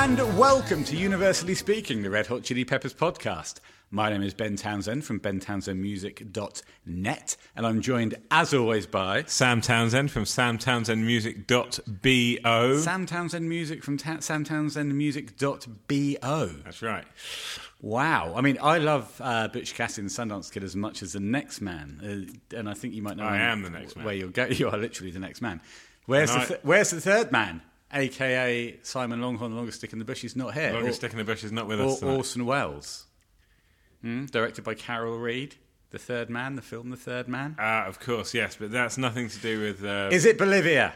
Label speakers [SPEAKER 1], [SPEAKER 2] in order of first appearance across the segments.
[SPEAKER 1] Welcome to Universally Speaking, the Red Hot Chili Peppers podcast. My name is Ben Townsend from bentownsendmusic.net, and I'm joined, as always, by
[SPEAKER 2] Sam Townsend from samtownsendmusic.bo.
[SPEAKER 1] Sam Townsend Music from ta- samtownsendmusic.bo.
[SPEAKER 2] That's right.
[SPEAKER 1] Wow. I mean, I love uh, Butch Cassidy and Sundance Kid as much as the next man, uh, and I think you might know.
[SPEAKER 2] I am the next man.
[SPEAKER 1] Where you're going, you are literally the next man. Where's
[SPEAKER 2] And
[SPEAKER 1] the
[SPEAKER 2] I-
[SPEAKER 1] th- Where's the third man? AKA Simon Longhorn, the longest stick in the bush. He's not here.
[SPEAKER 2] Longer
[SPEAKER 1] Or-
[SPEAKER 2] stick in the bush is not with us
[SPEAKER 1] or
[SPEAKER 2] tonight.
[SPEAKER 1] Orson Welles, Hmm? directed by Carol Reed, The Third Man, the film The Third Man.
[SPEAKER 2] Ah, of course, yes, but that's nothing to do with. Uh,
[SPEAKER 1] Is it Bolivia?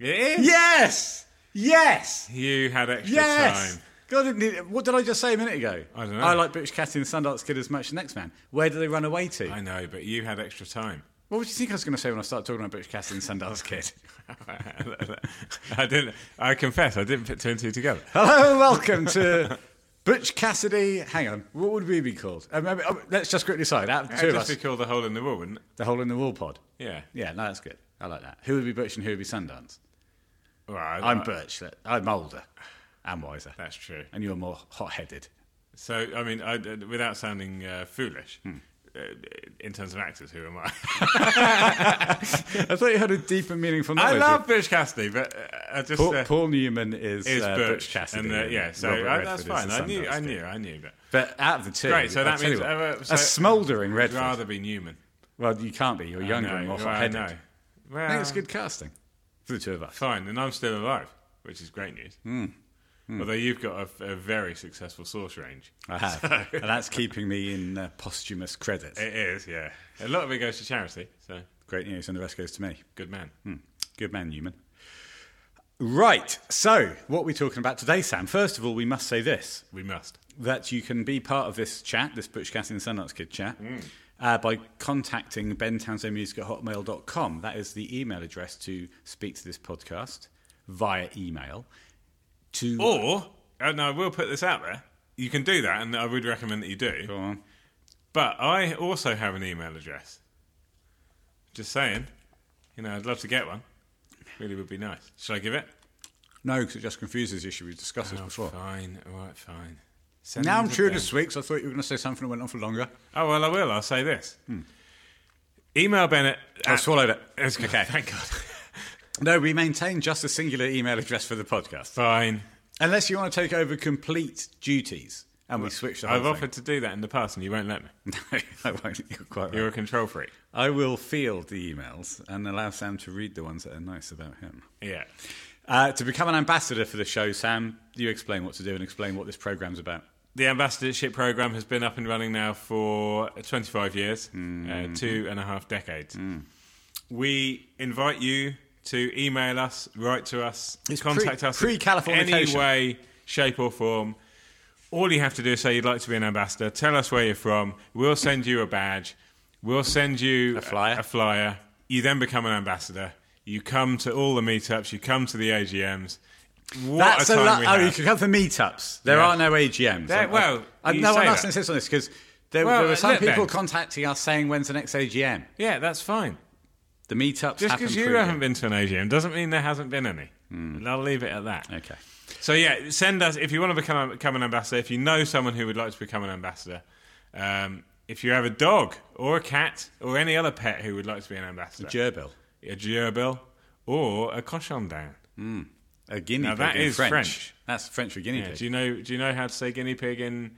[SPEAKER 2] it is.
[SPEAKER 1] Yes, yes,
[SPEAKER 2] You had extra
[SPEAKER 1] yes.
[SPEAKER 2] time.
[SPEAKER 1] God, I didn't- what did I just say a minute ago?
[SPEAKER 2] I don't know.
[SPEAKER 1] I like Butch Cassidy and Sundance Kid as much as Next Man. Where do they run away to?
[SPEAKER 2] I know, but you had extra time.
[SPEAKER 1] What would you think I was going to say when I started talking about Butch Cassidy and Sundance Kid?
[SPEAKER 2] I didn't. I confess, I didn't put two and two together.
[SPEAKER 1] Hello and welcome to Butch Cassidy. Hang on, what would we be called? Um, um, um, let's just quickly decide. Out of the two
[SPEAKER 2] It'd
[SPEAKER 1] of
[SPEAKER 2] just
[SPEAKER 1] us,
[SPEAKER 2] be called the hole in the wall, wouldn't it?
[SPEAKER 1] the hole in the wall pod.
[SPEAKER 2] Yeah.
[SPEAKER 1] Yeah, no, that's good. I like that. Who would be Butch and who would be Sundance?
[SPEAKER 2] Well, I-
[SPEAKER 1] I'm
[SPEAKER 2] I-
[SPEAKER 1] Birch. that- I'm older. I'm wiser.
[SPEAKER 2] That's true.
[SPEAKER 1] And you're more hot-headed.
[SPEAKER 2] So, I mean, I, uh, without sounding uh, foolish, uh, in terms of actors, who am I?
[SPEAKER 1] I thought you had a deeper, meaningful
[SPEAKER 2] I
[SPEAKER 1] knowledge.
[SPEAKER 2] love Butch Cassidy, but uh, I just
[SPEAKER 1] Paul,
[SPEAKER 2] uh,
[SPEAKER 1] Paul Newman is,
[SPEAKER 2] is
[SPEAKER 1] uh,
[SPEAKER 2] Butch,
[SPEAKER 1] Cassidy.
[SPEAKER 2] and uh, yeah, so
[SPEAKER 1] Robert
[SPEAKER 2] I,
[SPEAKER 1] Redford
[SPEAKER 2] that's
[SPEAKER 1] is
[SPEAKER 2] fine.
[SPEAKER 1] the
[SPEAKER 2] I knew,
[SPEAKER 1] Sundance
[SPEAKER 2] I
[SPEAKER 1] Kid.
[SPEAKER 2] knew, I knew, but
[SPEAKER 1] But out of the two,
[SPEAKER 2] Great, so
[SPEAKER 1] I'll
[SPEAKER 2] that
[SPEAKER 1] tell you
[SPEAKER 2] means,
[SPEAKER 1] what,
[SPEAKER 2] uh, uh, so-
[SPEAKER 1] a smouldering Redford.
[SPEAKER 2] rather be Newman.
[SPEAKER 1] Well, you can't be. You're younger
[SPEAKER 2] No,
[SPEAKER 1] and more
[SPEAKER 2] well, I
[SPEAKER 1] hot-headed.
[SPEAKER 2] know. Ah.
[SPEAKER 1] I
[SPEAKER 2] Well,
[SPEAKER 1] think it's good casting for the two of us.
[SPEAKER 2] Fine, and I'm still alive, which is great news.
[SPEAKER 1] Hmm,
[SPEAKER 2] Although you've got a, a very successful source range.
[SPEAKER 1] I have, and that's keeping me in uh, posthumous credit.
[SPEAKER 2] It is, yeah. A lot of it goes to charity, so
[SPEAKER 1] Great news, and the rest goes to me.
[SPEAKER 2] good man.
[SPEAKER 1] Hmm. Good man, Newman. Right. So, what are we talking about today, Sam? First of all, we must say this
[SPEAKER 2] We must.
[SPEAKER 1] that you can be part of this chat, this Butch Cassidy and Sundance Kid chat,
[SPEAKER 2] Mm.
[SPEAKER 1] uh, by contacting bentownsendmusic at hotmail.com. That is the email address to speak to this podcast via email. To
[SPEAKER 2] Or, and I will put this out there, you can do that, and I would recommend that you do.
[SPEAKER 1] Go on.
[SPEAKER 2] But I also have an email address. Just saying. You know, I'd love to get one. Really would be nice. Should I give it?
[SPEAKER 1] No, because it just confuses you. Should we discuss
[SPEAKER 2] Oh,
[SPEAKER 1] this before?
[SPEAKER 2] Fine. All right, fine. Send
[SPEAKER 1] Now
[SPEAKER 2] them
[SPEAKER 1] I'm
[SPEAKER 2] to
[SPEAKER 1] true
[SPEAKER 2] Ben.
[SPEAKER 1] this week, so I thought you were going to say something that went on for longer.
[SPEAKER 2] Oh, well, I will. I'll say this. Email Bennett.
[SPEAKER 1] I Hmm. swallowed it.
[SPEAKER 2] okay, thank God.
[SPEAKER 1] No, we maintain just a singular email address for the podcast.
[SPEAKER 2] Fine.
[SPEAKER 1] Unless you want to take over complete duties and we switch the whole
[SPEAKER 2] I've
[SPEAKER 1] thing.
[SPEAKER 2] offered to do that in the past and you won't let me.
[SPEAKER 1] No, I won't. You're quite right.
[SPEAKER 2] You're a control freak.
[SPEAKER 1] I will field the emails and allow Sam to read the ones that are nice about him.
[SPEAKER 2] Yeah.
[SPEAKER 1] Uh, to become an ambassador for the show, Sam, you explain what to do and explain what this program's about.
[SPEAKER 2] The ambassadorship program has been up and running now for 25 years,
[SPEAKER 1] Mm-hmm.
[SPEAKER 2] uh, two and a half decades.
[SPEAKER 1] Mm.
[SPEAKER 2] We invite you to email us, write to us,
[SPEAKER 1] It's
[SPEAKER 2] contact
[SPEAKER 1] pre-
[SPEAKER 2] us
[SPEAKER 1] pre-Californication.
[SPEAKER 2] any way, shape, or form. All you have to do is say you'd like to be an ambassador. Tell us where you're from. We'll send you a badge. We'll send you
[SPEAKER 1] A flyer.
[SPEAKER 2] A flyer. You then become an ambassador. You come to all the meetups. You come to the AGMs. What
[SPEAKER 1] That's
[SPEAKER 2] a time
[SPEAKER 1] lot.
[SPEAKER 2] we
[SPEAKER 1] Oh,
[SPEAKER 2] have.
[SPEAKER 1] you can have the meetups. There
[SPEAKER 2] Yeah.
[SPEAKER 1] are no AGMs.
[SPEAKER 2] There-
[SPEAKER 1] I'm-
[SPEAKER 2] well,
[SPEAKER 1] I'm,
[SPEAKER 2] you
[SPEAKER 1] no,
[SPEAKER 2] say
[SPEAKER 1] I'm
[SPEAKER 2] that.
[SPEAKER 1] asking this on this because there,
[SPEAKER 2] Well,
[SPEAKER 1] there were some
[SPEAKER 2] look then.
[SPEAKER 1] people contacting us saying, "When's the next AGM?"
[SPEAKER 2] Yeah, that's fine.
[SPEAKER 1] The meetups
[SPEAKER 2] Just
[SPEAKER 1] happen
[SPEAKER 2] because you
[SPEAKER 1] through
[SPEAKER 2] haven't Hmm. been to an AGM doesn't mean there hasn't been any. And I'll leave it at that.
[SPEAKER 1] here. Okay.
[SPEAKER 2] So yeah, send us if you want to become, become an ambassador. If you know someone who would like to become an ambassador, um, if you have a dog or a cat or any other pet who would like to be an ambassador,
[SPEAKER 1] Gerbil,
[SPEAKER 2] a gerbil or a cochon d'Inde.
[SPEAKER 1] a guinea
[SPEAKER 2] Now,
[SPEAKER 1] pig.
[SPEAKER 2] that
[SPEAKER 1] in
[SPEAKER 2] is
[SPEAKER 1] French.
[SPEAKER 2] French.
[SPEAKER 1] That's French for guinea
[SPEAKER 2] Yeah,
[SPEAKER 1] pig.
[SPEAKER 2] do you know? Do you know how to say guinea pig in,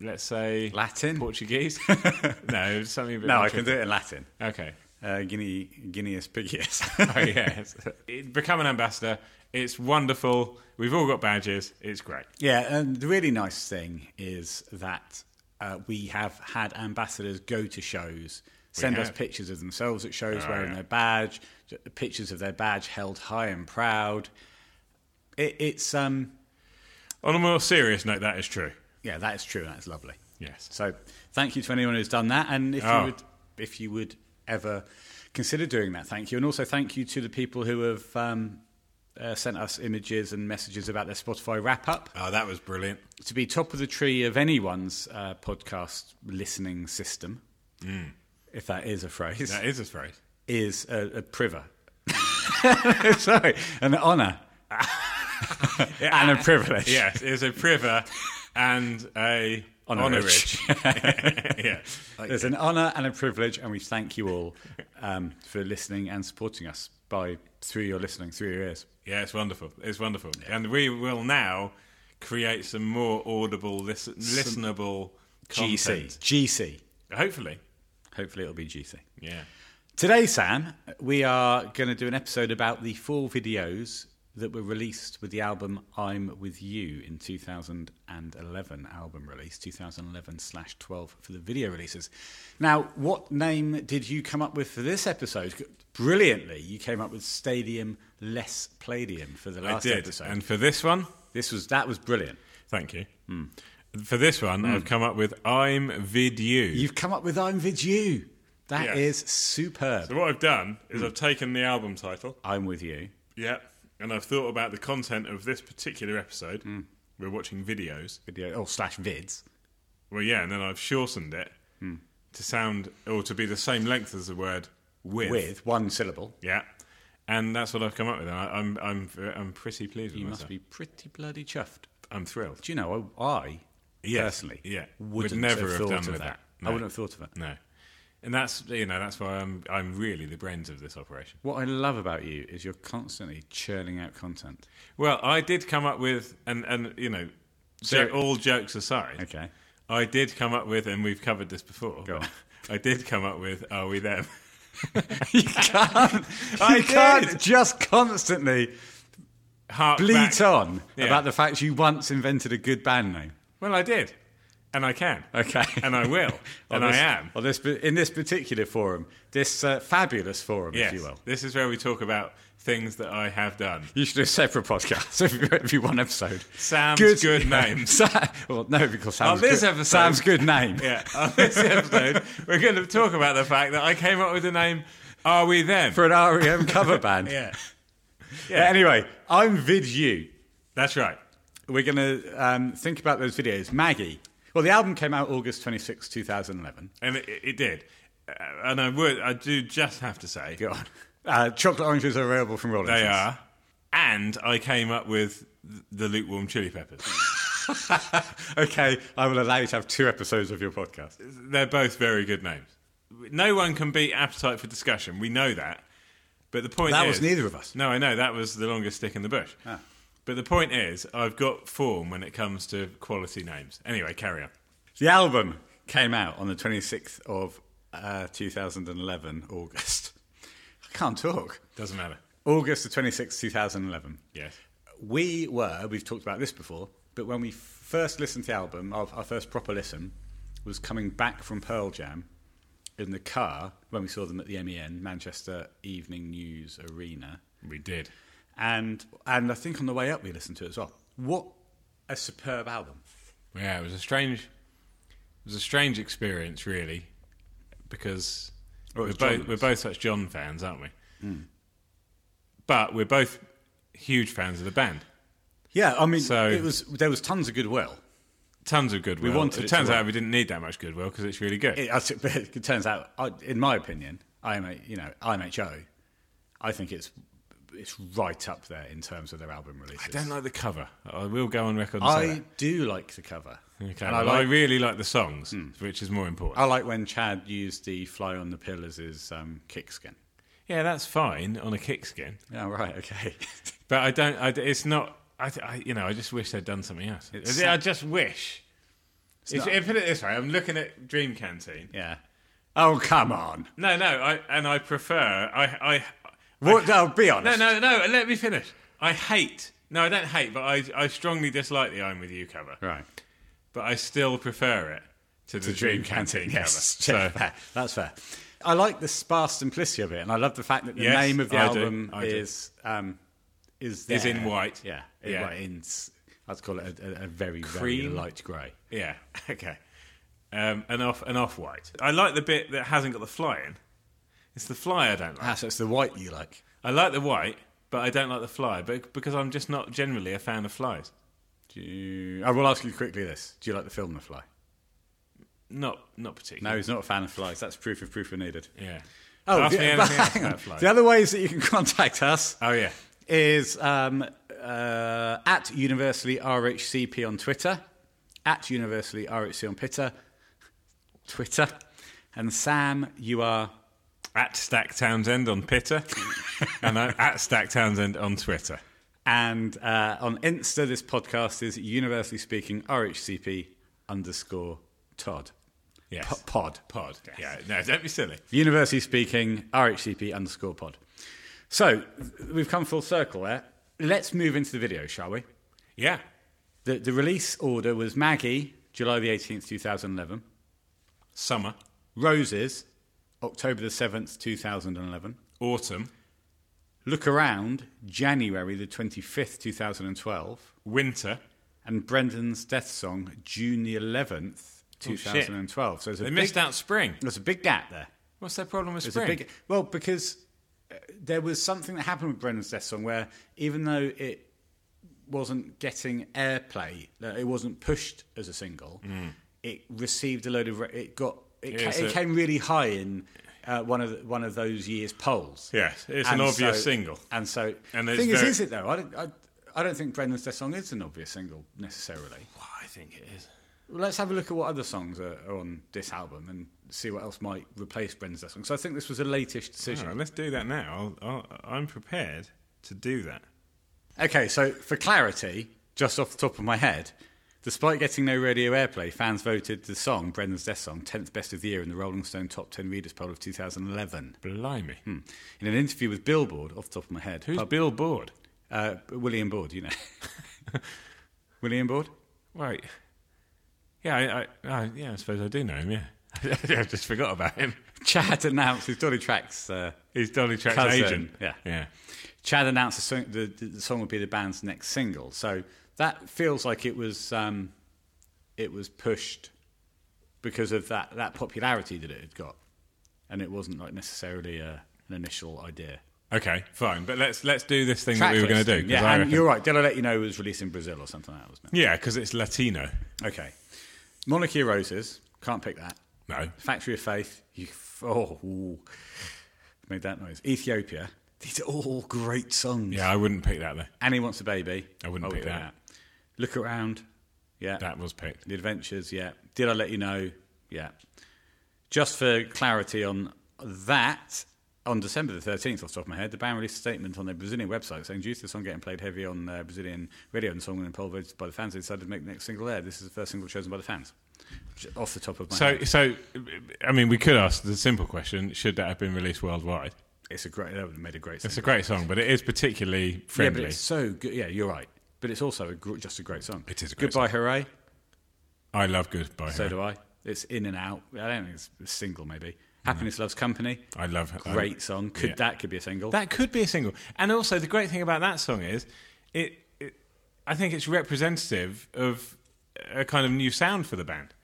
[SPEAKER 2] let's say,
[SPEAKER 1] Latin?
[SPEAKER 2] Portuguese? no, something. A bit
[SPEAKER 1] no,
[SPEAKER 2] more
[SPEAKER 1] I can
[SPEAKER 2] tricky.
[SPEAKER 1] do it in Latin.
[SPEAKER 2] Okay.
[SPEAKER 1] Uh, guinea, guineas pigius.
[SPEAKER 2] oh yes. It- Become an ambassador. It's wonderful. We've all got badges. It's great.
[SPEAKER 1] Yeah, and the really nice thing is that uh, we have had ambassadors go to shows, send us
[SPEAKER 2] have.
[SPEAKER 1] pictures of themselves at shows
[SPEAKER 2] Oh,
[SPEAKER 1] wearing
[SPEAKER 2] yeah.
[SPEAKER 1] their badge, j- pictures of their badge held high and proud. It, it's um,
[SPEAKER 2] On a more serious note, that is true.
[SPEAKER 1] yeah, that is true. and That's lovely.
[SPEAKER 2] Yes.
[SPEAKER 1] So, thank you to anyone who's done that, and if you
[SPEAKER 2] Oh.
[SPEAKER 1] would, if you would ever consider doing that, thank you, and also thank you to the people who have um, uh, sent us images and messages about their Spotify wrap up.
[SPEAKER 2] Oh, that was brilliant.
[SPEAKER 1] to be top of the tree of anyone's uh, podcast listening system, if that is a phrase,
[SPEAKER 2] Mm. That is a phrase.
[SPEAKER 1] is a, a priver. Sorry, an honour. and a privilege.
[SPEAKER 2] Yes, it's a priva and a
[SPEAKER 1] Honorage.
[SPEAKER 2] honorage. yeah. Like,
[SPEAKER 1] There's an honour and a privilege, and we thank you all um, for listening and supporting us by through your listening, through your ears.
[SPEAKER 2] yeah, it's wonderful. It's wonderful. And we will now create some more audible, listen, listenable
[SPEAKER 1] GC.
[SPEAKER 2] content.
[SPEAKER 1] GC.
[SPEAKER 2] Hopefully.
[SPEAKER 1] Hopefully, it'll be GC.
[SPEAKER 2] Yeah.
[SPEAKER 1] Today, Sam, we are going to do an episode about the four videos that were released with the album I'm With You in 2011 album release, 2011 slash 12 for the video releases. Now, what name did you come up with for this episode? Brilliantly, you came up with Stadium Less Palladium for the last
[SPEAKER 2] I did.
[SPEAKER 1] episode.
[SPEAKER 2] And for this one,
[SPEAKER 1] this was that was brilliant.
[SPEAKER 2] thank you. For this one, I've come up with I'm Vid You.
[SPEAKER 1] You've come up with I'm With You. That
[SPEAKER 2] Yeah.
[SPEAKER 1] is superb.
[SPEAKER 2] so what I've done is I've taken the album title.
[SPEAKER 1] I'm With You.
[SPEAKER 2] Yeah. And I've thought about the content of this particular episode.
[SPEAKER 1] Hmm.
[SPEAKER 2] We're watching videos.
[SPEAKER 1] Video, oh, slash vids.
[SPEAKER 2] Well, yeah, and then I've shortened it
[SPEAKER 1] Hmm.
[SPEAKER 2] to sound or to be the same length as the word with.
[SPEAKER 1] With one syllable.
[SPEAKER 2] Yeah, and that's what I've come up with. And I, I'm I'm I'm pretty pleased with
[SPEAKER 1] You
[SPEAKER 2] myself.
[SPEAKER 1] must be pretty bloody chuffed.
[SPEAKER 2] I'm thrilled.
[SPEAKER 1] Do you know, I, I
[SPEAKER 2] Yeah,
[SPEAKER 1] personally
[SPEAKER 2] yeah.
[SPEAKER 1] would
[SPEAKER 2] Would never
[SPEAKER 1] have,
[SPEAKER 2] have
[SPEAKER 1] thought
[SPEAKER 2] done
[SPEAKER 1] of that.
[SPEAKER 2] with that.
[SPEAKER 1] I
[SPEAKER 2] No.
[SPEAKER 1] wouldn't have thought of it.
[SPEAKER 2] No, and that's you know that's why I'm I'm really the brains of this operation.
[SPEAKER 1] What I love about you is you're constantly churning out content.
[SPEAKER 2] Well, I did come up with and and you know, so
[SPEAKER 1] So-
[SPEAKER 2] all jokes aside,
[SPEAKER 1] Okay.
[SPEAKER 2] I did come up with, and we've covered this before.
[SPEAKER 1] Go on.
[SPEAKER 2] I did come up with Are We Them?
[SPEAKER 1] you can't,
[SPEAKER 2] I
[SPEAKER 1] you can't
[SPEAKER 2] did.
[SPEAKER 1] just constantly
[SPEAKER 2] Hark
[SPEAKER 1] bleat
[SPEAKER 2] back-
[SPEAKER 1] on
[SPEAKER 2] Yeah.
[SPEAKER 1] about the fact you once invented a good band name.
[SPEAKER 2] Well, I did, and I can.
[SPEAKER 1] Okay.
[SPEAKER 2] and I will,
[SPEAKER 1] On
[SPEAKER 2] and I
[SPEAKER 1] this-
[SPEAKER 2] am.
[SPEAKER 1] On this, in this particular forum, this uh, fabulous forum,
[SPEAKER 2] Yes,
[SPEAKER 1] if you will.
[SPEAKER 2] this is where we talk about things that I have done.
[SPEAKER 1] You should do a separate podcast every, every one episode.
[SPEAKER 2] Sam's good names.
[SPEAKER 1] Sa- well, no, because Sam's,
[SPEAKER 2] this
[SPEAKER 1] good,
[SPEAKER 2] episode-
[SPEAKER 1] Sam's good name.
[SPEAKER 2] Yeah, on this episode, we're going to talk about the fact that I came up with the name Are We Them?
[SPEAKER 1] for an REM cover band.
[SPEAKER 2] yeah,
[SPEAKER 1] Yeah, Anyway, I'm Vid You.
[SPEAKER 2] that's right.
[SPEAKER 1] We're going to um, think about those videos. Maggie. Well, the album came out August 26, 2011.
[SPEAKER 2] And it, it did. Uh, and I would, I do just have to say,
[SPEAKER 1] Go on. Uh, chocolate oranges are available from Rolling
[SPEAKER 2] they are. And I came up with th- the lukewarm chili peppers.
[SPEAKER 1] Okay, I will allow you to have two episodes of your podcast.
[SPEAKER 2] They're both very good names. No one can beat appetite for discussion. We know that. But the point
[SPEAKER 1] That
[SPEAKER 2] is,
[SPEAKER 1] was neither of us. Ah.
[SPEAKER 2] No, I know that was the longest stick in the bush. But the point is, I've got form when it comes to quality names. Anyway, carry on.
[SPEAKER 1] The album came out on the 26th of uh, 2011, August. I can't talk.
[SPEAKER 2] Doesn't matter.
[SPEAKER 1] August the 26th, 2011.
[SPEAKER 2] Yes.
[SPEAKER 1] we were we've talked about this before but when we first listened to the album our, our first proper listen was coming back from pearl jam in the car when we saw them at the men manchester evening news arena
[SPEAKER 2] We did.
[SPEAKER 1] and and i think on the way up we listened to it as well what a superb album
[SPEAKER 2] Yeah, it was a strange, it was a strange experience, really, because
[SPEAKER 1] Oh, it
[SPEAKER 2] we're
[SPEAKER 1] was
[SPEAKER 2] both,
[SPEAKER 1] John. Hmm.
[SPEAKER 2] we're both such John fans, aren't we? But we're both huge fans of the band.
[SPEAKER 1] yeah i mean
[SPEAKER 2] So-
[SPEAKER 1] it was there was tons of goodwill
[SPEAKER 2] Tons of goodwill.
[SPEAKER 1] wanted it
[SPEAKER 2] it turns
[SPEAKER 1] to
[SPEAKER 2] out we didn't need that much goodwill because it's really good.
[SPEAKER 1] it, I think- but it turns out I, in my opinion i'm a you know imho i think it's it's right up there in terms of their album releases
[SPEAKER 2] I don't like the cover. I will go on record and say
[SPEAKER 1] I
[SPEAKER 2] that.
[SPEAKER 1] do like the cover.
[SPEAKER 2] Okay,
[SPEAKER 1] And
[SPEAKER 2] well, I,
[SPEAKER 1] I like Hmm.
[SPEAKER 2] really like the songs, which is more important.
[SPEAKER 1] I like when Chad used the fly on the pill as his um, kick skin.
[SPEAKER 2] yeah, that's fine on a kickskin,
[SPEAKER 1] Yeah, right, okay.
[SPEAKER 2] but I don't. I, it's not. I, I, you know, I just wish they'd done something else.
[SPEAKER 1] It's-
[SPEAKER 2] I just wish. If,
[SPEAKER 1] not-
[SPEAKER 2] if put it this way, I'm looking at Dream Canteen.
[SPEAKER 1] yeah. Oh come on.
[SPEAKER 2] No, no, I and I prefer. I, I.
[SPEAKER 1] What? No, be
[SPEAKER 2] No,
[SPEAKER 1] honest.
[SPEAKER 2] no, no. Let me finish. I hate. No, I don't hate, but I, I strongly dislike the "I'm with You" cover.
[SPEAKER 1] Right.
[SPEAKER 2] But I still prefer it to the Dream, Canteen, cover.
[SPEAKER 1] Yes. yeah, fair. That's fair. I like the sparse simplicity of it, and I love the fact that the
[SPEAKER 2] Yes,
[SPEAKER 1] name of the
[SPEAKER 2] I do,
[SPEAKER 1] album
[SPEAKER 2] I do.
[SPEAKER 1] is um, is
[SPEAKER 2] Is in
[SPEAKER 1] there.
[SPEAKER 2] white.
[SPEAKER 1] Yeah.
[SPEAKER 2] Yeah.
[SPEAKER 1] In, in s- I'd call it a, a, a very very
[SPEAKER 2] Cream.
[SPEAKER 1] light grey.
[SPEAKER 2] Yeah. Okay. Um, and off and off white. I like the bit that hasn't got the fly in. It's the fly I don't like.
[SPEAKER 1] Ah, so it's the white you like.
[SPEAKER 2] I like the white, but I don't like the fly. But because I'm just not generally a fan of flies.
[SPEAKER 1] Do you, I will ask you quickly this: Do you like the film The Fly?
[SPEAKER 2] Not not particularly.
[SPEAKER 1] No, he's not a fan of flies. That's proof if proof are needed.
[SPEAKER 2] Yeah.
[SPEAKER 1] Oh,
[SPEAKER 2] Ask
[SPEAKER 1] the,
[SPEAKER 2] me
[SPEAKER 1] but
[SPEAKER 2] anything else Oh,
[SPEAKER 1] hang on.
[SPEAKER 2] about flies.
[SPEAKER 1] The other ways that you can contact us
[SPEAKER 2] Oh yeah.
[SPEAKER 1] is um, uh, at Universally RHCP on Twitter, at Universally RHC on Pitter, Twitter, and Sam, you are
[SPEAKER 2] At Stack Townsend on Pitter, and I'm at Stack Townsend on Twitter.
[SPEAKER 1] And uh, on Insta, this podcast is universally speaking RHCP underscore Todd.
[SPEAKER 2] Yes.
[SPEAKER 1] P- pod.
[SPEAKER 2] Pod. Yeah, no, don't be silly.
[SPEAKER 1] Universally speaking RHCP underscore pod. So th- we've come full circle there. Let's move into the video, shall we?
[SPEAKER 2] Yeah.
[SPEAKER 1] The, the release order was Maggie, July the 18th, 2011.
[SPEAKER 2] Summer,
[SPEAKER 1] Roses, October the 7th, 2011.
[SPEAKER 2] autumn,
[SPEAKER 1] Look Around, January the 25th, 2012.
[SPEAKER 2] winter.
[SPEAKER 1] and Brendan's death song, June the 11th, 2012. so there's a,
[SPEAKER 2] Oh, They
[SPEAKER 1] big,
[SPEAKER 2] missed out spring.
[SPEAKER 1] there's a big gap there.
[SPEAKER 2] What's their problem with
[SPEAKER 1] There's
[SPEAKER 2] spring?
[SPEAKER 1] a big well because uh, there was something that happened with Brendan's death song where even though it wasn't getting airplay, uh, it wasn't pushed as a single. It received a load of re- it got it,
[SPEAKER 2] It
[SPEAKER 1] ca-
[SPEAKER 2] is
[SPEAKER 1] it
[SPEAKER 2] Mm. a-
[SPEAKER 1] came really high in uh, one of the, one of those years polls.
[SPEAKER 2] Yes, it's an obvious single.
[SPEAKER 1] And so,
[SPEAKER 2] And
[SPEAKER 1] the
[SPEAKER 2] it's
[SPEAKER 1] thing is,
[SPEAKER 2] very-
[SPEAKER 1] is it though? I don't, I, I don't think Brendan's death song is an obvious single necessarily.
[SPEAKER 2] Well, I think it is.
[SPEAKER 1] Well, Let's have a look at what other songs are, are on this album and see what else might replace Brendan's Death Song. So I think this was a latish
[SPEAKER 2] All
[SPEAKER 1] decision.
[SPEAKER 2] right, let's do that now. I'll, I'll, I'm prepared to do that.
[SPEAKER 1] Okay, so for clarity, just off the top of my head, despite getting no radio airplay, fans voted the song, Brendan's Death Song, 10th best of the year in the Rolling Stone Top 10 Readers Poll of 2011.
[SPEAKER 2] Blimey.
[SPEAKER 1] Hmm. In an interview with Billboard, off the top of my head,
[SPEAKER 2] Who's
[SPEAKER 1] pub-
[SPEAKER 2] Bill Board?
[SPEAKER 1] uh, William Board, you know. William Board?
[SPEAKER 2] Wait. Yeah, I, I, I, yeah, I suppose I do know him, yeah. I just forgot about him.
[SPEAKER 1] Chad announced his Dolly Tracks. Uh,
[SPEAKER 2] He's Dolly Track's
[SPEAKER 1] Cousin,
[SPEAKER 2] agent.
[SPEAKER 1] yeah.
[SPEAKER 2] Yeah.
[SPEAKER 1] Chad announced the song, the, the song would be the band's next single, so that feels like it was um, it was pushed because of that, that popularity that it had got, and it wasn't like necessarily a, an initial idea.
[SPEAKER 2] Okay, fine. But let's let's do this thing that we were
[SPEAKER 1] Track
[SPEAKER 2] going to do.
[SPEAKER 1] listing,
[SPEAKER 2] 'cause
[SPEAKER 1] yeah.
[SPEAKER 2] I
[SPEAKER 1] And
[SPEAKER 2] reckon-
[SPEAKER 1] you're right. Did I let you know it was released in Brazil or something like that? Wasn't
[SPEAKER 2] yeah, because it's Latino.
[SPEAKER 1] it? Okay. Monarchy of Roses can't pick that.
[SPEAKER 2] No.
[SPEAKER 1] Factory of Faith. You f- oh ooh. made that noise. Ethiopia. These are all great songs.
[SPEAKER 2] Yeah, I wouldn't pick that, though.
[SPEAKER 1] Annie wants a baby.
[SPEAKER 2] I wouldn't pick
[SPEAKER 1] do
[SPEAKER 2] that.
[SPEAKER 1] Look around. Yeah.
[SPEAKER 2] That was picked.
[SPEAKER 1] The adventures. Yeah. Did I let you know? Yeah. Just for clarity on that, on December the 13th, off the top of my head, the band released a statement on their Brazilian website saying, due to the song getting played heavy on uh, Brazilian radio and song winning poll voted by the fans, they decided to make the next single air. This is the first single chosen by the fans. J- Off the top of my head.
[SPEAKER 2] So, so, I mean, we could ask the simple question should that have been released worldwide?
[SPEAKER 1] It's a great, that would have made a great
[SPEAKER 2] It's
[SPEAKER 1] single.
[SPEAKER 2] a great song, but it is particularly
[SPEAKER 1] Yeah, but
[SPEAKER 2] friendly.
[SPEAKER 1] it's so good. Yeah, you're right. But it's also a gr- just a great song.
[SPEAKER 2] It is a great
[SPEAKER 1] Goodbye, Hooray.
[SPEAKER 2] I love Goodbye.
[SPEAKER 1] So do
[SPEAKER 2] Hero.
[SPEAKER 1] I. It's in and out. I don't think it's a single. Maybe happiness loves company.
[SPEAKER 2] I love I-
[SPEAKER 1] Great song. Could
[SPEAKER 2] yeah.
[SPEAKER 1] that could be a single?
[SPEAKER 2] That could be a single. And also, the great thing about that song is, it, it I think it's representative of a kind of new sound for the band,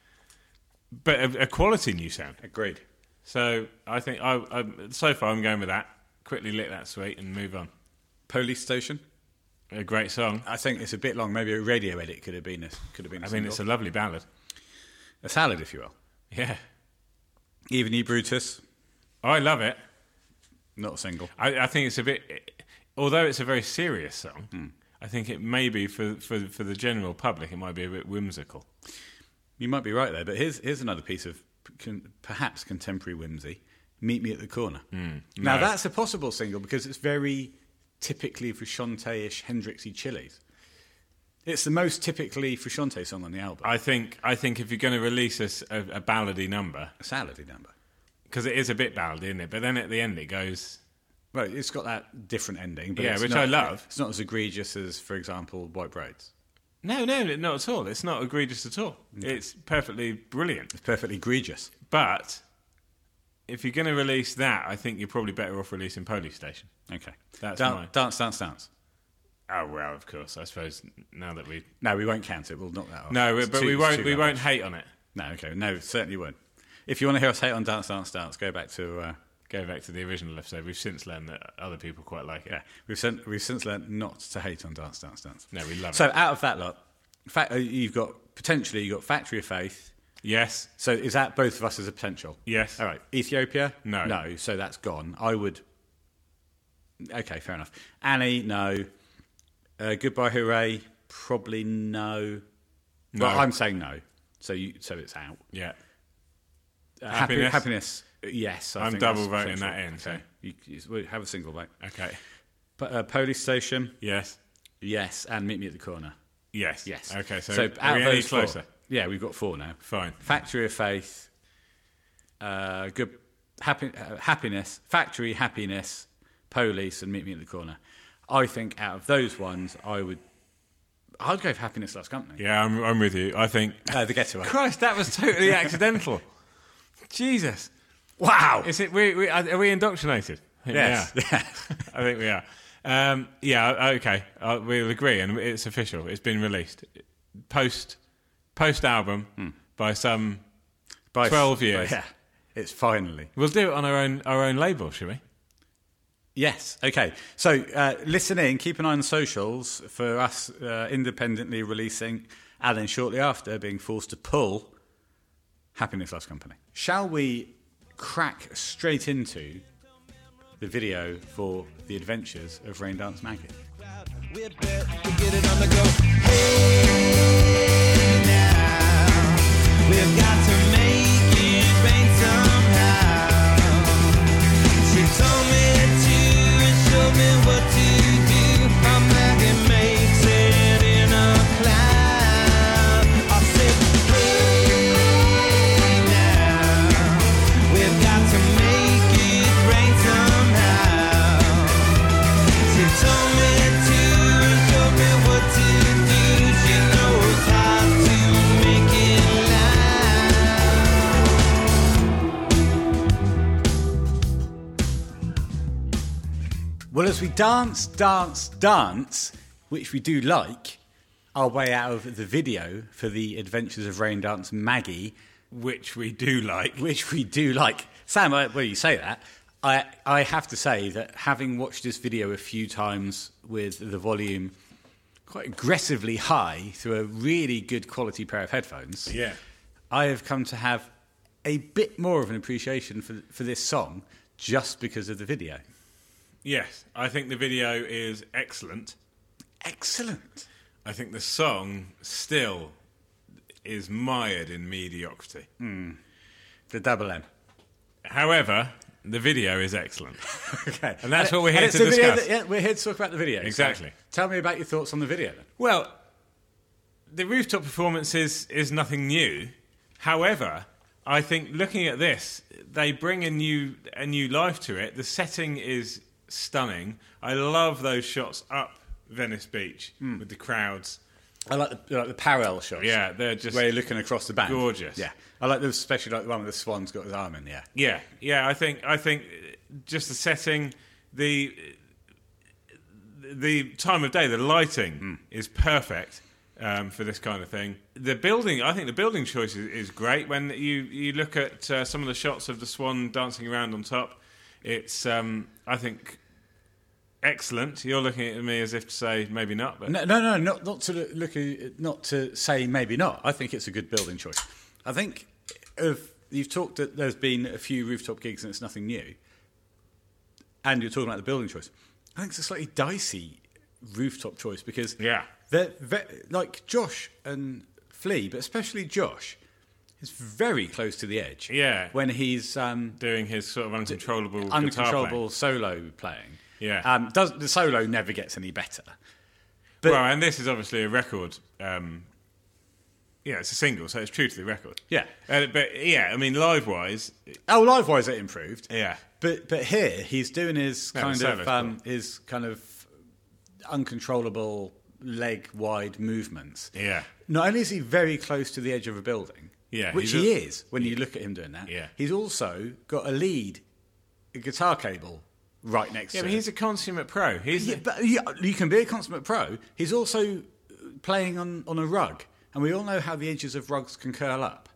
[SPEAKER 2] but a, a quality new sound.
[SPEAKER 1] Agreed.
[SPEAKER 2] So I think I, I so far I'm going with that. Quickly lick that sweet and move on.
[SPEAKER 1] Police station. Uh,
[SPEAKER 2] A great song.
[SPEAKER 1] I think it's a bit long. Maybe a radio edit could have been a could have been. A
[SPEAKER 2] I mean, it's a lovely ballad.
[SPEAKER 1] a salad, if you will.
[SPEAKER 2] Yeah,
[SPEAKER 1] Even you, Brutus.
[SPEAKER 2] I love it.
[SPEAKER 1] Not a single.
[SPEAKER 2] I, I think it's a bit, although it's a very serious song. I think it may be for, for for the general public, it might be a bit whimsical.
[SPEAKER 1] You might be right there, but here's here's another piece of con, perhaps contemporary whimsy. Meet me at the corner. Now
[SPEAKER 2] Hmm. No.
[SPEAKER 1] that's a possible single because it's very typically Frusciante-ish, Hendrixy chilies. It's the most typically Frusciante song on the album.
[SPEAKER 2] I think I think if you're going to release a, s- a- a ballady number,
[SPEAKER 1] A salady number.
[SPEAKER 2] because it is a bit ballady, isn't it? But then at the end it goes,
[SPEAKER 1] Well, it's got that different ending, but
[SPEAKER 2] Yeah,
[SPEAKER 1] it's
[SPEAKER 2] which
[SPEAKER 1] not-
[SPEAKER 2] I love.
[SPEAKER 1] It's not as egregious as, for example, White Brides.
[SPEAKER 2] no, no, not at all. It's not egregious at all. It's perfectly brilliant.
[SPEAKER 1] It's perfectly egregious.
[SPEAKER 2] But if you're going to release that, I think you're probably better off releasing Police Station.
[SPEAKER 1] Okay,
[SPEAKER 2] That's
[SPEAKER 1] Dan-
[SPEAKER 2] mine.
[SPEAKER 1] dance, dance, dance.
[SPEAKER 2] Oh well, of course. I suppose now that we
[SPEAKER 1] No, we won't count it. We'll knock that off.
[SPEAKER 2] no,
[SPEAKER 1] It's
[SPEAKER 2] but
[SPEAKER 1] too-
[SPEAKER 2] we
[SPEAKER 1] it's
[SPEAKER 2] won't
[SPEAKER 1] too
[SPEAKER 2] we
[SPEAKER 1] bad.
[SPEAKER 2] won't hate on it.
[SPEAKER 1] No, okay, no, certainly won't. If you want to hear us hate on Dance, Dance, Dance, go back to. Uh,
[SPEAKER 2] Go back to the original episode. We've since learned that other people quite like it.
[SPEAKER 1] yeah, we've sent, we've since learned not to hate on Dance, Dance, Dance.
[SPEAKER 2] No, we love
[SPEAKER 1] So out of that lot, fa- uh, you've got potentially you've got Factory of Faith.
[SPEAKER 2] Yes,
[SPEAKER 1] So is that both of us as a potential?
[SPEAKER 2] yes.
[SPEAKER 1] All right. Ethiopia?
[SPEAKER 2] No.
[SPEAKER 1] No, so that's gone. I would. Okay, fair enough. Annie? No. Uh, goodbye, hooray. Probably no.
[SPEAKER 2] No.
[SPEAKER 1] Well, I'm saying no. So you, so it's out.
[SPEAKER 2] Yeah.
[SPEAKER 1] Uh,
[SPEAKER 2] Happiness?
[SPEAKER 1] Happy, happiness. uh, Yes, I
[SPEAKER 2] I'm
[SPEAKER 1] think
[SPEAKER 2] double
[SPEAKER 1] that's
[SPEAKER 2] voting
[SPEAKER 1] central.
[SPEAKER 2] that in, so.
[SPEAKER 1] Okay. You, you- well, have a single vote.
[SPEAKER 2] Okay.
[SPEAKER 1] But, uh, police station.
[SPEAKER 2] Yes.
[SPEAKER 1] Yes, and meet me at the corner.
[SPEAKER 2] Yes.
[SPEAKER 1] Yes.
[SPEAKER 2] Okay. So,
[SPEAKER 1] so
[SPEAKER 2] are
[SPEAKER 1] out
[SPEAKER 2] we
[SPEAKER 1] of
[SPEAKER 2] any
[SPEAKER 1] those four-
[SPEAKER 2] closer?
[SPEAKER 1] yeah, we've got four now.
[SPEAKER 2] Fine.
[SPEAKER 1] Factory of Faith, uh, good happy, uh, happiness, Factory Happiness, Police, and Meet Me at the Corner. I think out of those ones, I would, I'd go for Happiness Loves Company.
[SPEAKER 2] Yeah, I'm, I'm with you. I think.
[SPEAKER 1] Uh, the Getaway.
[SPEAKER 2] Christ, that was totally accidental. Jesus.
[SPEAKER 1] wow.
[SPEAKER 2] Is it? We, we, are we indoctrinated? I think we
[SPEAKER 1] Yes.
[SPEAKER 2] are. I think we are. Um, yeah. Okay. Uh, we'll agree, and it's official. It's been released post post album
[SPEAKER 1] Hmm.
[SPEAKER 2] by some.
[SPEAKER 1] By
[SPEAKER 2] 12 years.
[SPEAKER 1] yeah, it's finally.
[SPEAKER 2] We'll do it on our own our own label, shall we?
[SPEAKER 1] Yes. Okay. So uh, listen in, keep an eye on the socials for us uh, independently releasing, and then shortly after being forced to pull Happiness Loves Company. Shall we crack straight into the video for The Adventures of Rain Dance Maggot?
[SPEAKER 3] We're built to get it on the go. Hey, now we've got to make it rain somehow. She told me to and showed me what to do. How Maggie makes it in a cloud. I said, hey, now we've got to make it rain somehow. She told me to and showed me what to do. She knows how to make it loud.
[SPEAKER 1] Well, as we dance, dance, dance, which we do like, our way out of the video for The Adventures of Rain Dance Maggie.
[SPEAKER 2] Which we do like.
[SPEAKER 1] which we do like. Sam, I, well, you say that. I, I have to say that having watched this video a few times with the volume quite aggressively high through a really good quality pair of headphones,
[SPEAKER 2] Yeah.
[SPEAKER 1] I have come to have a bit more of an appreciation for, for this song just because of the video.
[SPEAKER 2] Yes, I think the video is excellent.
[SPEAKER 1] Excellent.
[SPEAKER 2] I think the song still is mired in mediocrity.
[SPEAKER 1] The double M.
[SPEAKER 2] However, the video is excellent.
[SPEAKER 1] Okay.
[SPEAKER 2] And that's what we're here
[SPEAKER 1] and it's
[SPEAKER 2] to
[SPEAKER 1] the video
[SPEAKER 2] discuss.
[SPEAKER 1] that- yeah, we're here to talk about the video. So
[SPEAKER 2] Exactly.
[SPEAKER 1] tell me about your thoughts on the video then.
[SPEAKER 2] Well, the rooftop performance is, is nothing new. However, I think looking at this, they bring a new a new life to it. The setting is stunning. I love those shots up Venice Beach with the crowds.
[SPEAKER 1] I like the, I like the parallel shots.
[SPEAKER 2] Yeah, they're just
[SPEAKER 1] where you're looking across the bank.
[SPEAKER 2] Gorgeous.
[SPEAKER 1] Yeah, I like the especially like the one where the swan's got his arm in. Yeah,
[SPEAKER 2] Yeah, yeah. I think I think uh, just the setting, the the time of day, the lighting
[SPEAKER 1] Hmm.
[SPEAKER 2] is perfect um, for this kind of thing. The building, I think, the building choice is, is great. When you you look at uh, some of the shots of the swan dancing around on top, it's um, I think excellent. You're looking at me as if to say maybe not, but
[SPEAKER 1] no, no, no, not not to look- look, at- not to say maybe not. I think it's a good building choice. I think if you've talked that there's been a few rooftop gigs and it's nothing new, and you're talking about the building choice. I think it's a slightly dicey rooftop choice because
[SPEAKER 2] Yeah.
[SPEAKER 1] they're ve- like Josh and Flea, but especially Josh. is very close to the edge.
[SPEAKER 2] Yeah.
[SPEAKER 1] When he's um,
[SPEAKER 2] doing his sort of uncontrollable, guitar playing.
[SPEAKER 1] uncontrollable solo playing.
[SPEAKER 2] Yeah.
[SPEAKER 1] Um, does, the solo never gets any better. But-
[SPEAKER 2] well, and this is obviously a record. Um, yeah, it's a single, so it's true to the record.
[SPEAKER 1] Yeah.
[SPEAKER 2] Uh, but yeah, I mean, live wise,
[SPEAKER 1] Oh, live wise it improved.
[SPEAKER 2] yeah,
[SPEAKER 1] But but here he's doing his
[SPEAKER 2] No,
[SPEAKER 1] kind
[SPEAKER 2] the
[SPEAKER 1] of
[SPEAKER 2] solo's
[SPEAKER 1] um, his kind of uncontrollable leg wide movements.
[SPEAKER 2] Yeah.
[SPEAKER 1] Not only is he very close to the edge of a building,
[SPEAKER 2] Yeah,
[SPEAKER 1] which
[SPEAKER 2] he's
[SPEAKER 1] he
[SPEAKER 2] a-
[SPEAKER 1] is when you look at him doing that.
[SPEAKER 2] Yeah.
[SPEAKER 1] He's also got a lead a guitar cable right next
[SPEAKER 2] yeah.
[SPEAKER 1] to
[SPEAKER 2] But
[SPEAKER 1] him.
[SPEAKER 2] he's a consummate pro. He's
[SPEAKER 1] Yeah, but yeah, you can be a consummate pro. He's also playing on, on a rug, and we all know how the edges of rugs can curl up.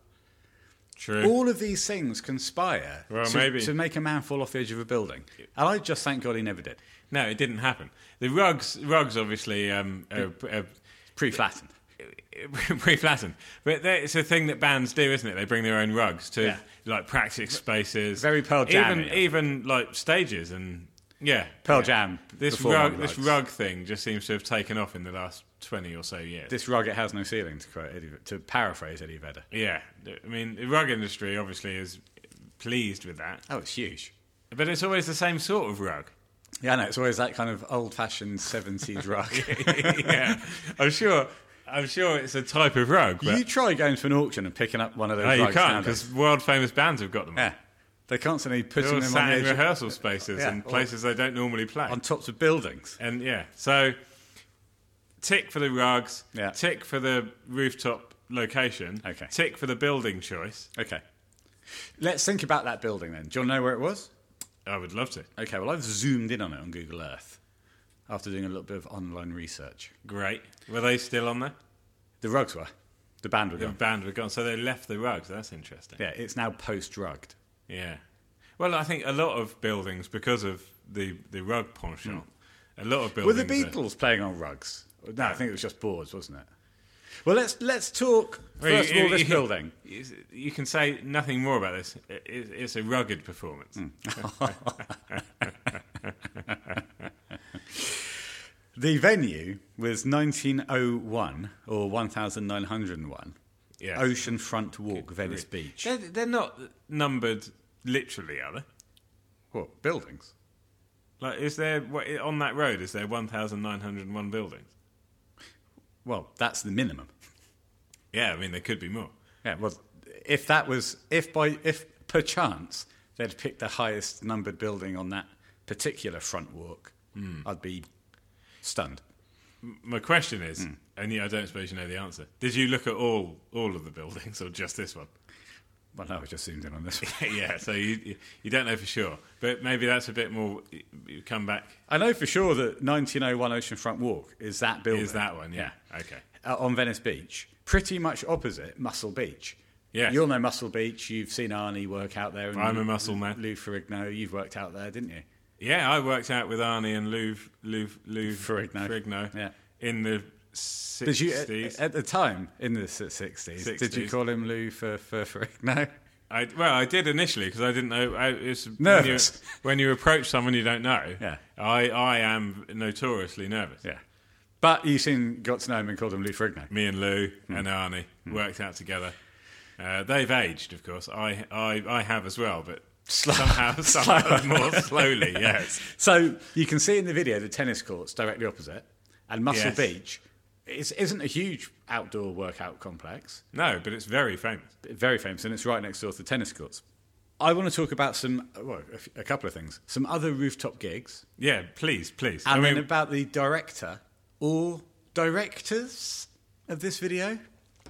[SPEAKER 2] true.
[SPEAKER 1] All of these things conspire
[SPEAKER 2] Well,
[SPEAKER 1] to,
[SPEAKER 2] maybe.
[SPEAKER 1] to make a man fall off the edge of a building. And I just thank God he never did.
[SPEAKER 2] no, it didn't happen. The rugs, rugs, obviously, um, are, are
[SPEAKER 1] Pre flattened.
[SPEAKER 2] pre-flattened, but they- it's a thing that bands do, isn't it? They bring their own rugs to
[SPEAKER 1] Yeah.
[SPEAKER 2] like practice spaces,
[SPEAKER 1] Very Pearl Jam-y, I
[SPEAKER 2] even
[SPEAKER 1] think.
[SPEAKER 2] even like stages and Yeah,
[SPEAKER 1] Pearl
[SPEAKER 2] yeah.
[SPEAKER 1] Jam.
[SPEAKER 2] This
[SPEAKER 1] before
[SPEAKER 2] rug,
[SPEAKER 1] Modern
[SPEAKER 2] this
[SPEAKER 1] Lights.
[SPEAKER 2] rug thing just seems to have taken off in the last twenty or so years.
[SPEAKER 1] This rug, it has no ceiling. To quote, Eddie, to paraphrase Eddie Vedder.
[SPEAKER 2] yeah, I mean, the rug industry obviously is pleased with that,
[SPEAKER 1] Oh, it's huge.
[SPEAKER 2] but it's always the same sort of rug.
[SPEAKER 1] Yeah, I know. It's always that kind of old-fashioned seventies rug.
[SPEAKER 2] yeah, I'm sure. I'm sure it's a type of rug, but
[SPEAKER 1] you try going to an auction and picking up one of those.
[SPEAKER 2] no, you
[SPEAKER 1] rugs
[SPEAKER 2] can't
[SPEAKER 1] nowadays.
[SPEAKER 2] because world famous bands have got them.
[SPEAKER 1] yeah, they're constantly
[SPEAKER 2] They're
[SPEAKER 1] putting
[SPEAKER 2] all
[SPEAKER 1] them on,
[SPEAKER 2] sat
[SPEAKER 1] the
[SPEAKER 2] in
[SPEAKER 1] edge of-
[SPEAKER 2] rehearsal spaces
[SPEAKER 1] Yeah,
[SPEAKER 2] and
[SPEAKER 1] or-
[SPEAKER 2] places they don't normally play.
[SPEAKER 1] on tops of buildings.
[SPEAKER 2] And yeah, so tick for the rugs,
[SPEAKER 1] Yeah.
[SPEAKER 2] tick for the rooftop location,
[SPEAKER 1] Okay.
[SPEAKER 2] tick for the building choice.
[SPEAKER 1] Okay, let's think about that building then. Do you want to know where it was?
[SPEAKER 2] I would love to.
[SPEAKER 1] Okay, well I've zoomed in on it on Google Earth after doing a little bit of online research.
[SPEAKER 2] Great. Were they still on there?
[SPEAKER 1] The rugs were, the band were
[SPEAKER 2] The
[SPEAKER 1] gone.
[SPEAKER 2] band were gone, so they left the rugs. That's interesting.
[SPEAKER 1] Yeah, it's now post-rugged.
[SPEAKER 2] Yeah. Well, I think a lot of buildings, because of the, the rug penchant, a lot of
[SPEAKER 1] Hmm. Were
[SPEAKER 2] buildings.
[SPEAKER 1] the
[SPEAKER 2] are-
[SPEAKER 1] Beatles playing on rugs? No, I think it was just boards, wasn't it? Well, let's let's talk
[SPEAKER 2] Well,
[SPEAKER 1] first
[SPEAKER 2] you-
[SPEAKER 1] of all this
[SPEAKER 2] you-
[SPEAKER 1] building.
[SPEAKER 2] You you can say nothing more about this. I- i- It's a rugged performance.
[SPEAKER 1] Hmm. The venue was 1901 or 1901
[SPEAKER 2] Yeah.
[SPEAKER 1] Oceanfront Walk, Venice Beach.
[SPEAKER 2] They're, they're not numbered literally, are they?
[SPEAKER 1] What buildings?
[SPEAKER 2] Like, is there what, on that road? Is there one thousand nine hundred and one buildings?
[SPEAKER 1] Well, that's the minimum.
[SPEAKER 2] Yeah, I mean there could be more.
[SPEAKER 1] Yeah. Well, if that was if by if perchance they'd picked the highest numbered building on that particular front walk, I'd be stunned.
[SPEAKER 2] My question is,
[SPEAKER 1] Hmm.
[SPEAKER 2] and yeah, I don't suppose you know the answer. Did you look at all all of the buildings or just this one?
[SPEAKER 1] Well, no, I just zoomed in on this one.
[SPEAKER 2] yeah, so you you- you don't know for sure, but maybe that's a bit more. You come back
[SPEAKER 1] I know for sure that 1901 Oceanfront Walk is that building.
[SPEAKER 2] is that one? Yeah, okay.
[SPEAKER 1] uh, on Venice Beach, pretty much opposite Muscle Beach.
[SPEAKER 2] Yeah.
[SPEAKER 1] You'll know Muscle Beach. You've seen Arnie work out there. And
[SPEAKER 2] I'm a muscle man.
[SPEAKER 1] Lou Ferrigno, you've worked out there, didn't you?
[SPEAKER 2] Yeah, I worked out with Arnie and Lou Lou Lou
[SPEAKER 1] Ferrigno.
[SPEAKER 2] Ferrigno
[SPEAKER 1] Yeah.
[SPEAKER 2] in the
[SPEAKER 1] Did you uh, at,
[SPEAKER 2] sixties.
[SPEAKER 1] at the time in the s- 60s, Did you
[SPEAKER 2] 60s.
[SPEAKER 1] call him Lou for for Ferrigno?
[SPEAKER 2] I, well, I did initially because I didn't know. I, it's
[SPEAKER 1] Nervous.
[SPEAKER 2] When you, when you approach someone you don't know,
[SPEAKER 1] Yeah.
[SPEAKER 2] I, I am notoriously nervous.
[SPEAKER 1] Yeah. But you soon got to know him and called him Lou Ferrigno.
[SPEAKER 2] Me and Lou
[SPEAKER 1] Hmm.
[SPEAKER 2] and Arnie worked out together. Uh, they've aged, of course. I, I, I have as well, but somehow, somehow more slowly. Yes.
[SPEAKER 1] So you can see in the video the tennis courts directly opposite, and Muscle
[SPEAKER 2] Yes.
[SPEAKER 1] Beach is, isn't a huge outdoor workout complex.
[SPEAKER 2] No, but it's very famous.
[SPEAKER 1] very famous, and it's right next door to the tennis courts. I want to talk about some, well, a, f- a couple of things, some other rooftop gigs,
[SPEAKER 2] Yeah, please, please.
[SPEAKER 1] and
[SPEAKER 2] I
[SPEAKER 1] then
[SPEAKER 2] mean,
[SPEAKER 1] about the director or directors of this video.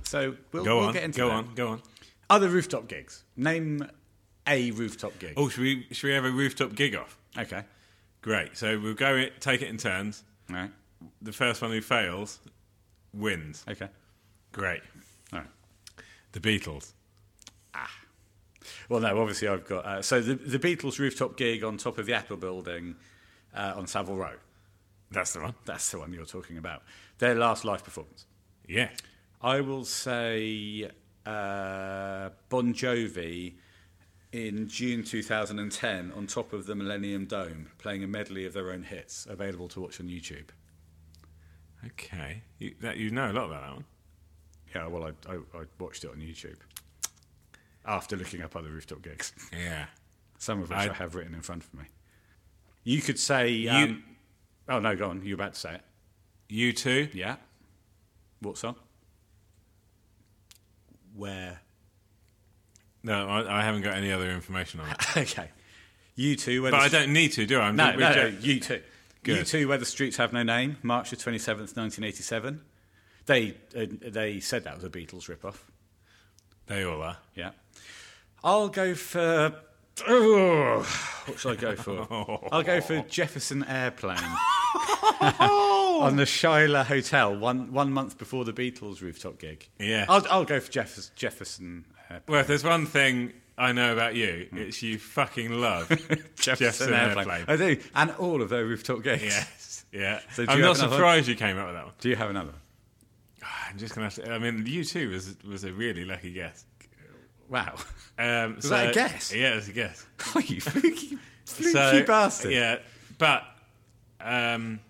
[SPEAKER 1] So we'll,
[SPEAKER 2] go
[SPEAKER 1] we'll
[SPEAKER 2] on,
[SPEAKER 1] get into
[SPEAKER 2] go
[SPEAKER 1] that.
[SPEAKER 2] on, go on.
[SPEAKER 1] Other rooftop gigs. Name a rooftop gig.
[SPEAKER 2] Oh, should we should we have a rooftop gig off?
[SPEAKER 1] Okay.
[SPEAKER 2] Great. So we'll go it, take it in turns.
[SPEAKER 1] All right.
[SPEAKER 2] The first one who fails wins.
[SPEAKER 1] Okay.
[SPEAKER 2] Great.
[SPEAKER 1] All right.
[SPEAKER 2] The Beatles.
[SPEAKER 1] Well, no, obviously I've got. Uh, so the, the Beatles rooftop gig on top of the Apple building uh, on Savile Row.
[SPEAKER 2] That's the one.
[SPEAKER 1] That's the one you're talking about. Their last live performance.
[SPEAKER 2] Yeah.
[SPEAKER 1] I will say uh, Bon Jovi in June 2010 on top of the Millennium Dome, playing a medley of their own hits, available to watch on YouTube.
[SPEAKER 2] Okay. You, that, you know a lot about that one.
[SPEAKER 1] Yeah, well, I, I, I watched it on YouTube after looking up other rooftop gigs,
[SPEAKER 2] Yeah.
[SPEAKER 1] some of which I,
[SPEAKER 2] I-
[SPEAKER 1] have written in front of me. You could say. Um,
[SPEAKER 2] You-
[SPEAKER 1] Oh, no, go on. You're about to say it.
[SPEAKER 2] You too.
[SPEAKER 1] Yeah. What song? Where?
[SPEAKER 2] No, I, I haven't got any other information on it.
[SPEAKER 1] okay. You two, where
[SPEAKER 2] But
[SPEAKER 1] the
[SPEAKER 2] I don't need to, do I? I'm
[SPEAKER 1] No,
[SPEAKER 2] just-
[SPEAKER 1] no, no,
[SPEAKER 2] we're ju-
[SPEAKER 1] you too.
[SPEAKER 2] Good.
[SPEAKER 1] You too. Where the streets have no name, March the twenty seventh, nineteen eighty seven. They uh, they said that was a Beatles rip off.
[SPEAKER 2] They all are.
[SPEAKER 1] Yeah, I'll go for. Oh, what should I go for? I'll go for Jefferson Airplane on the Shyla Hotel one one month before the Beatles rooftop gig.
[SPEAKER 2] Yeah.
[SPEAKER 1] I'll, I'll go for Jeffers, Jefferson uh, Airplane.
[SPEAKER 2] Well, if there's one thing I know about you, it's you fucking love Jefferson Airplane.
[SPEAKER 1] I do, and all of their rooftop gigs.
[SPEAKER 2] Yes. Yeah.
[SPEAKER 1] So do
[SPEAKER 2] I'm
[SPEAKER 1] you
[SPEAKER 2] not
[SPEAKER 1] have another one?
[SPEAKER 2] surprised you came up with that one.
[SPEAKER 1] Do you have another? one?
[SPEAKER 2] I'm just gonna have to. I mean, you too was was a really lucky guess.
[SPEAKER 1] Wow.
[SPEAKER 2] Um, was
[SPEAKER 1] that a guess?
[SPEAKER 2] Yeah, it was a guess.
[SPEAKER 1] Oh, you freaky, freaky
[SPEAKER 2] so,
[SPEAKER 1] bastard.
[SPEAKER 2] Yeah. But um,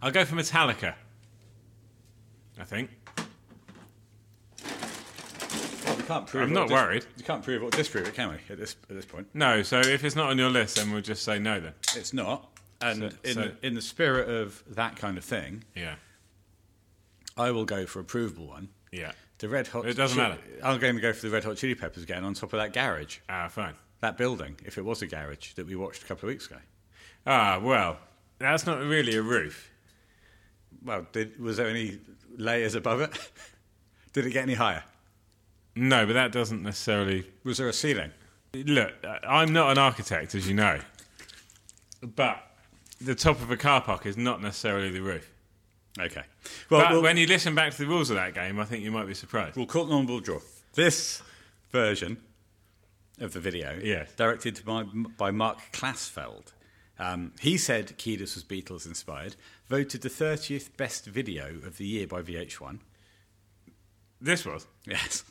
[SPEAKER 2] I'll go for Metallica. I think.
[SPEAKER 1] We can't prove.
[SPEAKER 2] I'm
[SPEAKER 1] or
[SPEAKER 2] not
[SPEAKER 1] dis-
[SPEAKER 2] worried.
[SPEAKER 1] You can't prove or disprove it, can we? At this at this point,
[SPEAKER 2] No, so if it's not on your list, then we'll just say no then.
[SPEAKER 1] it's not. And
[SPEAKER 2] So-
[SPEAKER 1] in
[SPEAKER 2] so-
[SPEAKER 1] the in the spirit of that kind of thing,
[SPEAKER 2] Yeah.
[SPEAKER 1] I will go for a provable one.
[SPEAKER 2] Yeah.
[SPEAKER 1] The Red Hot.
[SPEAKER 2] It doesn't
[SPEAKER 1] Chi-
[SPEAKER 2] matter.
[SPEAKER 1] I'm going to go for the Red Hot Chili Peppers again on top of that garage,
[SPEAKER 2] Ah, fine.
[SPEAKER 1] that building, if it was a garage that we watched a couple of weeks ago.
[SPEAKER 2] Ah, well, that's not really a roof.
[SPEAKER 1] Well, did, was there any layers above it? did it get any higher?
[SPEAKER 2] No, but that doesn't necessarily.
[SPEAKER 1] Was there a ceiling?
[SPEAKER 2] Look, I- I'm not an architect, as you know. But the top of a car park is not necessarily the roof.
[SPEAKER 1] Okay.
[SPEAKER 2] But
[SPEAKER 1] Well, we'll,
[SPEAKER 2] when you listen back to the rules of that game, I think you might be surprised.
[SPEAKER 1] we'll call it an honourable draw. This version of the video,
[SPEAKER 2] Yes.
[SPEAKER 1] directed by, by Mark Klasfeld. Um, he said Kiedis was Beatles inspired, voted the 30th best video of the year by VH1.
[SPEAKER 2] This was
[SPEAKER 1] Yes.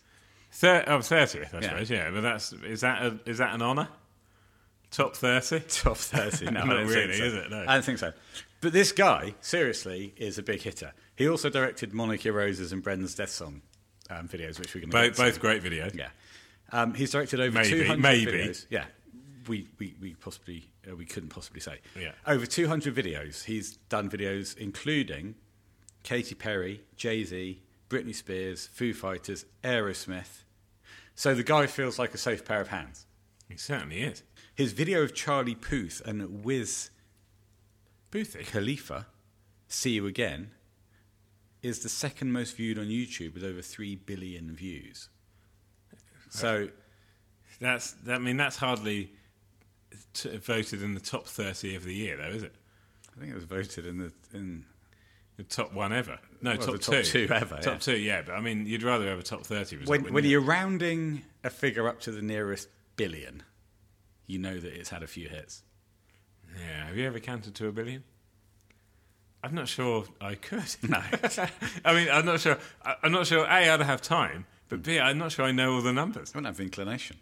[SPEAKER 2] thir- oh, 30th, I
[SPEAKER 1] Yeah.
[SPEAKER 2] suppose. Yeah, but that's is that a, is that an honour? Top thirty.
[SPEAKER 1] top 30. No, I
[SPEAKER 2] Not
[SPEAKER 1] don't think
[SPEAKER 2] really,
[SPEAKER 1] so.
[SPEAKER 2] is it? No.
[SPEAKER 1] I don't think so. But this guy, seriously, is a big hitter. He also directed Monica Rose's and Brendan's Death Song um, videos, which we're going to
[SPEAKER 2] Both, both great video.
[SPEAKER 1] Yeah. Um, he's directed over
[SPEAKER 2] Maybe,
[SPEAKER 1] 200
[SPEAKER 2] maybe.
[SPEAKER 1] videos. Yeah. We, we, we possibly uh, we couldn't possibly say.
[SPEAKER 2] Yeah.
[SPEAKER 1] Over 200 videos. He's done videos including Katy Perry, Jay-Z, Britney Spears, Foo Fighters, Aerosmith. So the guy feels like a safe pair of hands.
[SPEAKER 2] It certainly is.
[SPEAKER 1] His video of Charlie Puth and Wiz
[SPEAKER 2] Boothie.
[SPEAKER 1] Khalifa, See You Again, is the second most viewed on YouTube with over 3 billion views. So,
[SPEAKER 2] That's that, I mean that's hardly t- voted in the top thirty of the year, though, is it?
[SPEAKER 1] I think it was voted in the. In,
[SPEAKER 2] The top one ever. No,
[SPEAKER 1] Well,
[SPEAKER 2] top
[SPEAKER 1] the top
[SPEAKER 2] two.
[SPEAKER 1] two ever,
[SPEAKER 2] Top
[SPEAKER 1] yeah.
[SPEAKER 2] two. Yeah, but I mean, you'd rather have a top thirty result.
[SPEAKER 1] when
[SPEAKER 2] wouldn't
[SPEAKER 1] when
[SPEAKER 2] you?
[SPEAKER 1] you're rounding a figure up to the nearest billion, you know that it's had a few hits.
[SPEAKER 2] Yeah. Have you ever counted to a billion? I'm not sure I could.
[SPEAKER 1] No.
[SPEAKER 2] I mean, I'm not sure. I- I'm not sure. A, I'd have time, but B, I'm not sure I know all the numbers.
[SPEAKER 1] I don't have the inclination.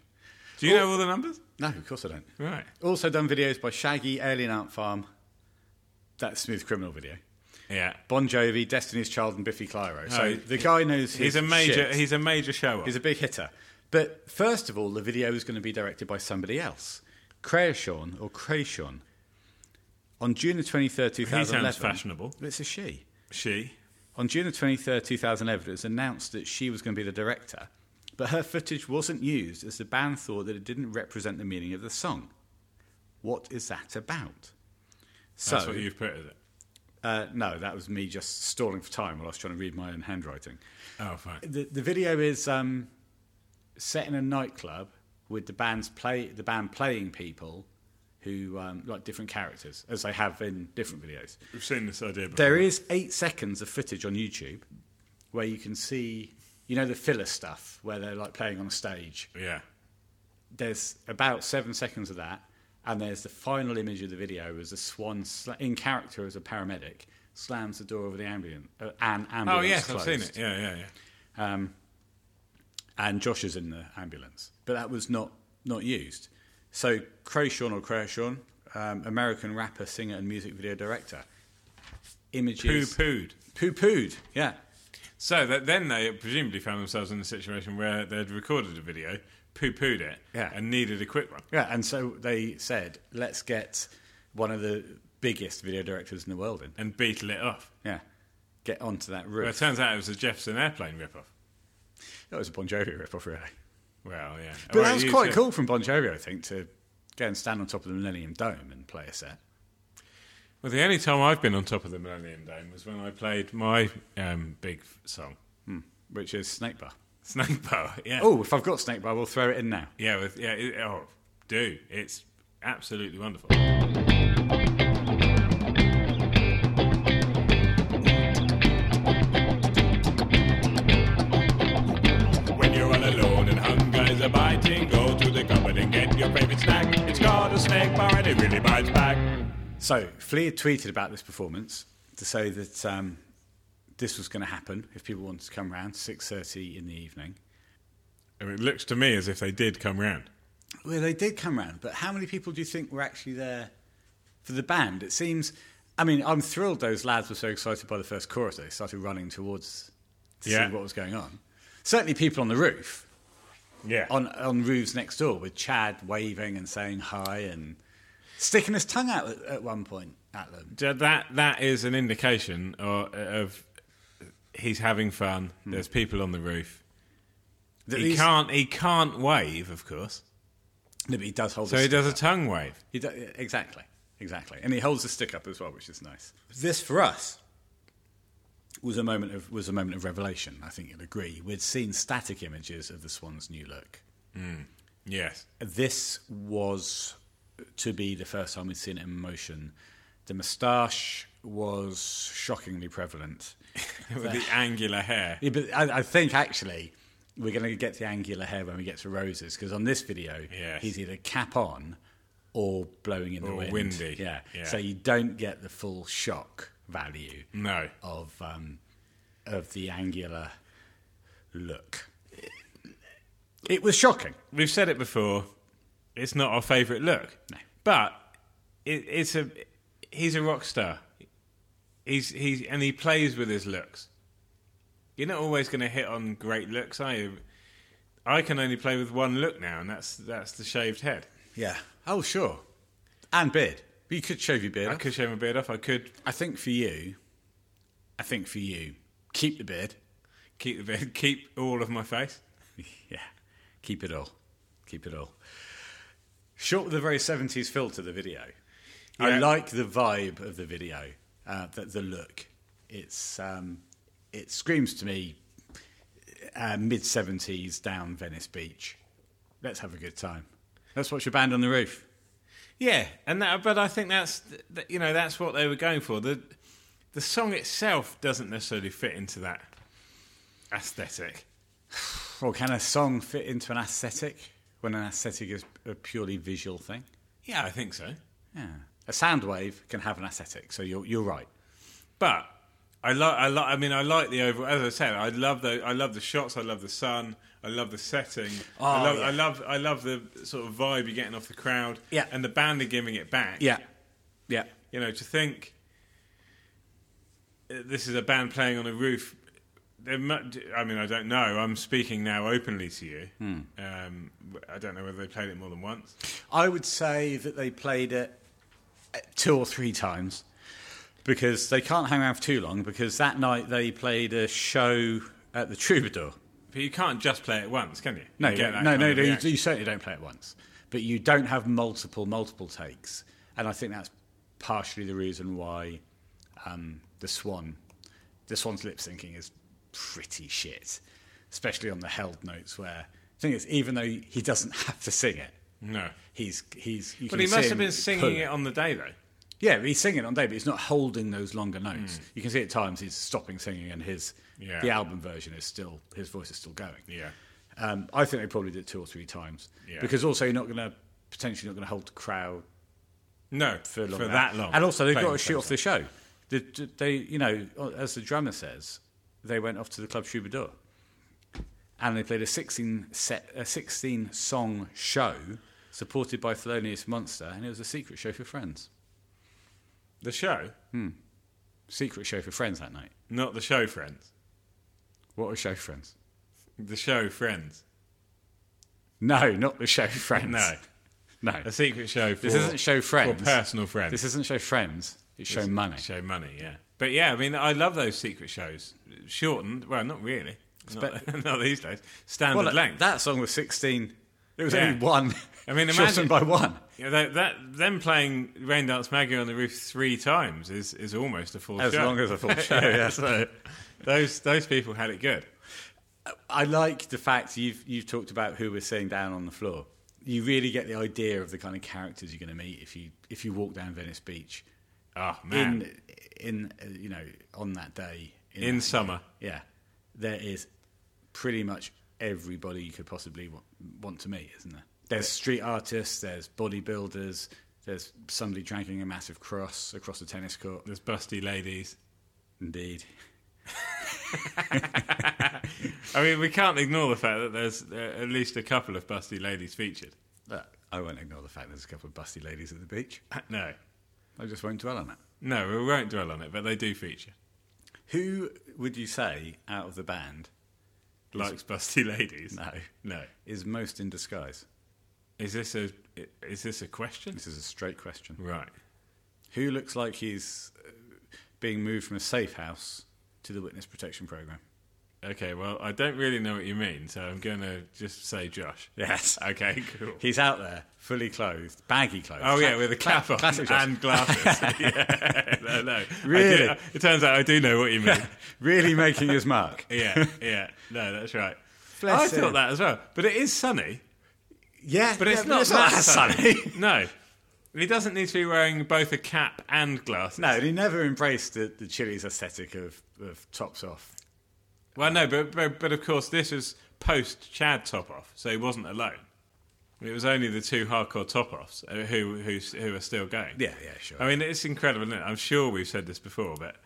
[SPEAKER 2] Do you know all the numbers?
[SPEAKER 1] No, of course I don't.
[SPEAKER 2] Right.
[SPEAKER 1] Also done videos by Shaggy, Alien Ant Farm, that Smooth Criminal video.
[SPEAKER 2] Yeah.
[SPEAKER 1] Bon Jovi, Destiny's Child, and Biffy Clyro. So
[SPEAKER 2] Oh,
[SPEAKER 1] the guy knows his
[SPEAKER 2] He's a major.
[SPEAKER 1] shit.
[SPEAKER 2] He's a major show off.
[SPEAKER 1] He's a big hitter. But first of all, the video is going to be directed by somebody else, Crayshon or Crayshon. On June the 23rd, 2011.
[SPEAKER 2] fashionable.
[SPEAKER 1] It's a she.
[SPEAKER 2] She.
[SPEAKER 1] On June the 23rd, 2011, it was announced that she was going to be the director, but her footage wasn't used as the band thought that it didn't represent the meaning of the song. What is that about? So,
[SPEAKER 2] That's what you've put as it.
[SPEAKER 1] uh, no, that was me just stalling for time while I was trying to read my own handwriting.
[SPEAKER 2] Oh, fine.
[SPEAKER 1] The, the video is um, set in a nightclub with the band's play the band playing people who um, like different characters as they have in different videos.
[SPEAKER 2] We've seen this idea before.
[SPEAKER 1] There is eight seconds of footage on YouTube where you can see, you know, the filler stuff where they're like playing on a stage.
[SPEAKER 2] Yeah.
[SPEAKER 1] There's about seven seconds of that, and there's the final image of the video as a swan sla- in character as a paramedic slams the door of the ambulance. Uh, an
[SPEAKER 2] Oh
[SPEAKER 1] ambulance.
[SPEAKER 2] yes,
[SPEAKER 1] closed,
[SPEAKER 2] I've seen it. Yeah, yeah, yeah.
[SPEAKER 1] And Josh is in the ambulance, but that was not not used. So Krayshawn or Krayshawn, um, American rapper, singer, and music video director.
[SPEAKER 2] Poo
[SPEAKER 1] Images
[SPEAKER 2] pooed.
[SPEAKER 1] poo pooed. Yeah.
[SPEAKER 2] So that, then they presumably found themselves in a situation where they'd recorded a video, poo pooed it,
[SPEAKER 1] Yeah.
[SPEAKER 2] and needed a quick one.
[SPEAKER 1] Yeah, and so they said, let's get one of the biggest video directors in the world in.
[SPEAKER 2] and beetle it off.
[SPEAKER 1] Yeah, get onto that
[SPEAKER 2] Well, it
[SPEAKER 1] roof.
[SPEAKER 2] turns out it was a Jefferson Airplane ripoff.
[SPEAKER 1] That was a Bon Jovi ripoff, really.
[SPEAKER 2] Well, yeah.
[SPEAKER 1] But
[SPEAKER 2] Well,
[SPEAKER 1] that was
[SPEAKER 2] you
[SPEAKER 1] quite
[SPEAKER 2] said-
[SPEAKER 1] cool from Bon Jovi, I think, to go and stand on top of the Millennium Dome and play a set.
[SPEAKER 2] Well, the only time I've been on top of the Millennium Dome was when I played my um, big f- song,
[SPEAKER 1] Which is Snake Bar.
[SPEAKER 2] Snake Power. Yeah.
[SPEAKER 1] Hmm. Oh, if I've got Snake Bar, we'll throw it in now.
[SPEAKER 2] Yeah, with, yeah. It, oh, do. It's absolutely wonderful. When you're all alone and hunger is a biting, go to the cupboard and get your favorite snack. It's called a snake bar and it really bites back.
[SPEAKER 1] So, Flea had tweeted about this performance to say that um, this was going to happen if people wanted to come round, 6.30 in the evening.
[SPEAKER 2] I mean, it looks to me as if they did come round.
[SPEAKER 1] Well, they did come round, but how many people do you think were actually there for the band? It seems. I mean, I'm thrilled those lads were so excited by the first chorus. They started running towards to
[SPEAKER 2] Yeah.
[SPEAKER 1] see what was going on. Certainly, people on the roof,
[SPEAKER 2] Yeah.
[SPEAKER 1] on on roofs next door, with Chad waving and saying hi and sticking his tongue out at, at one point at them.
[SPEAKER 2] So that that is an indication or, of he's having fun. There's people on the roof.
[SPEAKER 1] That
[SPEAKER 2] he
[SPEAKER 1] these-
[SPEAKER 2] can't he can't wave, of course.
[SPEAKER 1] that he does hold.
[SPEAKER 2] So
[SPEAKER 1] his
[SPEAKER 2] he does a tongue wave.
[SPEAKER 1] He do, exactly, exactly, and he holds the stick up as well, which is nice. This for us was a moment of was a moment of revelation. I think you'll agree. We'd seen static images of the Swans' new look.
[SPEAKER 2] Yes.
[SPEAKER 1] This was to be the first time we'd seen it in motion. The moustache was shockingly prevalent.
[SPEAKER 2] With the angular hair.
[SPEAKER 1] Yeah, but I, I think actually we're going to get the angular hair when we get to roses because on this video
[SPEAKER 2] Yes.
[SPEAKER 1] he's either cap on or blowing in the
[SPEAKER 2] Or
[SPEAKER 1] wind.
[SPEAKER 2] windy.
[SPEAKER 1] Yeah.
[SPEAKER 2] Yeah.
[SPEAKER 1] So you don't get the full shock value
[SPEAKER 2] No.
[SPEAKER 1] of um, of the angular look. It was shocking.
[SPEAKER 2] We've said it before. It's not our favourite look.
[SPEAKER 1] No.
[SPEAKER 2] But it, it's a he's a rock star. He's he's and he plays with his looks. You're not always going to hit on great looks, are you? I can only play with one look now, and that's that's the shaved head.
[SPEAKER 1] Yeah. Oh sure. And beard. You could shave your beard.
[SPEAKER 2] I
[SPEAKER 1] off.
[SPEAKER 2] could shave my beard off. I could
[SPEAKER 1] I think for you. I think for you, keep the beard.
[SPEAKER 2] keep the beard, keep all of my face.
[SPEAKER 1] Yeah, keep it all. Keep it all. Short with a very 70s filter, the video. I
[SPEAKER 2] Yeah.
[SPEAKER 1] like the vibe of the video, uh, the, the look. It's um, It screams to me uh, mid 70s down Venice Beach. Let's have a good time. Let's watch a band on the roof.
[SPEAKER 2] Yeah, and that, but I think that's th- th- you know that's what they were going for. the The song itself doesn't necessarily fit into that aesthetic.
[SPEAKER 1] Or can a song fit into an aesthetic when an aesthetic is a purely visual thing?
[SPEAKER 2] Yeah, I think so.
[SPEAKER 1] Yeah. A sound wave can have an aesthetic, so you're, you're right.
[SPEAKER 2] But I like, I like. I mean, I like the overall. As I said, I love the, I love the shots. I love the sun. I love the setting. I,
[SPEAKER 1] Oh,
[SPEAKER 2] love,
[SPEAKER 1] yeah.
[SPEAKER 2] I love, I love the sort of vibe you're getting off the crowd.
[SPEAKER 1] Yeah.
[SPEAKER 2] and the band are giving it back.
[SPEAKER 1] Yeah. Yeah.
[SPEAKER 2] you know, to think uh, this is a band playing on a roof. There mu- I mean, I don't know. I'm speaking now openly to you.
[SPEAKER 1] Hmm.
[SPEAKER 2] Um, I don't know whether they played it more than once.
[SPEAKER 1] I would say that they played it uh, two or three times because they can't hang around for too long because that night they played a show at the Troubadour.
[SPEAKER 2] But you can't just play it once, can you?
[SPEAKER 1] No,
[SPEAKER 2] You
[SPEAKER 1] you-
[SPEAKER 2] get that
[SPEAKER 1] no,
[SPEAKER 2] kind
[SPEAKER 1] no,
[SPEAKER 2] of
[SPEAKER 1] no you,
[SPEAKER 2] reaction.
[SPEAKER 1] you certainly don't play it once, but you don't have multiple, multiple takes, and I think that's partially the reason why um, the Swan, the Swan's lip syncing is pretty shit, especially on the held notes where the thing is, even though he doesn't have to sing it,
[SPEAKER 2] no.
[SPEAKER 1] he's he's. You can
[SPEAKER 2] But he must
[SPEAKER 1] see
[SPEAKER 2] have
[SPEAKER 1] him
[SPEAKER 2] been singing
[SPEAKER 1] pulling.
[SPEAKER 2] it on the day though.
[SPEAKER 1] Yeah, but he's singing on day, but he's not holding those longer notes. You can see at times he's stopping singing, and his
[SPEAKER 2] Mm. Yeah.
[SPEAKER 1] the album version is still his voice is still going.
[SPEAKER 2] Yeah.
[SPEAKER 1] Um, I think they probably did two or three times
[SPEAKER 2] Yeah.
[SPEAKER 1] because also you're not going to potentially not going to hold the crowd
[SPEAKER 2] No,
[SPEAKER 1] for, a long
[SPEAKER 2] for
[SPEAKER 1] hour.
[SPEAKER 2] that long.
[SPEAKER 1] and also they've
[SPEAKER 2] Playing
[SPEAKER 1] got to shoot
[SPEAKER 2] songs.
[SPEAKER 1] off the show. The, the- they, you know, as the drummer says, they went off to the club Troubadour, and they played a sixteen set, a sixteen song show supported by Thelonious Monster, and it was a secret show for friends.
[SPEAKER 2] The show,
[SPEAKER 1] Secret show for friends that night.
[SPEAKER 2] not the show friends.
[SPEAKER 1] What are show friends?
[SPEAKER 2] The show friends.
[SPEAKER 1] No, not the show friends.
[SPEAKER 2] No,
[SPEAKER 1] no.
[SPEAKER 2] a secret show. For,
[SPEAKER 1] This isn't show friends.
[SPEAKER 2] For personal friends.
[SPEAKER 1] This isn't show friends. It's show money.
[SPEAKER 2] Show money, yeah. But yeah, I mean, I love those secret shows. Shortened, well, not really. Not, not these days. Standard
[SPEAKER 1] that-
[SPEAKER 2] length.
[SPEAKER 1] that song was sixteen. There was
[SPEAKER 2] Yeah.
[SPEAKER 1] only one.
[SPEAKER 2] I mean, imagine-
[SPEAKER 1] shortened by one.
[SPEAKER 2] You know, that, that them playing Rain Dance Maggie on the roof three times is, is almost a full
[SPEAKER 1] As
[SPEAKER 2] show.
[SPEAKER 1] long as a full show. Yeah.
[SPEAKER 2] so those those people had it good.
[SPEAKER 1] I like the fact you've you've talked about who we're seeing down on the floor. You really get the idea of the kind of characters you're going to meet if you if you walk down Venice Beach
[SPEAKER 2] Oh man,
[SPEAKER 1] in in uh, you know on that day
[SPEAKER 2] in,
[SPEAKER 1] that
[SPEAKER 2] summer,
[SPEAKER 1] Yeah, there is pretty much everybody you could possibly want, want to meet, isn't there? There's street artists, there's bodybuilders, there's somebody dragging a massive cross across a tennis court.
[SPEAKER 2] there's busty ladies.
[SPEAKER 1] Indeed.
[SPEAKER 2] I mean, we can't ignore the fact that there's uh, at least a couple of busty ladies featured.
[SPEAKER 1] Look, I won't ignore the fact there's a couple of busty ladies at the beach.
[SPEAKER 2] No,
[SPEAKER 1] I just won't dwell on it.
[SPEAKER 2] no, we won't dwell on it, but they do feature.
[SPEAKER 1] Who would you say out of the band
[SPEAKER 2] Likes busty ladies.
[SPEAKER 1] No.
[SPEAKER 2] no.
[SPEAKER 1] is most in disguise?
[SPEAKER 2] Is this a is this a question?
[SPEAKER 1] This is a straight question.
[SPEAKER 2] Right.
[SPEAKER 1] Who looks like he's uh, being moved from a safe house to the witness protection program?
[SPEAKER 2] Okay. Well, I don't really know what you mean, so I'm going to just say Josh.
[SPEAKER 1] Yes.
[SPEAKER 2] Okay. Cool.
[SPEAKER 1] He's out there, fully clothed, baggy clothes.
[SPEAKER 2] Oh yeah,
[SPEAKER 1] Cla-
[SPEAKER 2] with a
[SPEAKER 1] cla-
[SPEAKER 2] cap on
[SPEAKER 1] classic Josh.
[SPEAKER 2] and glasses. yeah, no, no. I do-
[SPEAKER 1] Really?
[SPEAKER 2] it turns out I do know what you mean.
[SPEAKER 1] really making his mark.
[SPEAKER 2] yeah, yeah. No, that's right.
[SPEAKER 1] Bless
[SPEAKER 2] I
[SPEAKER 1] him.
[SPEAKER 2] thought that as well, but it is sunny.
[SPEAKER 1] Yeah,
[SPEAKER 2] But it's,
[SPEAKER 1] yeah,
[SPEAKER 2] not, that sunny.
[SPEAKER 1] sunny.
[SPEAKER 2] no, he doesn't need to be wearing both a cap and glasses.
[SPEAKER 1] no, and he never embraced the, the Chili's aesthetic of, of tops off.
[SPEAKER 2] Well, no, but, but but of course this is post Chad top off, so he wasn't alone. It was only the two hardcore top offs who who who are still going.
[SPEAKER 1] Yeah, yeah, sure.
[SPEAKER 2] I mean, it's incredible. Isn't it? I'm sure we've said this before, but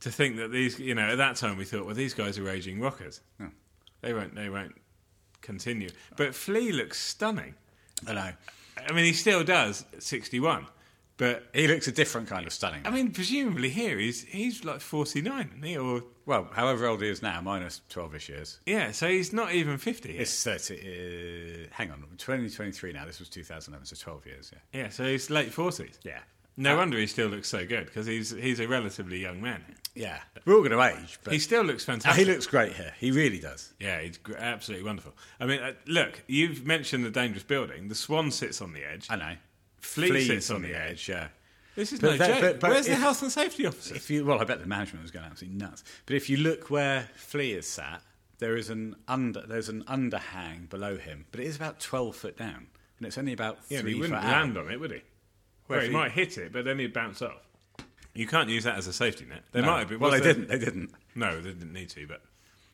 [SPEAKER 2] to think that these, you know, at that time we thought, well, these guys are raging rockers. They won't. They won't continue. But Flea looks stunning.
[SPEAKER 1] I know.
[SPEAKER 2] I mean, he still does at 61, but
[SPEAKER 1] He looks a different kind of stunning.
[SPEAKER 2] I mean, presumably here he's he's like 49, isn't he? Or
[SPEAKER 1] well, however old he is now, minus 12 ish years.
[SPEAKER 2] yeah, so he's not even 50. Here.
[SPEAKER 1] It's 30. Uh, hang on, 2023 now. This was 2011, so 12 years, yeah.
[SPEAKER 2] Yeah, so he's late 40s.
[SPEAKER 1] Yeah. Uh,
[SPEAKER 2] No wonder he still looks so good because he's he's a relatively young man.
[SPEAKER 1] Yeah. We're all going to age, but Ah,
[SPEAKER 2] He still looks fantastic.
[SPEAKER 1] he looks great here. He really does.
[SPEAKER 2] Yeah, it's gr- absolutely wonderful. I mean, uh, look, you've mentioned the dangerous building. The swan sits on the edge.
[SPEAKER 1] I know.
[SPEAKER 2] Flea
[SPEAKER 1] Flea's
[SPEAKER 2] sits on the edge.
[SPEAKER 1] yeah.
[SPEAKER 2] This is
[SPEAKER 1] But
[SPEAKER 2] no
[SPEAKER 1] that-
[SPEAKER 2] joke.
[SPEAKER 1] but- but
[SPEAKER 2] Where's the
[SPEAKER 1] if-
[SPEAKER 2] health and safety officer?
[SPEAKER 1] If you, well, I bet the management was going absolutely nuts. But if you look where Flea is sat, there is an under, there's an underhang below him, but it is about 12 foot down, and it's only about
[SPEAKER 2] Yeah, but
[SPEAKER 1] three
[SPEAKER 2] he wouldn't
[SPEAKER 1] foot out.
[SPEAKER 2] land on it, would he? Well, he
[SPEAKER 1] he-
[SPEAKER 2] might hit it, but then he'd bounce off. You can't use that as a safety net. They might have been.
[SPEAKER 1] well, they
[SPEAKER 2] was there-
[SPEAKER 1] didn't. They didn't.
[SPEAKER 2] No, they didn't need to. But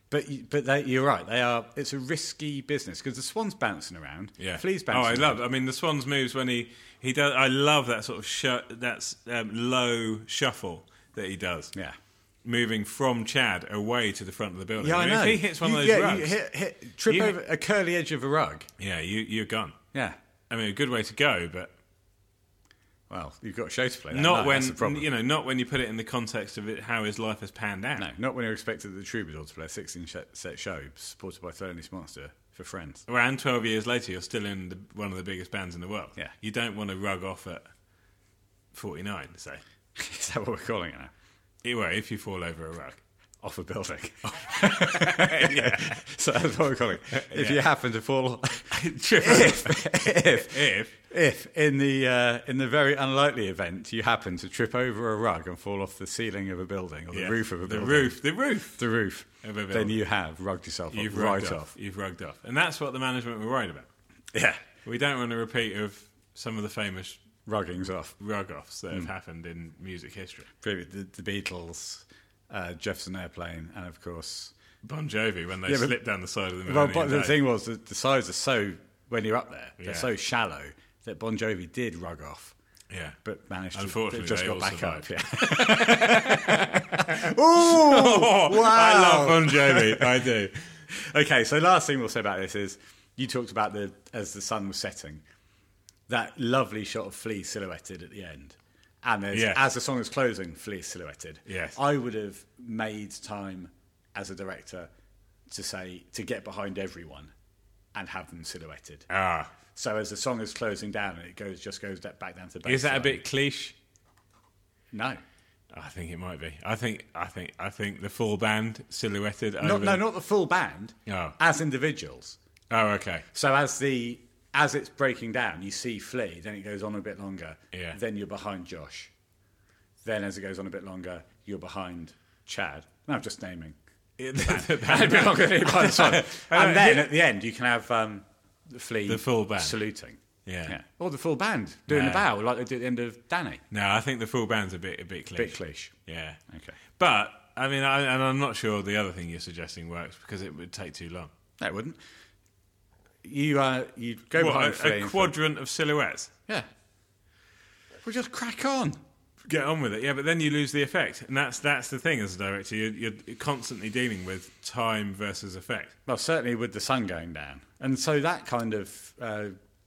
[SPEAKER 1] But you- but they, you're right. They are. It's a risky business because the swan's bouncing around.
[SPEAKER 2] yeah,
[SPEAKER 1] Flea's
[SPEAKER 2] Oh,
[SPEAKER 1] bouncing.
[SPEAKER 2] I
[SPEAKER 1] around.
[SPEAKER 2] love. I mean, the Swans moves when he he does. I love that sort of shu- that's um, low shuffle that he does.
[SPEAKER 1] Yeah.
[SPEAKER 2] moving from Chad away to the front of the building.
[SPEAKER 1] Yeah, I
[SPEAKER 2] mean,
[SPEAKER 1] know.
[SPEAKER 2] If he hits one
[SPEAKER 1] You-
[SPEAKER 2] of those
[SPEAKER 1] yeah,
[SPEAKER 2] rugs,
[SPEAKER 1] you hit, hit, trip
[SPEAKER 2] You-
[SPEAKER 1] over a curly edge of a rug.
[SPEAKER 2] yeah, you you're gone.
[SPEAKER 1] Yeah.
[SPEAKER 2] I mean, a good way to go, but
[SPEAKER 1] Well, you've got a show to play. That
[SPEAKER 2] not
[SPEAKER 1] night, that's the
[SPEAKER 2] when
[SPEAKER 1] problem.
[SPEAKER 2] you know, not when you put it in the context of it, how his life has panned out.
[SPEAKER 1] No, not when you're expected the Troubadour to play a 16 sh- set show supported by Thelonious Monster for Friends.
[SPEAKER 2] Well, and twelve years later, you're still in the, one of the biggest bands in the world.
[SPEAKER 1] Yeah.
[SPEAKER 2] you don't want to rug off at forty nine. Say,
[SPEAKER 1] Is that what we're calling it now?
[SPEAKER 2] anyway, if you fall over a rug,
[SPEAKER 1] Off a building. So that's what we're calling it. If you happen to fall,
[SPEAKER 2] Trip
[SPEAKER 1] if, if,
[SPEAKER 2] if
[SPEAKER 1] if in the uh, in the very unlikely event you happen to trip over a rug and fall off the ceiling of a building or the
[SPEAKER 2] yeah,
[SPEAKER 1] roof of a
[SPEAKER 2] the
[SPEAKER 1] building,
[SPEAKER 2] roof, the roof,
[SPEAKER 1] the roof,
[SPEAKER 2] Of a
[SPEAKER 1] then
[SPEAKER 2] building.
[SPEAKER 1] you have rugged yourself
[SPEAKER 2] you've
[SPEAKER 1] off, right
[SPEAKER 2] rugged
[SPEAKER 1] off.
[SPEAKER 2] you've rugged off, and that's what the management were worried about.
[SPEAKER 1] Yeah,
[SPEAKER 2] We don't want a repeat of some of the famous
[SPEAKER 1] ruggings off.
[SPEAKER 2] rug offs that
[SPEAKER 1] Hmm.
[SPEAKER 2] have happened in music history.
[SPEAKER 1] Previous- The, the Beatles, uh, Jefferson Airplane, and of course.
[SPEAKER 2] Bon Jovi when they
[SPEAKER 1] Yeah, but-
[SPEAKER 2] slipped down the side of the moon.
[SPEAKER 1] Well, but the thing was that the sides are so when you're up there, they're
[SPEAKER 2] Yeah.
[SPEAKER 1] so shallow that Bon Jovi did rug off,
[SPEAKER 2] yeah,
[SPEAKER 1] but managed to
[SPEAKER 2] Unfortunately,
[SPEAKER 1] just
[SPEAKER 2] they
[SPEAKER 1] got
[SPEAKER 2] all
[SPEAKER 1] back
[SPEAKER 2] survived.
[SPEAKER 1] up. Yeah. Ooh,
[SPEAKER 2] oh, I love Bon Jovi. I do.
[SPEAKER 1] Okay, so last thing we'll say about this is you talked about the as the sun was setting, that lovely shot of Flea silhouetted at the end. And there's,
[SPEAKER 2] Yes.
[SPEAKER 1] as the song is closing, Flea is silhouetted.
[SPEAKER 2] Yes.
[SPEAKER 1] I would have made time as a director to say to get behind everyone and have them silhouetted.
[SPEAKER 2] Ah,
[SPEAKER 1] So as the song is closing down and it goes just goes da- back down to the
[SPEAKER 2] is that a
[SPEAKER 1] baseline.
[SPEAKER 2] bit cliche?
[SPEAKER 1] No.
[SPEAKER 2] I think it might be. I think. I think. I think the full band silhouetted.
[SPEAKER 1] Not,
[SPEAKER 2] over-
[SPEAKER 1] no, not the full band.
[SPEAKER 2] Oh.
[SPEAKER 1] As individuals.
[SPEAKER 2] Oh, okay.
[SPEAKER 1] So as the as it's breaking down, you see Flea, then it goes on a bit longer.
[SPEAKER 2] Yeah.
[SPEAKER 1] Then you're behind Josh. Then as it goes on a bit longer, you're behind Chad. No, I'm just naming.
[SPEAKER 2] the,
[SPEAKER 1] And a bit longer than you're behind Simon. And then
[SPEAKER 2] Uh, yeah.
[SPEAKER 1] at the end, you can have um, the Flea
[SPEAKER 2] The full band.
[SPEAKER 1] saluting.
[SPEAKER 2] Yeah.
[SPEAKER 1] Or the full band doing
[SPEAKER 2] Yeah.
[SPEAKER 1] the bow like they do at the end of Danny.
[SPEAKER 2] no, I think the full band's a bit a bit cliche.
[SPEAKER 1] Bit cliche.
[SPEAKER 2] Yeah.
[SPEAKER 1] Okay.
[SPEAKER 2] But I mean, I, and I'm not sure the other thing you're suggesting works because it would take too long.
[SPEAKER 1] No, it wouldn't. You uh, you go
[SPEAKER 2] What,
[SPEAKER 1] behind
[SPEAKER 2] a-
[SPEAKER 1] Flea.
[SPEAKER 2] a
[SPEAKER 1] and-
[SPEAKER 2] quadrant of silhouettes.
[SPEAKER 1] yeah. Well, just crack on.
[SPEAKER 2] get on with it. Yeah, but then you lose the effect, and that's that's the thing as a director. You're, you're constantly dealing with time versus effect.
[SPEAKER 1] Well, certainly with the sun going down, and so that kind of uh,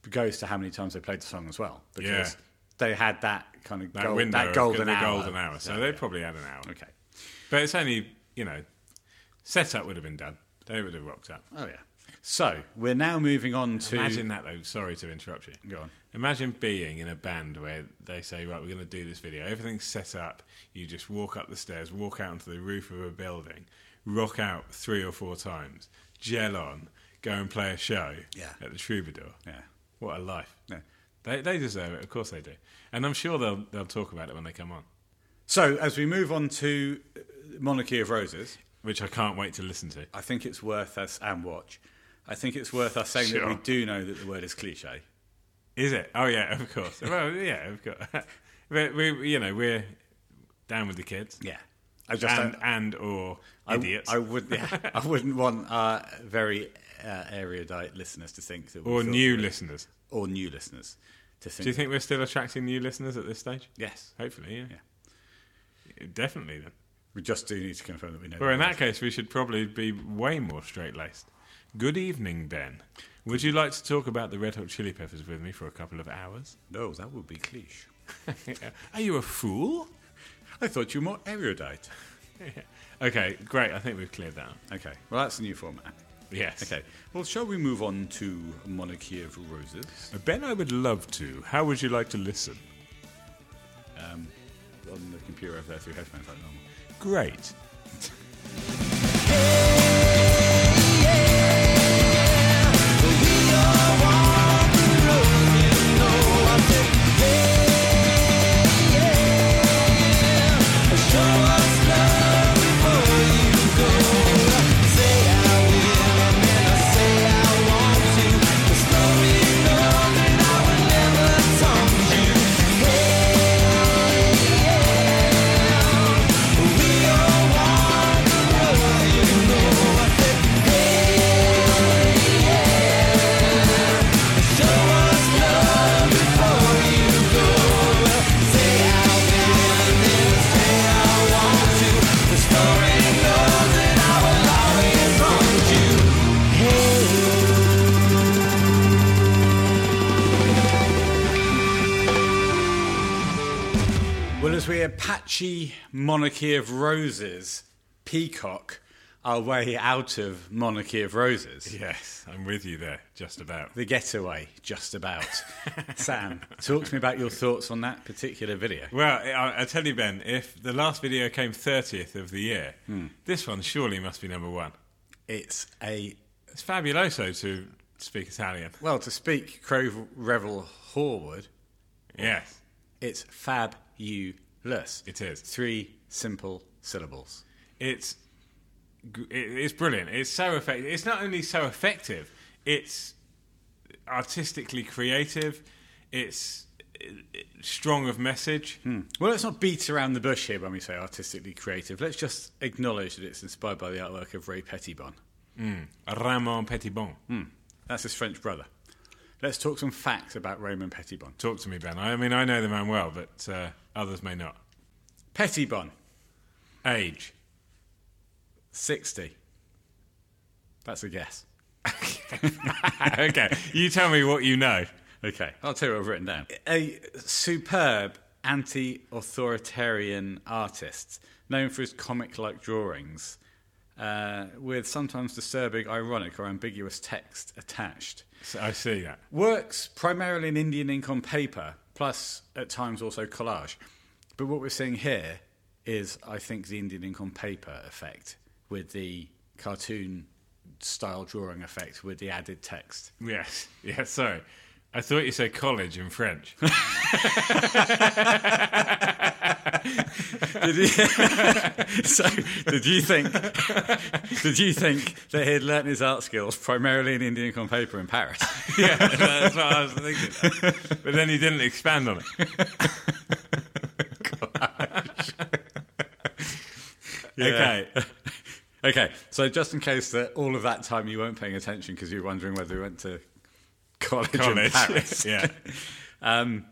[SPEAKER 1] goes to how many times they played the song as well. Because
[SPEAKER 2] Yeah.
[SPEAKER 1] they had that kind of
[SPEAKER 2] That
[SPEAKER 1] gold-
[SPEAKER 2] window,
[SPEAKER 1] that golden
[SPEAKER 2] the
[SPEAKER 1] hour.
[SPEAKER 2] golden hour. So they probably had an hour.
[SPEAKER 1] Okay.
[SPEAKER 2] But it's only you know, setup would have been done. They would have rocked up.
[SPEAKER 1] Oh, yeah. So we're now moving on to.
[SPEAKER 2] Imagine that though. Sorry to interrupt you.
[SPEAKER 1] Go on.
[SPEAKER 2] Imagine being in a band where they say, right, we're going to do this video. Everything's set up. You just walk up the stairs, walk out onto the roof of a building, rock out three or four times, gel on, go and play a show
[SPEAKER 1] Yeah.
[SPEAKER 2] at the Troubadour.
[SPEAKER 1] Yeah.
[SPEAKER 2] What a life.
[SPEAKER 1] Yeah.
[SPEAKER 2] They, they deserve it. Of course they do. And I'm sure they'll, they'll talk about it when they come on,
[SPEAKER 1] So as we move on to uh, Monarchy of Roses,
[SPEAKER 2] which I can't wait to listen to.
[SPEAKER 1] I think it's worth us and watch. I think it's worth us saying that we
[SPEAKER 2] Sure.
[SPEAKER 1] do know that the word is cliche.
[SPEAKER 2] Is it? Oh, yeah, of course. well, yeah, of course. we, we, you know, we're down with the kids.
[SPEAKER 1] Yeah. I just
[SPEAKER 2] And,
[SPEAKER 1] don't-
[SPEAKER 2] and or
[SPEAKER 1] I-
[SPEAKER 2] idiots.
[SPEAKER 1] I, would. Yeah, I wouldn't want our very uh, erudite listeners to think that. we
[SPEAKER 2] or
[SPEAKER 1] thought-
[SPEAKER 2] new listeners.
[SPEAKER 1] Or new listeners to think.
[SPEAKER 2] Do you think we're still attracting new listeners at this stage?
[SPEAKER 1] Yes.
[SPEAKER 2] Hopefully, yeah. Definitely then.
[SPEAKER 1] We just do need to confirm that we know.
[SPEAKER 2] Well, in
[SPEAKER 1] the
[SPEAKER 2] that case, we should probably be way more straight laced. Good evening, Ben. Would you like to talk about the Red Hot Chili Peppers with me for a couple of hours?
[SPEAKER 1] No, that would be cliche.
[SPEAKER 2] Are you a fool?
[SPEAKER 1] I thought you were more erudite.
[SPEAKER 2] okay, great. I think we've cleared that up.
[SPEAKER 1] Okay. Well, that's a new format.
[SPEAKER 2] Yes.
[SPEAKER 1] Okay. Well, shall we move on to Monarchy of Roses
[SPEAKER 2] Ben, I would love to. How would you like to listen?
[SPEAKER 1] on the computer over there through headphones like normal?
[SPEAKER 2] Great.
[SPEAKER 1] Well, as we Apache Monarchy of Roses peacock our way out of Monarchy of Roses,
[SPEAKER 2] Yes, I'm with you there, just about.
[SPEAKER 1] the getaway, just about. Sam, talk to me about your thoughts on that particular video.
[SPEAKER 2] Well, I, I tell you, Ben, if the last video came 30th of the year, this one surely must be number one.
[SPEAKER 1] It's a
[SPEAKER 2] It's fabuloso to speak Italian.
[SPEAKER 1] well, to speak Crow Revel Horwood,
[SPEAKER 2] Yes.
[SPEAKER 1] it's fab you less.
[SPEAKER 2] It is.
[SPEAKER 1] Three simple syllables.
[SPEAKER 2] It's gr- it- it's brilliant. It's so effective. It's not only so effective, it's artistically creative. It's uh, strong of message.
[SPEAKER 1] Well, let's not beat around the bush here when we say artistically creative. Let's just acknowledge that it's inspired by the artwork of Ray Pettibon.
[SPEAKER 2] Ramon Pettibon.
[SPEAKER 1] That's his French brother. Let's talk some facts about Raymond Pettibon.
[SPEAKER 2] Talk to me, Ben. I mean, I know the man well, but uh, others may not.
[SPEAKER 1] Pettibon,
[SPEAKER 2] Age.
[SPEAKER 1] 60. That's a guess.
[SPEAKER 2] okay, you tell me what you know.
[SPEAKER 1] Okay, I'll tell you what I've written down. A superb anti authoritarian artist, known for his comic like drawings, uh, with sometimes disturbing, ironic, or ambiguous text attached.
[SPEAKER 2] So I see that.
[SPEAKER 1] Works primarily in Indian ink on paper, plus at times also collage. But what we're seeing here is, I think, the Indian ink on paper effect with the cartoon style drawing effect with the added text.
[SPEAKER 2] Yes, yes. Sorry, I thought you said college in French.
[SPEAKER 1] so, did you think? did you think that he had learnt his art skills primarily in Indian ink on paper in Paris?
[SPEAKER 2] yeah, that's what I was thinking. But then he didn't expand on it. Okay.
[SPEAKER 1] Okay, so just in case that all of that time you weren't paying attention because you were wondering whether you went to college, in
[SPEAKER 2] College.
[SPEAKER 1] Paris.
[SPEAKER 2] yeah,
[SPEAKER 1] Um,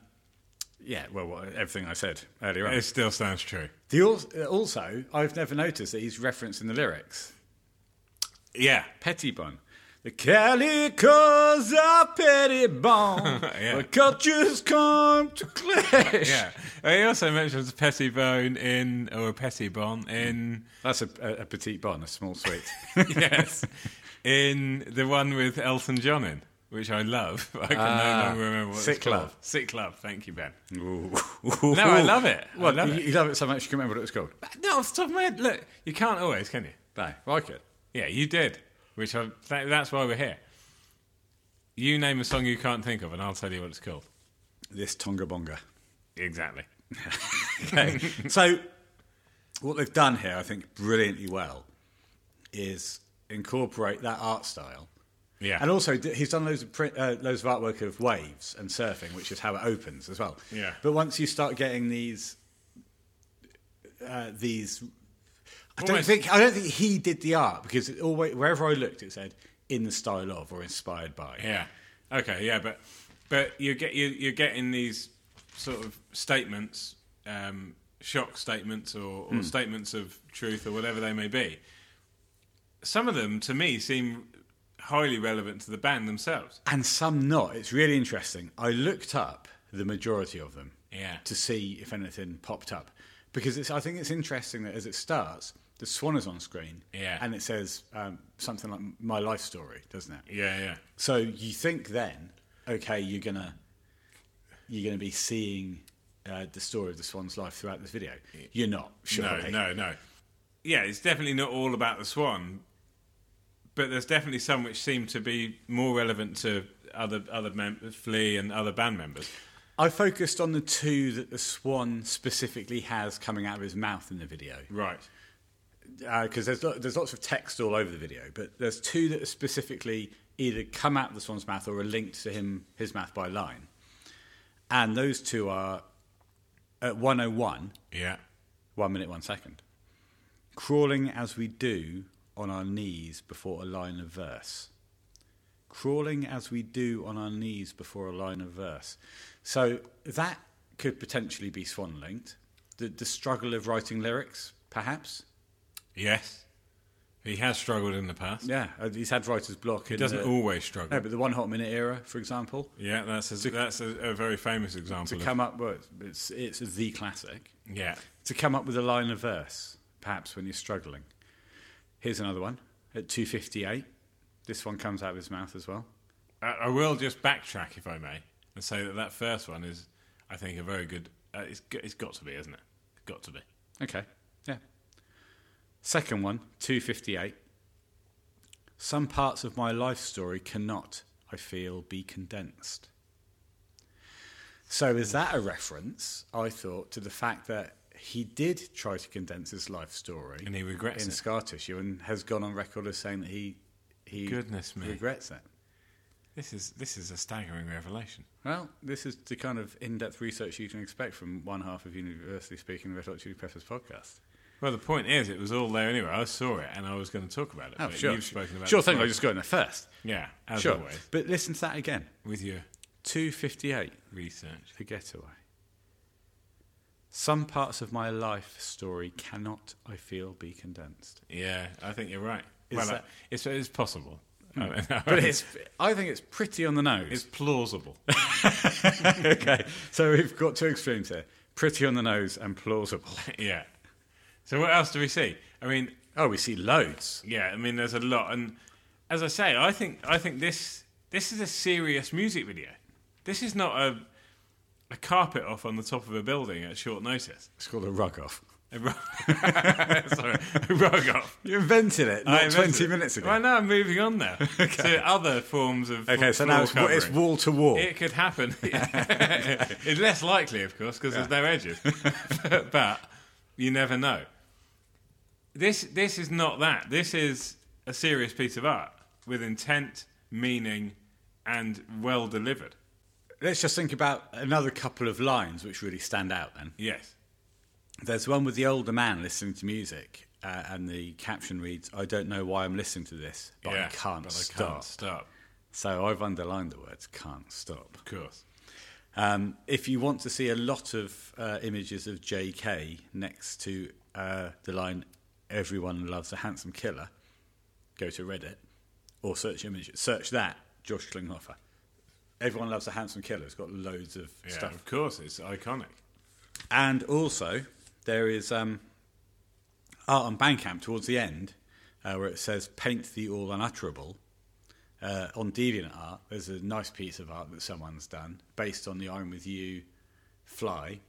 [SPEAKER 1] yeah, well, what, everything I said earlier on.
[SPEAKER 2] it still sounds true.
[SPEAKER 1] the, al- also, I've never noticed that he's referenced in the lyrics.
[SPEAKER 2] Yeah,
[SPEAKER 1] Pettibon. The calicoes are petty bone,
[SPEAKER 2] Yeah.
[SPEAKER 1] but cultures come to clash.
[SPEAKER 2] Yeah. He also mentions petty bone in, or petty bon in,
[SPEAKER 1] That's a, a, a petite bon, a small sweet.
[SPEAKER 2] yes, in the one with Elton John in, which I love. but I can
[SPEAKER 1] Ah,
[SPEAKER 2] no longer remember what
[SPEAKER 1] Sick
[SPEAKER 2] it's called.
[SPEAKER 1] Love.
[SPEAKER 2] Sick Love. Thank you, Ben.
[SPEAKER 1] no,
[SPEAKER 2] No, I love it. I
[SPEAKER 1] Well,
[SPEAKER 2] love
[SPEAKER 1] you,
[SPEAKER 2] it.
[SPEAKER 1] you love it so much you can remember what it was called.
[SPEAKER 2] No, off the top of my head, look, you can't always, can you?
[SPEAKER 1] No, like it.
[SPEAKER 2] Yeah, you did. Which I, th- that's why we're here. You name a song you can't think of, and I'll tell you what it's called.
[SPEAKER 1] This Tonga Bonga.
[SPEAKER 2] Exactly.
[SPEAKER 1] Okay. so, what they've done here, I think, brilliantly well, is incorporate that art style.
[SPEAKER 2] Yeah.
[SPEAKER 1] And also, d- he's done loads of print, uh, loads of artwork of waves and surfing, which is how it opens as well.
[SPEAKER 2] Yeah.
[SPEAKER 1] But once you start getting these, uh, these, I don't
[SPEAKER 2] Almost-
[SPEAKER 1] think I don't think he did the art because it always, wherever I looked, it said in the style of or inspired by.
[SPEAKER 2] Yeah. Okay. Yeah, but but you get you you're getting these sort of statements, um, shock statements, or, or statements of truth, or whatever they may be. Some of them, to me, seem highly relevant to the band themselves.
[SPEAKER 1] and some not. It's really interesting. I looked up the majority of them
[SPEAKER 2] Yeah.
[SPEAKER 1] to see if anything popped up because it's, I think it's interesting that as it starts, the swan is on screen
[SPEAKER 2] Yeah.
[SPEAKER 1] and it says um, something like my life story, doesn't it?
[SPEAKER 2] Yeah. Yeah.
[SPEAKER 1] So you think then, okay, you're gonna you're gonna be seeing uh, the story of the swan's life throughout this video. You're not, surely.
[SPEAKER 2] No, no, no. Yeah, it's definitely not all about the swan, but there's definitely some which seem to be more relevant to other other mem- Flea and other band members.
[SPEAKER 1] I focused on the two that the swan specifically has coming out of his mouth in the video.
[SPEAKER 2] Right.
[SPEAKER 1] because there's lo- there's lots of text all over the video, but there's two that are specifically either come out of the swan's mouth or are linked to him his mouth by line, and those two are at 101,
[SPEAKER 2] Yeah.
[SPEAKER 1] one minute one second, crawling as we do on our knees before a line of verse, crawling as we do on our knees before a line of verse, so that could potentially be swan linked, the the struggle of writing lyrics, perhaps.
[SPEAKER 2] Yes. He has struggled in the past.
[SPEAKER 1] Yeah, uh, he's had writer's block.
[SPEAKER 2] He doesn't always
[SPEAKER 1] No,
[SPEAKER 2] struggle.
[SPEAKER 1] but the one hot minute era, for example,
[SPEAKER 2] Yeah, that's a, that's a, a very famous
[SPEAKER 1] to
[SPEAKER 2] example. Of,
[SPEAKER 1] come up with it's it's the classic.
[SPEAKER 2] yeah.
[SPEAKER 1] To come up with a line of verse, perhaps when you're struggling. Here's another one at 2:58. This one comes out of his mouth as well.
[SPEAKER 2] I, I will just backtrack, if I may, and say that that first one is, I think, a very good. Uh, it's, g- it's got to be, isn't it? Got to be.
[SPEAKER 1] Okay, yeah. Second one, 2:58. Some parts of my life story cannot, I feel, be condensed. So is that a reference? I thought to the fact that he did try to condense his life story,
[SPEAKER 2] And he regrets
[SPEAKER 1] in
[SPEAKER 2] it.
[SPEAKER 1] scar tissue, and has gone on record as saying that he he
[SPEAKER 2] Goodness me.
[SPEAKER 1] regrets it.
[SPEAKER 2] This is this is a staggering revelation.
[SPEAKER 1] Well, this is the kind of in-depth research you can expect from one half of University Speaking Red Hot Chili Peppers podcast.
[SPEAKER 2] Well, the point is, it was all there anyway. I saw it, and I was going to talk about it. but You've spoken about
[SPEAKER 1] Oh, sure
[SPEAKER 2] it
[SPEAKER 1] thing. I
[SPEAKER 2] before.
[SPEAKER 1] just got in there first.
[SPEAKER 2] yeah, as
[SPEAKER 1] sure.
[SPEAKER 2] always,
[SPEAKER 1] But listen to that again.
[SPEAKER 2] with your
[SPEAKER 1] 258,
[SPEAKER 2] research.
[SPEAKER 1] The Getaway. Some parts of my life story cannot, I feel, be condensed.
[SPEAKER 2] Yeah, I think you're right.
[SPEAKER 1] Is
[SPEAKER 2] well,
[SPEAKER 1] that- Hmm.
[SPEAKER 2] uh, it's it's possible, I don't know.
[SPEAKER 1] But it's, I think it's pretty on the nose.
[SPEAKER 2] it's plausible.
[SPEAKER 1] okay, so we've got two extremes here pretty on the nose and plausible.
[SPEAKER 2] yeah. So what else do we see? I mean,
[SPEAKER 1] Oh, we see loads.
[SPEAKER 2] yeah, I mean, there's a lot, and as I say, I think I think this this is a serious music video. This is not a a carpet off on the top of a building at short notice.
[SPEAKER 1] It's called a rug off.
[SPEAKER 2] A rug- Sorry, a rug off.
[SPEAKER 1] You invented it not
[SPEAKER 2] I invented
[SPEAKER 1] 20
[SPEAKER 2] it.
[SPEAKER 1] minutes ago.
[SPEAKER 2] Well, now I'm moving on now to other forms of.
[SPEAKER 1] Okay, so now it's,
[SPEAKER 2] floor
[SPEAKER 1] it's
[SPEAKER 2] covering.
[SPEAKER 1] wall to wall.
[SPEAKER 2] It could happen. it's less likely, of course, because there's no edges. but you never know. This this is not that. This is a serious piece of art with intent, meaning, and well delivered.
[SPEAKER 1] Let's just think about another couple of lines which really stand out then.
[SPEAKER 2] Yes.
[SPEAKER 1] There's one with the older man listening to music, uh, and the caption reads, "I don't know why I'm listening to this, but
[SPEAKER 2] yeah,
[SPEAKER 1] I can't
[SPEAKER 2] but
[SPEAKER 1] stop."
[SPEAKER 2] I can't stop.
[SPEAKER 1] So I've underlined the words "can't stop."
[SPEAKER 2] Of course.
[SPEAKER 1] Um, if you want to see a lot of uh, images of J.K. next to uh, the line "Everyone loves a handsome killer," go to Reddit or search image, search that Josh Klinghoffer. Everyone loves the handsome killer. It's got loads of
[SPEAKER 2] Yeah,
[SPEAKER 1] stuff.
[SPEAKER 2] of course, it's iconic.
[SPEAKER 1] And also, there is um, art on Bandcamp towards the end, uh, where it says "Paint the all unutterable." Uh, on DeviantArt, there's a nice piece of art that someone's done based on the "I'm with You" fly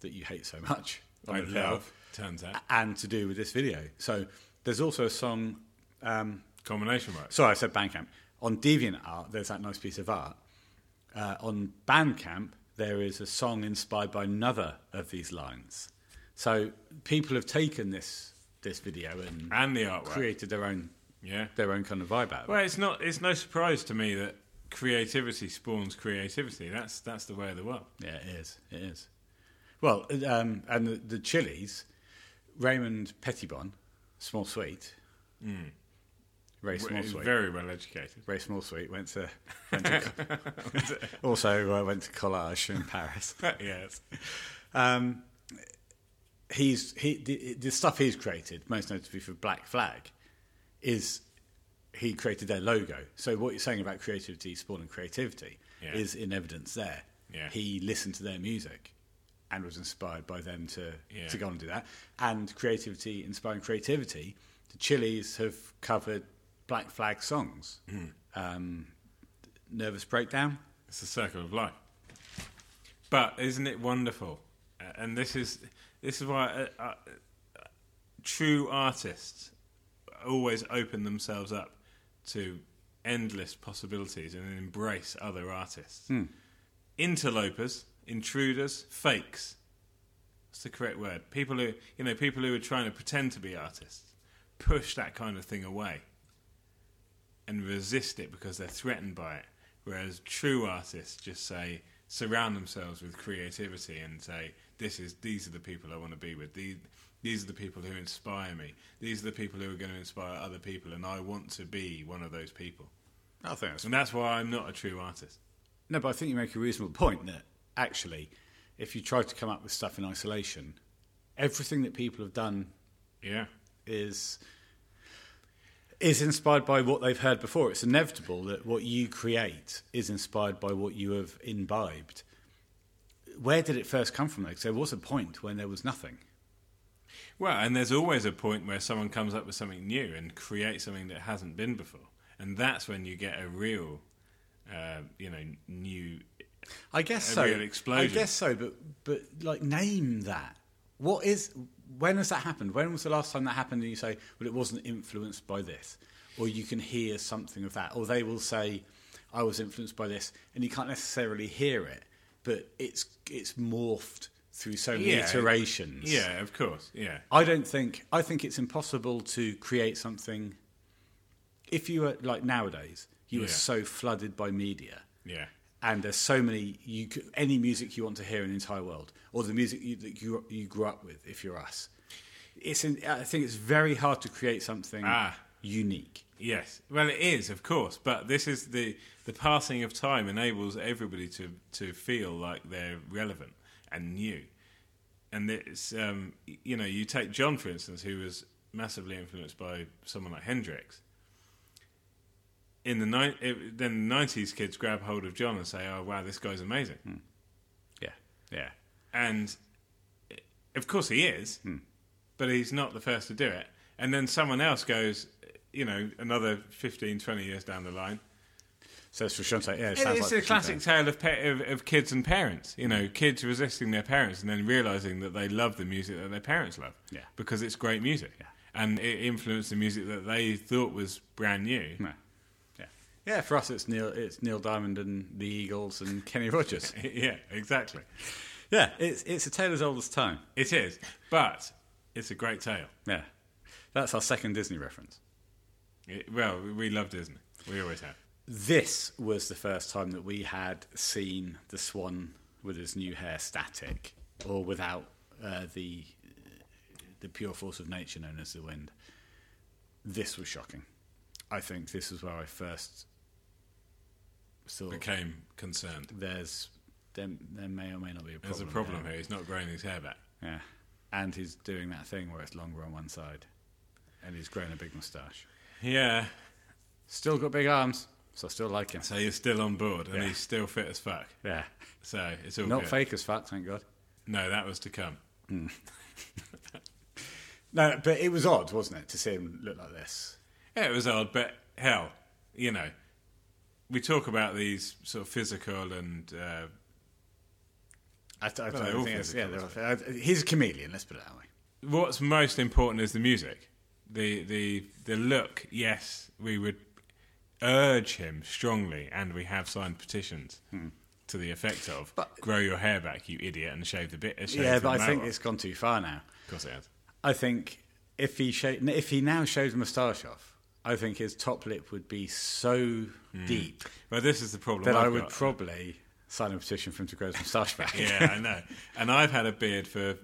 [SPEAKER 1] that you hate so much. on
[SPEAKER 2] I
[SPEAKER 1] the
[SPEAKER 2] love. Turns out,
[SPEAKER 1] and to do with this video. So there's also a song. Um,
[SPEAKER 2] combination works.
[SPEAKER 1] sorry, I said Bandcamp. On DeviantArt, there's that nice piece of art. Uh, on Bandcamp, there is a song inspired by another of these lines. So people have taken this this video and,
[SPEAKER 2] And the artwork.
[SPEAKER 1] created their own
[SPEAKER 2] Yeah.
[SPEAKER 1] their own kind of vibe out of it.
[SPEAKER 2] Well, it's not. It's no surprise to me that creativity spawns creativity. That's that's the way of the world.
[SPEAKER 1] Yeah, it is. It is. Well, um, and the, the Chili's, Raymond Pettibon, small sweet, very small
[SPEAKER 2] He's
[SPEAKER 1] sweet.
[SPEAKER 2] very well educated.
[SPEAKER 1] Ray Smallsweet went to, went to also uh, went to Collage in Paris.
[SPEAKER 2] yes.
[SPEAKER 1] Um, he's he the, the stuff he's created, most notably for Black Flag, is he created their logo. So what you're saying about creativity spawning creativity
[SPEAKER 2] Yeah.
[SPEAKER 1] is in evidence there.
[SPEAKER 2] Yeah.
[SPEAKER 1] He listened to their music and was inspired by them to
[SPEAKER 2] Yeah.
[SPEAKER 1] to go on and do that. And creativity inspiring creativity, the Chili's have covered Black Flag songs. Um, Nervous breakdown.
[SPEAKER 2] It's the circle of life. But isn't it wonderful? Uh, and this is this is why uh, uh, true artists always open themselves up to endless possibilities and embrace other artists. Interlopers, intruders, fakes. That's the correct word. People who you know, people who are trying to pretend to be artists, push that kind of thing away and resist it because they're threatened by it. Whereas true artists just say surround themselves with creativity and say, "This is these are the people I want to be with. These these are the people who inspire me. These are the people who are going to inspire other people, and I want to be one of those people."
[SPEAKER 1] I think that's
[SPEAKER 2] And that's why I'm not a true artist.
[SPEAKER 1] No, but I think you make a reasonable point that actually, if you try to come up with stuff in isolation, everything that people have done
[SPEAKER 2] Yeah,
[SPEAKER 1] is is inspired by what they've heard before. It's inevitable that what you create is inspired by what you have imbibed. Where did it first come from? though? 'Cause there was a point when there was nothing.
[SPEAKER 2] Well, and there's always a point where someone comes up with something new and creates something that hasn't been before, and that's when you get a real, uh, you know, new.
[SPEAKER 1] I guess
[SPEAKER 2] A
[SPEAKER 1] so.
[SPEAKER 2] real explosion.
[SPEAKER 1] I guess so, but but like name that. What is when has that happened? When was the last time that happened? And you say, well, it wasn't influenced by this, or you can hear something of that, or they will say, I was influenced by this, and you can't necessarily hear it, but it's it's morphed through so many
[SPEAKER 2] Yeah.
[SPEAKER 1] iterations.
[SPEAKER 2] Yeah, of course. Yeah,
[SPEAKER 1] I don't think I think it's impossible to create something. If you were like nowadays, you are
[SPEAKER 2] Yeah.
[SPEAKER 1] so flooded by media
[SPEAKER 2] yeah,
[SPEAKER 1] and there's so many you c any music you want to hear in the entire world or the music you, that you you grew up with if you're us it's in, i think it's very hard to create something
[SPEAKER 2] Ah.
[SPEAKER 1] unique
[SPEAKER 2] yes. Well, it is, of course, but this is the the passing of time enables everybody to to feel like they're relevant and new, and it's um, y- you know, you take John for instance, who was massively influenced by someone like Hendrix. in the ni- it, then the nineties kids grab hold of John and say, "Oh wow, this guy's amazing,"
[SPEAKER 1] yeah yeah
[SPEAKER 2] and eh, of course he is,
[SPEAKER 1] Hmm.
[SPEAKER 2] but he's not the first to do it. And then someone else goes, eh, you know, another 15, 20 years down the line.
[SPEAKER 1] so it's for Shante, yeah it
[SPEAKER 2] And
[SPEAKER 1] sounds
[SPEAKER 2] it's
[SPEAKER 1] like
[SPEAKER 2] a classic tale of, pa- of of kids and parents. You know, kids resisting their parents and then realizing that they love the music that their parents love.
[SPEAKER 1] Yeah.
[SPEAKER 2] because it's great music,
[SPEAKER 1] Yeah.
[SPEAKER 2] and it influenced the music that they thought was brand new.
[SPEAKER 1] No. yeah yeah for us it's neil it's neil diamond and the eagles and kenny rogers
[SPEAKER 2] yeah, exactly.
[SPEAKER 1] yeah it's it's a tale as old as time
[SPEAKER 2] It is, but it's a great tale.
[SPEAKER 1] yeah that's our second disney reference
[SPEAKER 2] It- well, we love Disney. We always have.
[SPEAKER 1] this was the first time that we had seen the swan with his new hair static or without uh, the the pure force of nature known as the wind this was shocking i think this is where i first thought
[SPEAKER 2] Became concerned.
[SPEAKER 1] there's there, there may or may not be a problem
[SPEAKER 2] There's a problem
[SPEAKER 1] there.
[SPEAKER 2] here. He's not growing his hair back.
[SPEAKER 1] yeah and he's doing that thing where it's longer on one side and he's grown a big moustache
[SPEAKER 2] Yeah.
[SPEAKER 1] Still got big arms, so I still like him.
[SPEAKER 2] So you're still on board, and
[SPEAKER 1] Yeah.
[SPEAKER 2] he's still fit as fuck.
[SPEAKER 1] Yeah.
[SPEAKER 2] So it's all
[SPEAKER 1] Not
[SPEAKER 2] good.
[SPEAKER 1] fake as fuck, thank God.
[SPEAKER 2] No, that was to come.
[SPEAKER 1] No, but it was odd, wasn't it, to see him look like this?
[SPEAKER 2] Yeah, it was odd, but hell, you know, we talk about these sort of physical and uh,
[SPEAKER 1] I, I don't
[SPEAKER 2] Well, they all
[SPEAKER 1] think it's, yeah,
[SPEAKER 2] physical,
[SPEAKER 1] they're all- I- he's a chameleon, let's put it that way.
[SPEAKER 2] what's most important is the music, the the the look. Yes, we would urge him strongly, and we have signed petitions to the effect of
[SPEAKER 1] Hmm. But-
[SPEAKER 2] "grow your hair back, you idiot," and shave the bit. uh, Shave
[SPEAKER 1] Yeah,
[SPEAKER 2] the
[SPEAKER 1] but I think
[SPEAKER 2] mohawk."
[SPEAKER 1] it's gone too far now.
[SPEAKER 2] of course it has.
[SPEAKER 1] I think if he sha- if he now shows moustache off, I think his top lip would be so deep
[SPEAKER 2] Well, this is the problem.
[SPEAKER 1] that
[SPEAKER 2] I've
[SPEAKER 1] I would
[SPEAKER 2] got.
[SPEAKER 1] probably sign a petition for him to grow his moustache back.
[SPEAKER 2] yeah, I know. And I've had a beard for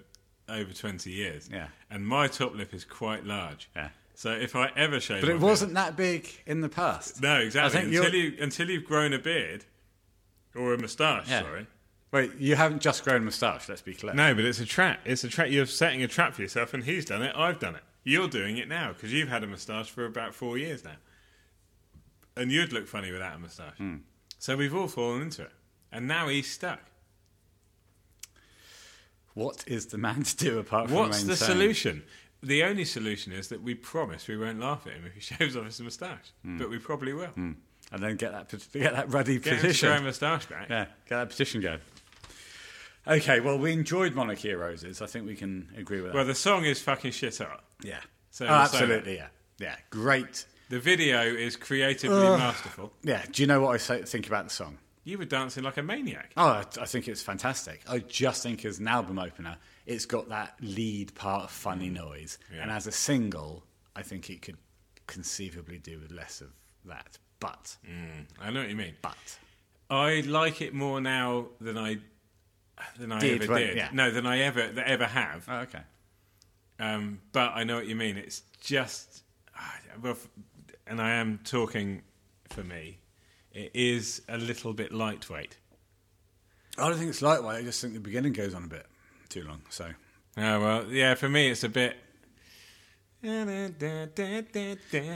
[SPEAKER 2] over 20 years.
[SPEAKER 1] Yeah.
[SPEAKER 2] And my top lip is quite large.
[SPEAKER 1] Yeah.
[SPEAKER 2] So if I ever shave
[SPEAKER 1] But it
[SPEAKER 2] my beard-
[SPEAKER 1] wasn't that big in the past.
[SPEAKER 2] No, exactly.
[SPEAKER 1] I think
[SPEAKER 2] Until,
[SPEAKER 1] you're-
[SPEAKER 2] you, until you've grown a beard or a moustache,
[SPEAKER 1] Yeah.
[SPEAKER 2] sorry.
[SPEAKER 1] Wait, you haven't just grown a moustache, let's be clear.
[SPEAKER 2] No, but it's a trap. It's a trap. You're setting a trap for yourself, and he's done it. I've done it. You're doing it now because you've had a moustache for about four years now, and you'd look funny without a moustache. So we've all fallen into it, and now he's stuck.
[SPEAKER 1] What is the man to do apart from
[SPEAKER 2] What's
[SPEAKER 1] remain
[SPEAKER 2] the
[SPEAKER 1] sane?
[SPEAKER 2] solution? The only solution is that we promise we won't laugh at him if he shaves off his moustache,
[SPEAKER 1] Hmm.
[SPEAKER 2] but we probably will.
[SPEAKER 1] And then get that pet- get that ruddy
[SPEAKER 2] Get him to
[SPEAKER 1] petition.
[SPEAKER 2] grow a moustache back.
[SPEAKER 1] yeah, get that petition going. Okay, well, we enjoyed Monarchy of Roses. I think we can agree with that.
[SPEAKER 2] Well, the song is fucking shit up.
[SPEAKER 1] yeah.
[SPEAKER 2] so-
[SPEAKER 1] oh,
[SPEAKER 2] so-
[SPEAKER 1] absolutely, yeah. Yeah, great.
[SPEAKER 2] The video is creatively masterful.
[SPEAKER 1] Yeah, do you know what I say, think about the song?
[SPEAKER 2] You were dancing like a maniac.
[SPEAKER 1] Oh, I, I think it's fantastic. I just think as an album opener, it's got that lead part of funny noise.
[SPEAKER 2] Mm. Yeah.
[SPEAKER 1] And as a single, I think it could conceivably do with less of that. But,
[SPEAKER 2] Mm. I know what you mean.
[SPEAKER 1] but,
[SPEAKER 2] I like it more now than I than I
[SPEAKER 1] Did,
[SPEAKER 2] ever
[SPEAKER 1] right,
[SPEAKER 2] did.
[SPEAKER 1] yeah.
[SPEAKER 2] No, than I ever that ever have.
[SPEAKER 1] oh, okay.
[SPEAKER 2] Um, but I know what you mean. It's just ah, well, f- and I am talking for me. It is a little bit lightweight.
[SPEAKER 1] I don't think it's lightweight. I just think the beginning goes on a bit too long. So
[SPEAKER 2] Oh well, yeah. For me, it's a bit. Oh,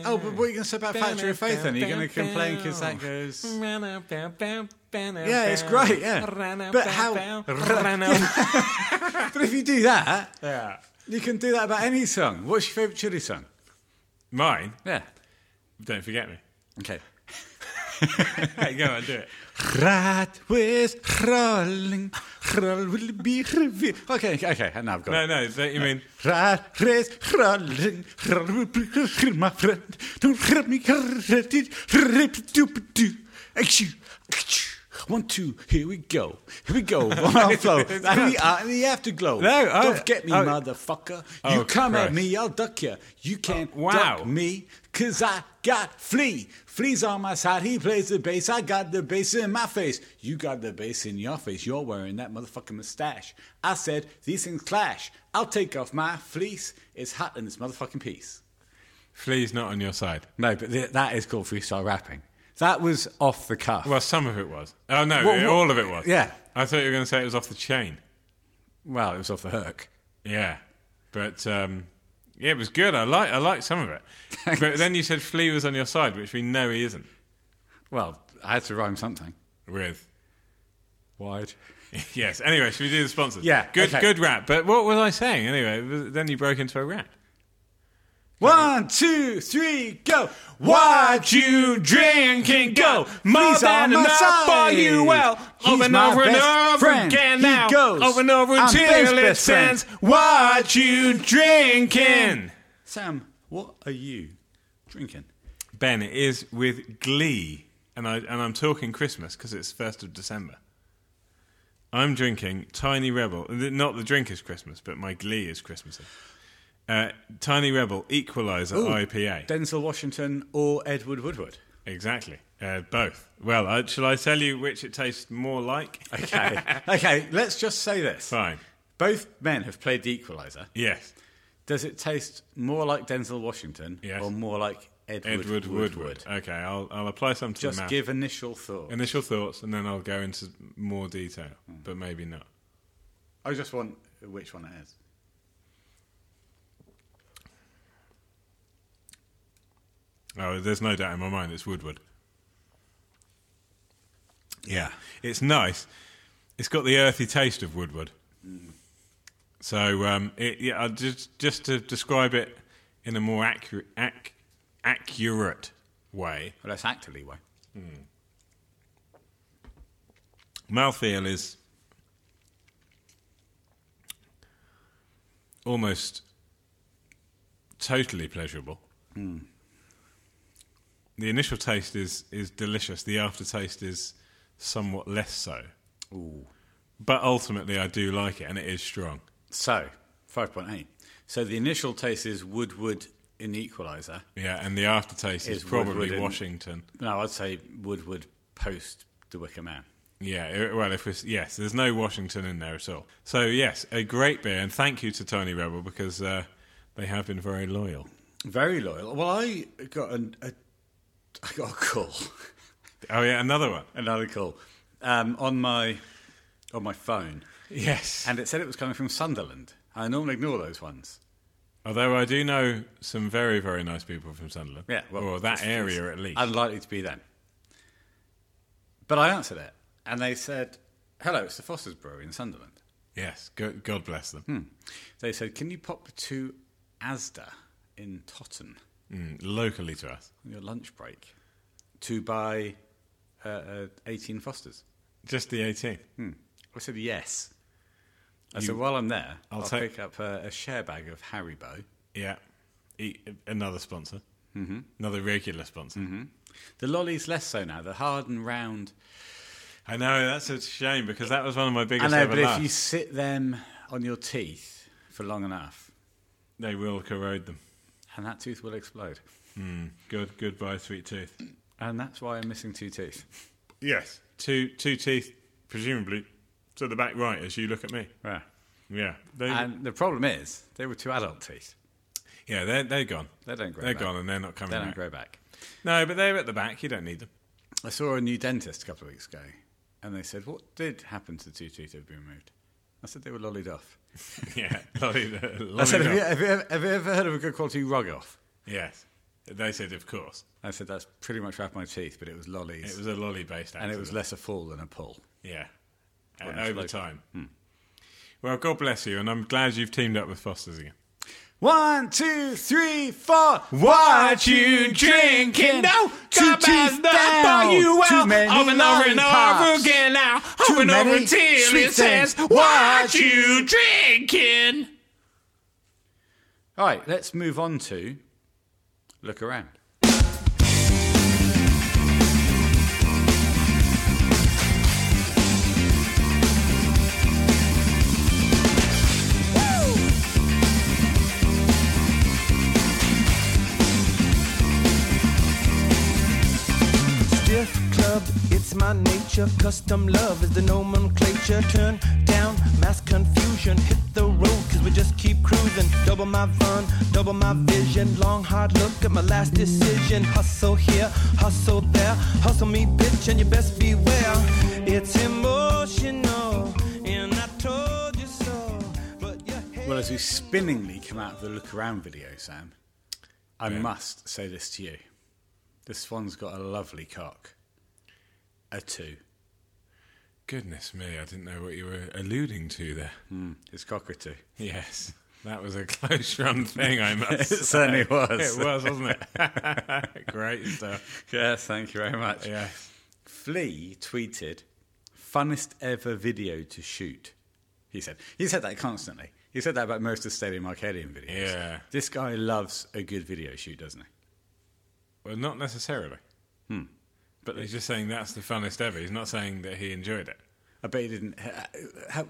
[SPEAKER 1] Oh, but what are you gonna say about Factory of Faith then? Are you gonna complain 'cause that goes-
[SPEAKER 2] Yeah,
[SPEAKER 1] it's great, yeah. But how- But if you do that,
[SPEAKER 2] Yeah.
[SPEAKER 1] you can do that about any song. What's your favourite chili song?
[SPEAKER 2] Mine.
[SPEAKER 1] Yeah.
[SPEAKER 2] Don't forget me.
[SPEAKER 1] Okay.
[SPEAKER 2] Hey, go on, do it.
[SPEAKER 1] Rat with rolling, roll will be revealed. Okay, okay, okay, now I've got
[SPEAKER 2] No,
[SPEAKER 1] it.
[SPEAKER 2] no. Don't you mean?
[SPEAKER 1] Rat race, rolling, roll will be revealed, my friend. Don't hurt me, hurt it, rip doop doo. Achoo, achoo. One, two, here we go. Here we go. On our flow. And we are in the afterglow.
[SPEAKER 2] No, I-
[SPEAKER 1] Don't get me,
[SPEAKER 2] I-
[SPEAKER 1] motherfucker.
[SPEAKER 2] Oh,
[SPEAKER 1] you come
[SPEAKER 2] Christ.
[SPEAKER 1] at me, I'll duck you. You can't
[SPEAKER 2] Oh, wow.
[SPEAKER 1] duck me, cause I got Flea. Flea's on my side, he plays the bass. I got the bass in my face. You got the bass in your face. You're wearing that motherfucking mustache. I said, these things clash. I'll take off my fleece. It's hot in this motherfucking piece.
[SPEAKER 2] Flea's not on your side.
[SPEAKER 1] No, but th- that is called freestyle rapping. That was off the cuff.
[SPEAKER 2] Well, some of it was. Oh no,
[SPEAKER 1] What- what-
[SPEAKER 2] all of it was.
[SPEAKER 1] Yeah.
[SPEAKER 2] I thought you were going to say it was off the chain.
[SPEAKER 1] well, it was off the hook.
[SPEAKER 2] Yeah, but um, yeah, it was good. I like I like some of it. but then you said Flea was on your side, which we know he isn't.
[SPEAKER 1] Well, I had to rhyme something.
[SPEAKER 2] With
[SPEAKER 1] Wide.
[SPEAKER 2] yes. Anyway, should we do the sponsors?
[SPEAKER 1] Yeah,
[SPEAKER 2] Good
[SPEAKER 1] okay.
[SPEAKER 2] good rap. But what was I saying anyway? it was- Then you broke into a rap.
[SPEAKER 1] One, two, three, go.
[SPEAKER 2] What you drinking? Go more
[SPEAKER 1] He's on
[SPEAKER 2] than
[SPEAKER 1] my
[SPEAKER 2] enough
[SPEAKER 1] side.
[SPEAKER 2] for you. Well,
[SPEAKER 1] He's
[SPEAKER 2] over and
[SPEAKER 1] my
[SPEAKER 2] over and
[SPEAKER 1] best
[SPEAKER 2] over
[SPEAKER 1] friend.
[SPEAKER 2] again
[SPEAKER 1] He
[SPEAKER 2] now.
[SPEAKER 1] goes.
[SPEAKER 2] Over and over
[SPEAKER 1] I'm
[SPEAKER 2] until
[SPEAKER 1] best,
[SPEAKER 2] it
[SPEAKER 1] best friend.
[SPEAKER 2] sends. What you drinking?
[SPEAKER 1] Sam, what are you drinking?
[SPEAKER 2] Ben it is with glee, and I and I'm talking Christmas because it's first of December. I'm drinking Tiny Rebel. Th- Not the drink is Christmas, but my glee is Christmassy. Uh, Tiny Rebel Equalizer IPA.
[SPEAKER 1] Denzel Washington or Edward Woodward?
[SPEAKER 2] Exactly. Uh, both. Well, uh, shall I tell you which it tastes more like?
[SPEAKER 1] Okay. okay, let's just say this.
[SPEAKER 2] Fine.
[SPEAKER 1] Both men have played The Equalizer.
[SPEAKER 2] Yes.
[SPEAKER 1] Does it taste more like Denzel Washington
[SPEAKER 2] Yes.
[SPEAKER 1] or more like Edward,
[SPEAKER 2] Edward Woodward. Okay, I'll, I'll apply some to
[SPEAKER 1] Just
[SPEAKER 2] the mouth.
[SPEAKER 1] give initial thought.
[SPEAKER 2] Initial thoughts, and then I'll go into more detail,
[SPEAKER 1] Hmm.
[SPEAKER 2] but maybe not.
[SPEAKER 1] I just want which one it is.
[SPEAKER 2] Oh, there's no doubt in my mind it's Woodward. Yeah, it's nice. It's got the earthy taste of Woodward.
[SPEAKER 1] Hmm.
[SPEAKER 2] So, um, it, yeah, I just just to describe it in a more accurate ac- accurate way,
[SPEAKER 1] Well, that's actively way.
[SPEAKER 2] mouthfeel is almost totally pleasurable. The initial taste is is delicious. The aftertaste is somewhat less so.
[SPEAKER 1] Ooh.
[SPEAKER 2] But ultimately, I do like it, and it is strong.
[SPEAKER 1] So, 5.8. So the initial taste is Woodward in Equalizer.
[SPEAKER 2] Yeah, and the aftertaste is,
[SPEAKER 1] Is
[SPEAKER 2] probably
[SPEAKER 1] Woodward and-
[SPEAKER 2] Washington.
[SPEAKER 1] No, I'd say Woodward post The Wicker Man.
[SPEAKER 2] Yeah, it- well, if it's, yes, there's no Washington in there at all. So yes, a great beer, and thank you to Tiny Rebel because uh, they have been very loyal.
[SPEAKER 1] Very loyal. Well, I got an, a, I got a call,
[SPEAKER 2] Oh yeah, another one.
[SPEAKER 1] another call, um, on my on my phone,
[SPEAKER 2] Yes.
[SPEAKER 1] and it said it was coming from Sunderland. I normally ignore those ones.
[SPEAKER 2] Although I do know some very, very nice people from Sunderland.
[SPEAKER 1] Yeah, well,
[SPEAKER 2] or that
[SPEAKER 1] it's-
[SPEAKER 2] area at least.
[SPEAKER 1] Unlikely to be them. But I answered it, and they said, "Hello, it's the Foster's Brewery in Sunderland."
[SPEAKER 2] yes, go- God bless them.
[SPEAKER 1] Hmm. They said, "Can you pop to Asda in Totten
[SPEAKER 2] Mm, locally to us.
[SPEAKER 1] on your lunch break to buy uh, uh, eighteen Fosters?"
[SPEAKER 2] Just the 18.
[SPEAKER 1] I said yes. I said, while I'm there, I'll,
[SPEAKER 2] I'll take-
[SPEAKER 1] pick up uh, a, a share bag of Haribo.
[SPEAKER 2] Yeah. E- another sponsor. Mm-hmm. Another regular sponsor.
[SPEAKER 1] Mm-hmm. The lollies less so now. The hard and round.
[SPEAKER 2] I know, that's a shame because that was one of my
[SPEAKER 1] I
[SPEAKER 2] biggest
[SPEAKER 1] know,
[SPEAKER 2] ever
[SPEAKER 1] but if
[SPEAKER 2] laughs.
[SPEAKER 1] you sit them on your teeth for long enough,
[SPEAKER 2] They will corrode them.
[SPEAKER 1] and that tooth will explode.
[SPEAKER 2] Good, goodbye, sweet tooth.
[SPEAKER 1] And that's why I'm missing two teeth.
[SPEAKER 2] Yes. Two, two teeth, presumably, to the back right as you look at me.
[SPEAKER 1] Right.
[SPEAKER 2] Yeah. They,
[SPEAKER 1] And the problem is, they were two adult teeth.
[SPEAKER 2] yeah, they're, they're gone.
[SPEAKER 1] They don't grow
[SPEAKER 2] They're
[SPEAKER 1] back.
[SPEAKER 2] gone and they're not coming
[SPEAKER 1] They don't
[SPEAKER 2] back.
[SPEAKER 1] grow back.
[SPEAKER 2] No, but they're at the back. You don't need them.
[SPEAKER 1] I saw a new dentist a couple of weeks ago, and they said, What did happen to the two teeth that have been removed? I said, They were lollied off.
[SPEAKER 2] Yeah, lolly, lolly
[SPEAKER 1] I said, have
[SPEAKER 2] dog.
[SPEAKER 1] you, have, you ever, have you ever heard of a good quality rug off?
[SPEAKER 2] Yes, they said of course.
[SPEAKER 1] I said that's pretty much wrapped my teeth, but it was lollies,
[SPEAKER 2] It was a lolly based
[SPEAKER 1] and it was less a fall than a pull.
[SPEAKER 2] yeah, Uh,
[SPEAKER 1] Well, it's
[SPEAKER 2] over
[SPEAKER 1] like-
[SPEAKER 2] time.
[SPEAKER 1] Hmm.
[SPEAKER 2] Well, God bless you, and I'm glad you've teamed up with Foster's again.
[SPEAKER 1] One, two, three, four.
[SPEAKER 2] What you drinking? No, come out that bar you out. Over and over and over again now. Over and over
[SPEAKER 1] many
[SPEAKER 2] until
[SPEAKER 1] sweet
[SPEAKER 2] it says,
[SPEAKER 1] things.
[SPEAKER 2] What you drinking?
[SPEAKER 1] All right, let's move on to look around.
[SPEAKER 4] Stiff club, it's my nature. Custom love is the nomenclature. Turn down mass confusion. Hit the road, cause we just keep cruising. Double my fun, double my vision. Long hard look at my last decision. Hustle here, hustle there. Hustle me, bitch, and you best beware. It's emotional, and I told you so. But you hate
[SPEAKER 1] Well, as we spinningly come out of the look around video, Sam, I must say this to you: the swan's got a lovely cock, a two.
[SPEAKER 2] Goodness me, I didn't know what you were alluding to there.
[SPEAKER 1] It's cock a two.
[SPEAKER 2] Yes, that was a close run thing, I
[SPEAKER 1] It
[SPEAKER 2] must
[SPEAKER 1] certainly was.
[SPEAKER 2] It was, wasn't it? Great stuff.
[SPEAKER 1] Yes, thank you very much.
[SPEAKER 2] Yes.
[SPEAKER 1] Flea tweeted, "Funnest ever video to shoot." He said. He said that constantly. He said that about most of the Stadium Arcadium videos.
[SPEAKER 2] Yeah.
[SPEAKER 1] This guy loves a good video shoot, doesn't he?
[SPEAKER 2] Well, not necessarily.
[SPEAKER 1] Hmm.
[SPEAKER 2] But he's just saying that's the funnest ever. He's not saying that he enjoyed it.
[SPEAKER 1] I bet he didn't. How,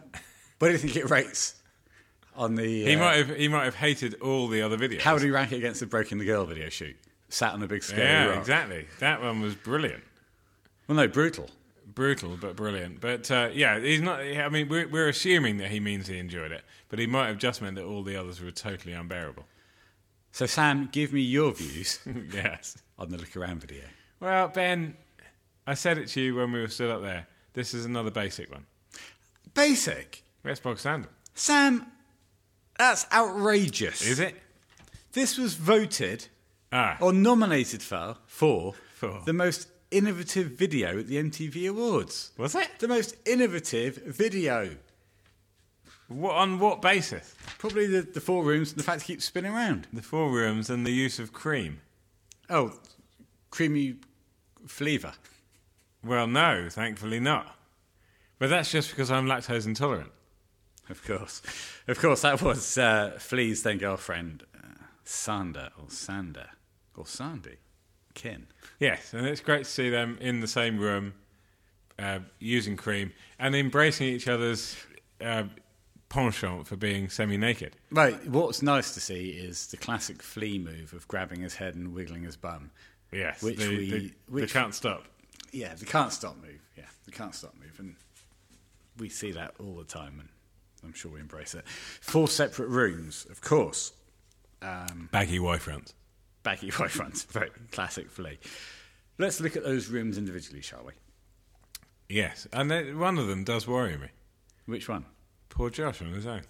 [SPEAKER 1] where do you think it rates on the?
[SPEAKER 2] He
[SPEAKER 1] uh,
[SPEAKER 2] might have. He might have hated all the other videos.
[SPEAKER 1] How would he rank it against the Broken the Girl video shoot? Sat on a big scale.
[SPEAKER 2] yeah, exactly. That one was brilliant,
[SPEAKER 1] Well, no, brutal.
[SPEAKER 2] brutal but brilliant. But uh, yeah, he's not. I mean, we're, we're assuming that he means he enjoyed it, but he might have just meant that all the others were totally unbearable.
[SPEAKER 1] So, Sam, give me your views
[SPEAKER 2] yes.
[SPEAKER 1] on the look around video.
[SPEAKER 2] Well, Ben, I said it to you when we were still up there. This is another basic one.
[SPEAKER 1] Basic,
[SPEAKER 2] That's bog standard,
[SPEAKER 1] Sam. That's outrageous.
[SPEAKER 2] is it?
[SPEAKER 1] This was voted
[SPEAKER 2] Ah.
[SPEAKER 1] or nominated for, for
[SPEAKER 2] For.
[SPEAKER 1] the most innovative video at the MTV Awards.
[SPEAKER 2] Was it?
[SPEAKER 1] The most innovative video.
[SPEAKER 2] What, on what basis?
[SPEAKER 1] Probably the, the four rooms and the fact it keeps spinning around.
[SPEAKER 2] The four rooms and the use of cream.
[SPEAKER 1] Oh, creamy flavour.
[SPEAKER 2] Well, no, thankfully not. But that's just because I'm lactose intolerant.
[SPEAKER 1] Of course. Of course, that was uh, Flea's then girlfriend, uh, Sander, or Sander, or Sandy, Ken.
[SPEAKER 2] Yes, and it's great to see them in the same room, uh, using cream and embracing each other's uh, penchant for being semi-naked.
[SPEAKER 1] Right, what's nice to see is the classic Flea move of grabbing his head and wiggling his bum.
[SPEAKER 2] Yes,
[SPEAKER 1] Which
[SPEAKER 2] the,
[SPEAKER 1] we-
[SPEAKER 2] the-
[SPEAKER 1] which-
[SPEAKER 2] the can't stop.
[SPEAKER 1] Yeah, the can't stop move. Yeah, the can't stop move. And we see that all the time, and I'm sure we embrace it. Four separate rooms, of course.
[SPEAKER 2] Baggy wife runs.
[SPEAKER 1] Baggy white fronts, very classic Flea. Let's look at those rooms individually, shall we?
[SPEAKER 2] Yes, and it, one of them does worry me.
[SPEAKER 1] Which one?
[SPEAKER 2] Poor Josh on his own.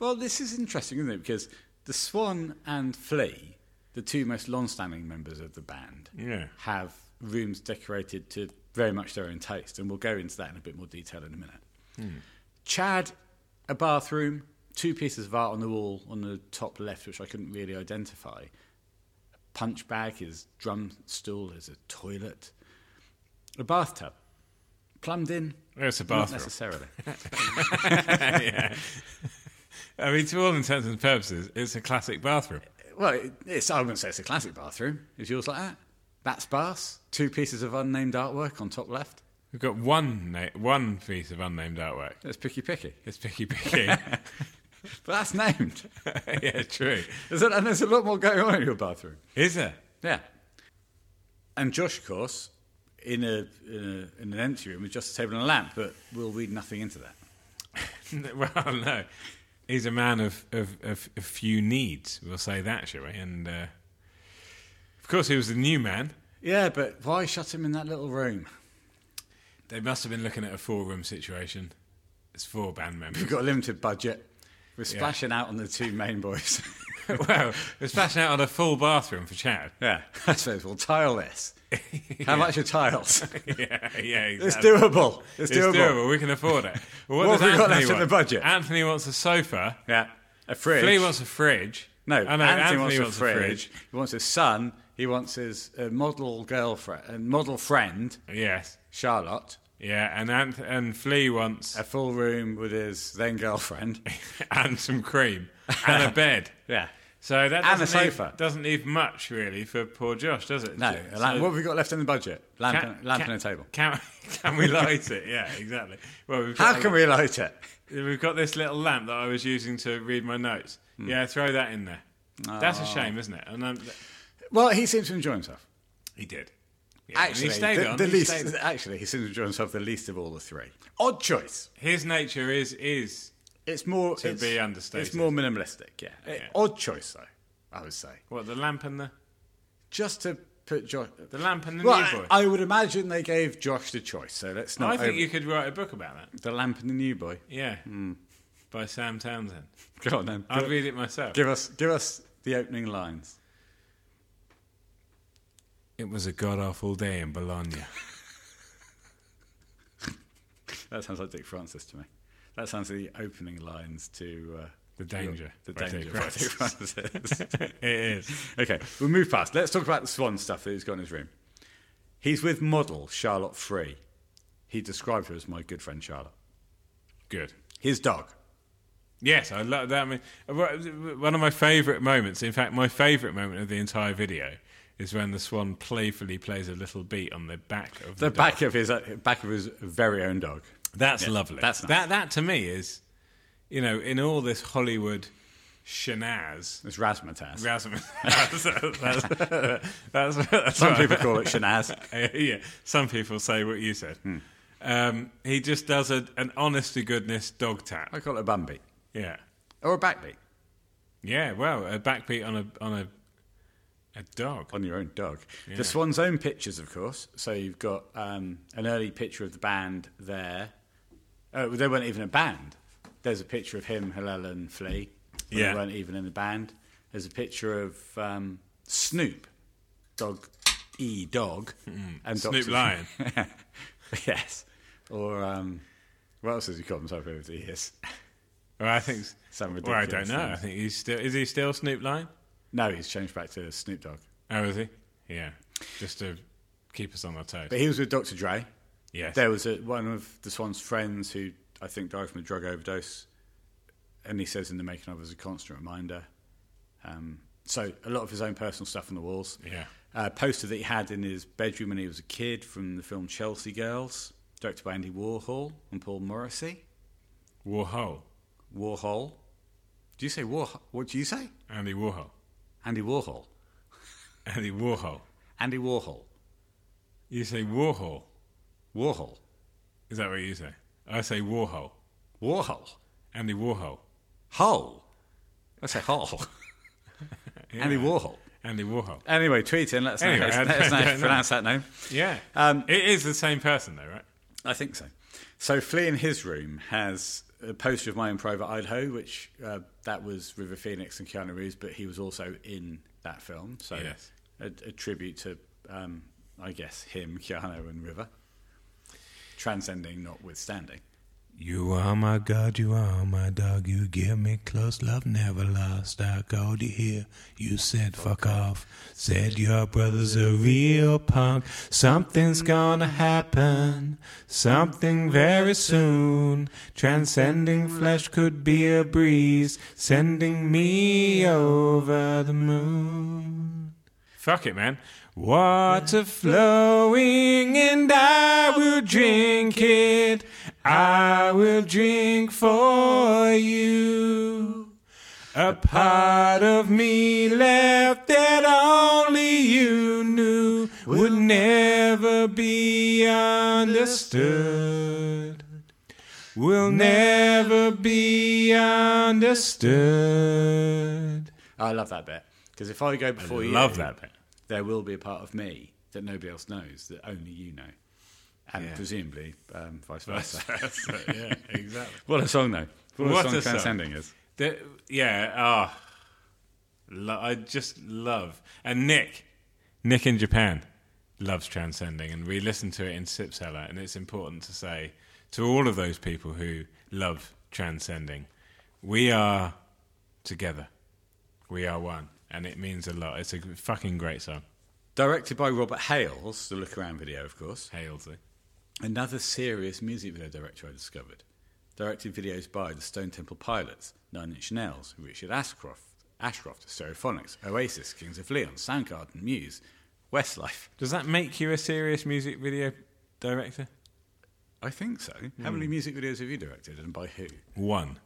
[SPEAKER 1] Well, this is interesting, isn't it? Because the Swan and Flea, the two most long-standing members of the band,
[SPEAKER 2] Yeah.
[SPEAKER 1] have rooms decorated to very much their own taste, and we'll go into that in a bit more detail in a minute.
[SPEAKER 2] Hmm.
[SPEAKER 1] Chad, a bathroom, two pieces of art on the wall on the top left, which I couldn't really identify. A punch bag, his drum stool, is a toilet, a bathtub, plumbed in.
[SPEAKER 2] It's a
[SPEAKER 1] Not
[SPEAKER 2] bathroom.
[SPEAKER 1] necessarily.
[SPEAKER 2] I mean, to all intents and purposes, it's a classic bathroom.
[SPEAKER 1] Well, it- it's, I wouldn't say it's a classic bathroom. Is yours like that? That's bars. Two pieces of unnamed artwork on top left.
[SPEAKER 2] We've got one na- one piece of unnamed artwork.
[SPEAKER 1] That's picky picky.
[SPEAKER 2] It's picky picky.
[SPEAKER 1] But that's named.
[SPEAKER 2] yeah, true.
[SPEAKER 1] There's a, and there's a lot more going on in your bathroom.
[SPEAKER 2] Is there?
[SPEAKER 1] Yeah. And Josh, of course, in, a, in, a, in an empty room with just a table and a lamp, but we'll read nothing into that.
[SPEAKER 2] well, no. He's a man of, of, of a few needs. We'll say that, shall we? And uh, of course, he was the new man.
[SPEAKER 1] Yeah, but why shut him in that little room?
[SPEAKER 2] They must have been looking at a four room situation. It's four band members.
[SPEAKER 1] We've got a limited budget. We're splashing out on the two main boys.
[SPEAKER 2] well, we're splashing out on a full bathroom for Chad.
[SPEAKER 1] yeah, I suppose we'll tile this. How much are tiles?
[SPEAKER 2] yeah, yeah, exactly.
[SPEAKER 1] It's doable. It's,
[SPEAKER 2] It's
[SPEAKER 1] doable.
[SPEAKER 2] doable. We can afford it. Well,
[SPEAKER 1] What
[SPEAKER 2] does
[SPEAKER 1] have we got
[SPEAKER 2] Anthony
[SPEAKER 1] left in the
[SPEAKER 2] want?
[SPEAKER 1] budget?
[SPEAKER 2] Anthony wants a sofa.
[SPEAKER 1] Yeah. A fridge.
[SPEAKER 2] Flea wants a fridge.
[SPEAKER 1] no,
[SPEAKER 2] Oh,
[SPEAKER 1] Anthony, wants, a, fridge. He wants his son. He wants his uh, model girlfriend, uh, model friend,
[SPEAKER 2] Yes.
[SPEAKER 1] Charlotte.
[SPEAKER 2] Yeah, and Anth- and Flea wants
[SPEAKER 1] A full room with his then girlfriend.
[SPEAKER 2] and some cream and a bed.
[SPEAKER 1] yeah.
[SPEAKER 2] So that
[SPEAKER 1] And a
[SPEAKER 2] doesn't leave-
[SPEAKER 1] sofa.
[SPEAKER 2] doesn't leave much really for poor Josh, does it?
[SPEAKER 1] No.
[SPEAKER 2] So-
[SPEAKER 1] a lamp- what have we got left in the budget? Lamp, and, lamp and a table.
[SPEAKER 2] Can, can we light it? Yeah, exactly. Well, we've got
[SPEAKER 1] How
[SPEAKER 2] a-
[SPEAKER 1] can we light it?
[SPEAKER 2] We've got this little lamp that I was using to read my notes.
[SPEAKER 1] Hmm.
[SPEAKER 2] Yeah, throw that in there. That's a
[SPEAKER 1] Oh.
[SPEAKER 2] shame, isn't it? And um, th-
[SPEAKER 1] Well, he seems to enjoy himself.
[SPEAKER 2] he did. Yeah, and
[SPEAKER 1] Actually,
[SPEAKER 2] he stayed
[SPEAKER 1] the,
[SPEAKER 2] on.
[SPEAKER 1] the
[SPEAKER 2] he
[SPEAKER 1] least.
[SPEAKER 2] stayed-
[SPEAKER 1] Actually, he seems to enjoy himself the least of all the three. Odd choice.
[SPEAKER 2] His nature is is
[SPEAKER 1] It's more to
[SPEAKER 2] be understated.
[SPEAKER 1] It's more minimalistic. Yeah. Eh,
[SPEAKER 2] Yeah.
[SPEAKER 1] Odd choice, though. I would say.
[SPEAKER 2] what the lamp and the
[SPEAKER 1] just to put Josh.
[SPEAKER 2] the lamp and the
[SPEAKER 1] Well,
[SPEAKER 2] new boy. I,
[SPEAKER 1] I, I would imagine they gave Josh the choice, so let's not.
[SPEAKER 2] think
[SPEAKER 1] over- Hmm.
[SPEAKER 2] you could write a book about that.
[SPEAKER 1] the lamp and the new boy.
[SPEAKER 2] Yeah, by Sam Townsend.
[SPEAKER 1] Go on then.
[SPEAKER 2] I'd
[SPEAKER 1] Give,
[SPEAKER 2] read it myself.
[SPEAKER 1] give us give us the opening lines.
[SPEAKER 2] It was a god awful day in Bologna.
[SPEAKER 1] That sounds like Dick Francis to me. That sounds like the opening lines to uh,
[SPEAKER 2] The Danger
[SPEAKER 1] The
[SPEAKER 2] by
[SPEAKER 1] danger.
[SPEAKER 2] Dick
[SPEAKER 1] by Dick Francis.
[SPEAKER 2] it is.
[SPEAKER 1] okay, we'll move past. Let's talk about the Swan stuff that he's got in his room. He's with model Charlotte Free. He described her as my good friend Charlotte.
[SPEAKER 2] Good.
[SPEAKER 1] His dog.
[SPEAKER 2] Yes, I love that. I mean, one of my favourite moments, in fact, my favourite moment of the entire video, is when the swan playfully plays a little beat on the back of the,
[SPEAKER 1] The
[SPEAKER 2] dog.
[SPEAKER 1] back of his uh, back of his very own dog.
[SPEAKER 2] That's
[SPEAKER 1] Yeah,
[SPEAKER 2] lovely.
[SPEAKER 1] that's nice.
[SPEAKER 2] That, that to me is, you know, in all this Hollywood shenaz,
[SPEAKER 1] It's Razzmatazz.
[SPEAKER 2] Rasmus, that's, that's, that's, that's
[SPEAKER 1] Some
[SPEAKER 2] what-
[SPEAKER 1] people call it Hmm. Shanaz.
[SPEAKER 2] yeah, some people say what you said. Um, he just does a, an honest to goodness dog tap.
[SPEAKER 1] I call it a bum beat
[SPEAKER 2] Yeah,
[SPEAKER 1] or a backbeat
[SPEAKER 2] yeah. Well, a backbeat on a on a a dog.
[SPEAKER 1] on your own dog. The Swan's own pictures, of course. So you've got um, an early picture of the band there. Oh, they weren't even a band. There's a picture of him, Hillel, and Flea. when
[SPEAKER 2] Yeah.
[SPEAKER 1] They weren't even in the band. There's a picture of um, Snoop, dog e dog and
[SPEAKER 2] Snoop
[SPEAKER 1] Dr.
[SPEAKER 2] Lion.
[SPEAKER 1] yes, or um, what else does he call himself over the years?
[SPEAKER 2] Well, I think.
[SPEAKER 1] Some
[SPEAKER 2] Well, I
[SPEAKER 1] ridiculous
[SPEAKER 2] don't know.
[SPEAKER 1] thing.
[SPEAKER 2] I think he's still. Is he still Snoop Lion?
[SPEAKER 1] No, he's changed back to Snoop Dogg.
[SPEAKER 2] Oh, is he? Yeah. Just to keep us on our toes.
[SPEAKER 1] But he was with Dr. Dre.
[SPEAKER 2] Yes.
[SPEAKER 1] There was a, one of the Swan's friends who I think died from a drug overdose, and he says in the making of as a constant reminder. Um, so a lot of his own personal stuff on the walls.
[SPEAKER 2] Yeah.
[SPEAKER 1] A poster that he had in his bedroom when he was a kid from the film Chelsea Girls, directed by Andy Warhol and Paul Morrissey.
[SPEAKER 2] Warhol.
[SPEAKER 1] Warhol. Do you say Warhol? What do you say?
[SPEAKER 2] Andy Warhol.
[SPEAKER 1] Andy Warhol.
[SPEAKER 2] Andy Warhol.
[SPEAKER 1] Andy Warhol.
[SPEAKER 2] You say Warhol.
[SPEAKER 1] Warhol.
[SPEAKER 2] Is that what you say? I say Warhol.
[SPEAKER 1] Warhol.
[SPEAKER 2] Andy Warhol.
[SPEAKER 1] Hole. I say hole.
[SPEAKER 2] Yeah.
[SPEAKER 1] Andy Warhol.
[SPEAKER 2] Andy Warhol.
[SPEAKER 1] Anyway, tweet in. Let us know,
[SPEAKER 2] Anyway,
[SPEAKER 1] how,
[SPEAKER 2] I
[SPEAKER 1] let us know how
[SPEAKER 2] don't
[SPEAKER 1] you
[SPEAKER 2] know.
[SPEAKER 1] pronounce that name.
[SPEAKER 2] Yeah.
[SPEAKER 1] Um,
[SPEAKER 2] it is the same person, though, right?
[SPEAKER 1] I think so. So, Flea in His Room has a poster of My Own Private Idaho, which uh, that was River Phoenix and Keanu Reeves, but he was also in that film. So,
[SPEAKER 2] Yes.
[SPEAKER 1] a, a tribute to, um, I guess, him, Keanu, and River. Transcending, notwithstanding.
[SPEAKER 2] You are my God, you are my dog. You give me close love, never lost. I called you here, you said fuck off. Said your brother's a real punk. Something's gonna happen, something very soon. Transcending flesh could be a breeze, sending me over the moon. Fuck it, man. Water flowing, and I will drink it. I will drink for you. A part of me left that only you knew would never be understood. Will never be understood.
[SPEAKER 1] I love that bit. Because if I go before you.
[SPEAKER 2] love that bit.
[SPEAKER 1] There will be a part of me that nobody else knows, that only you know. And presumably, um, vice versa.
[SPEAKER 2] yeah, exactly.
[SPEAKER 1] What a song, though. What,
[SPEAKER 2] What
[SPEAKER 1] a song
[SPEAKER 2] a song.
[SPEAKER 1] Transcending is.
[SPEAKER 2] The, yeah, ah, lo- I just love and Nick, Nick in Japan, loves transcending, and we listen to it in Sip Cellar, and it's important to say to all of those people who love transcending, we are together, we are one, and it means a lot. It's a fucking great song,
[SPEAKER 1] Directed by Robert Hales, the Look Around video, of course.
[SPEAKER 2] Halesy.
[SPEAKER 1] Another serious music video director I discovered. Directed videos by the Stone Temple Pilots, Nine Inch Nails, Richard Ashcroft, Ashcroft, Stereophonics, Oasis, Kings of Leon, Soundgarden, Muse, Westlife.
[SPEAKER 2] Does that make you a serious music video director?
[SPEAKER 1] I think so. How many music videos have you directed, and by who?
[SPEAKER 2] One,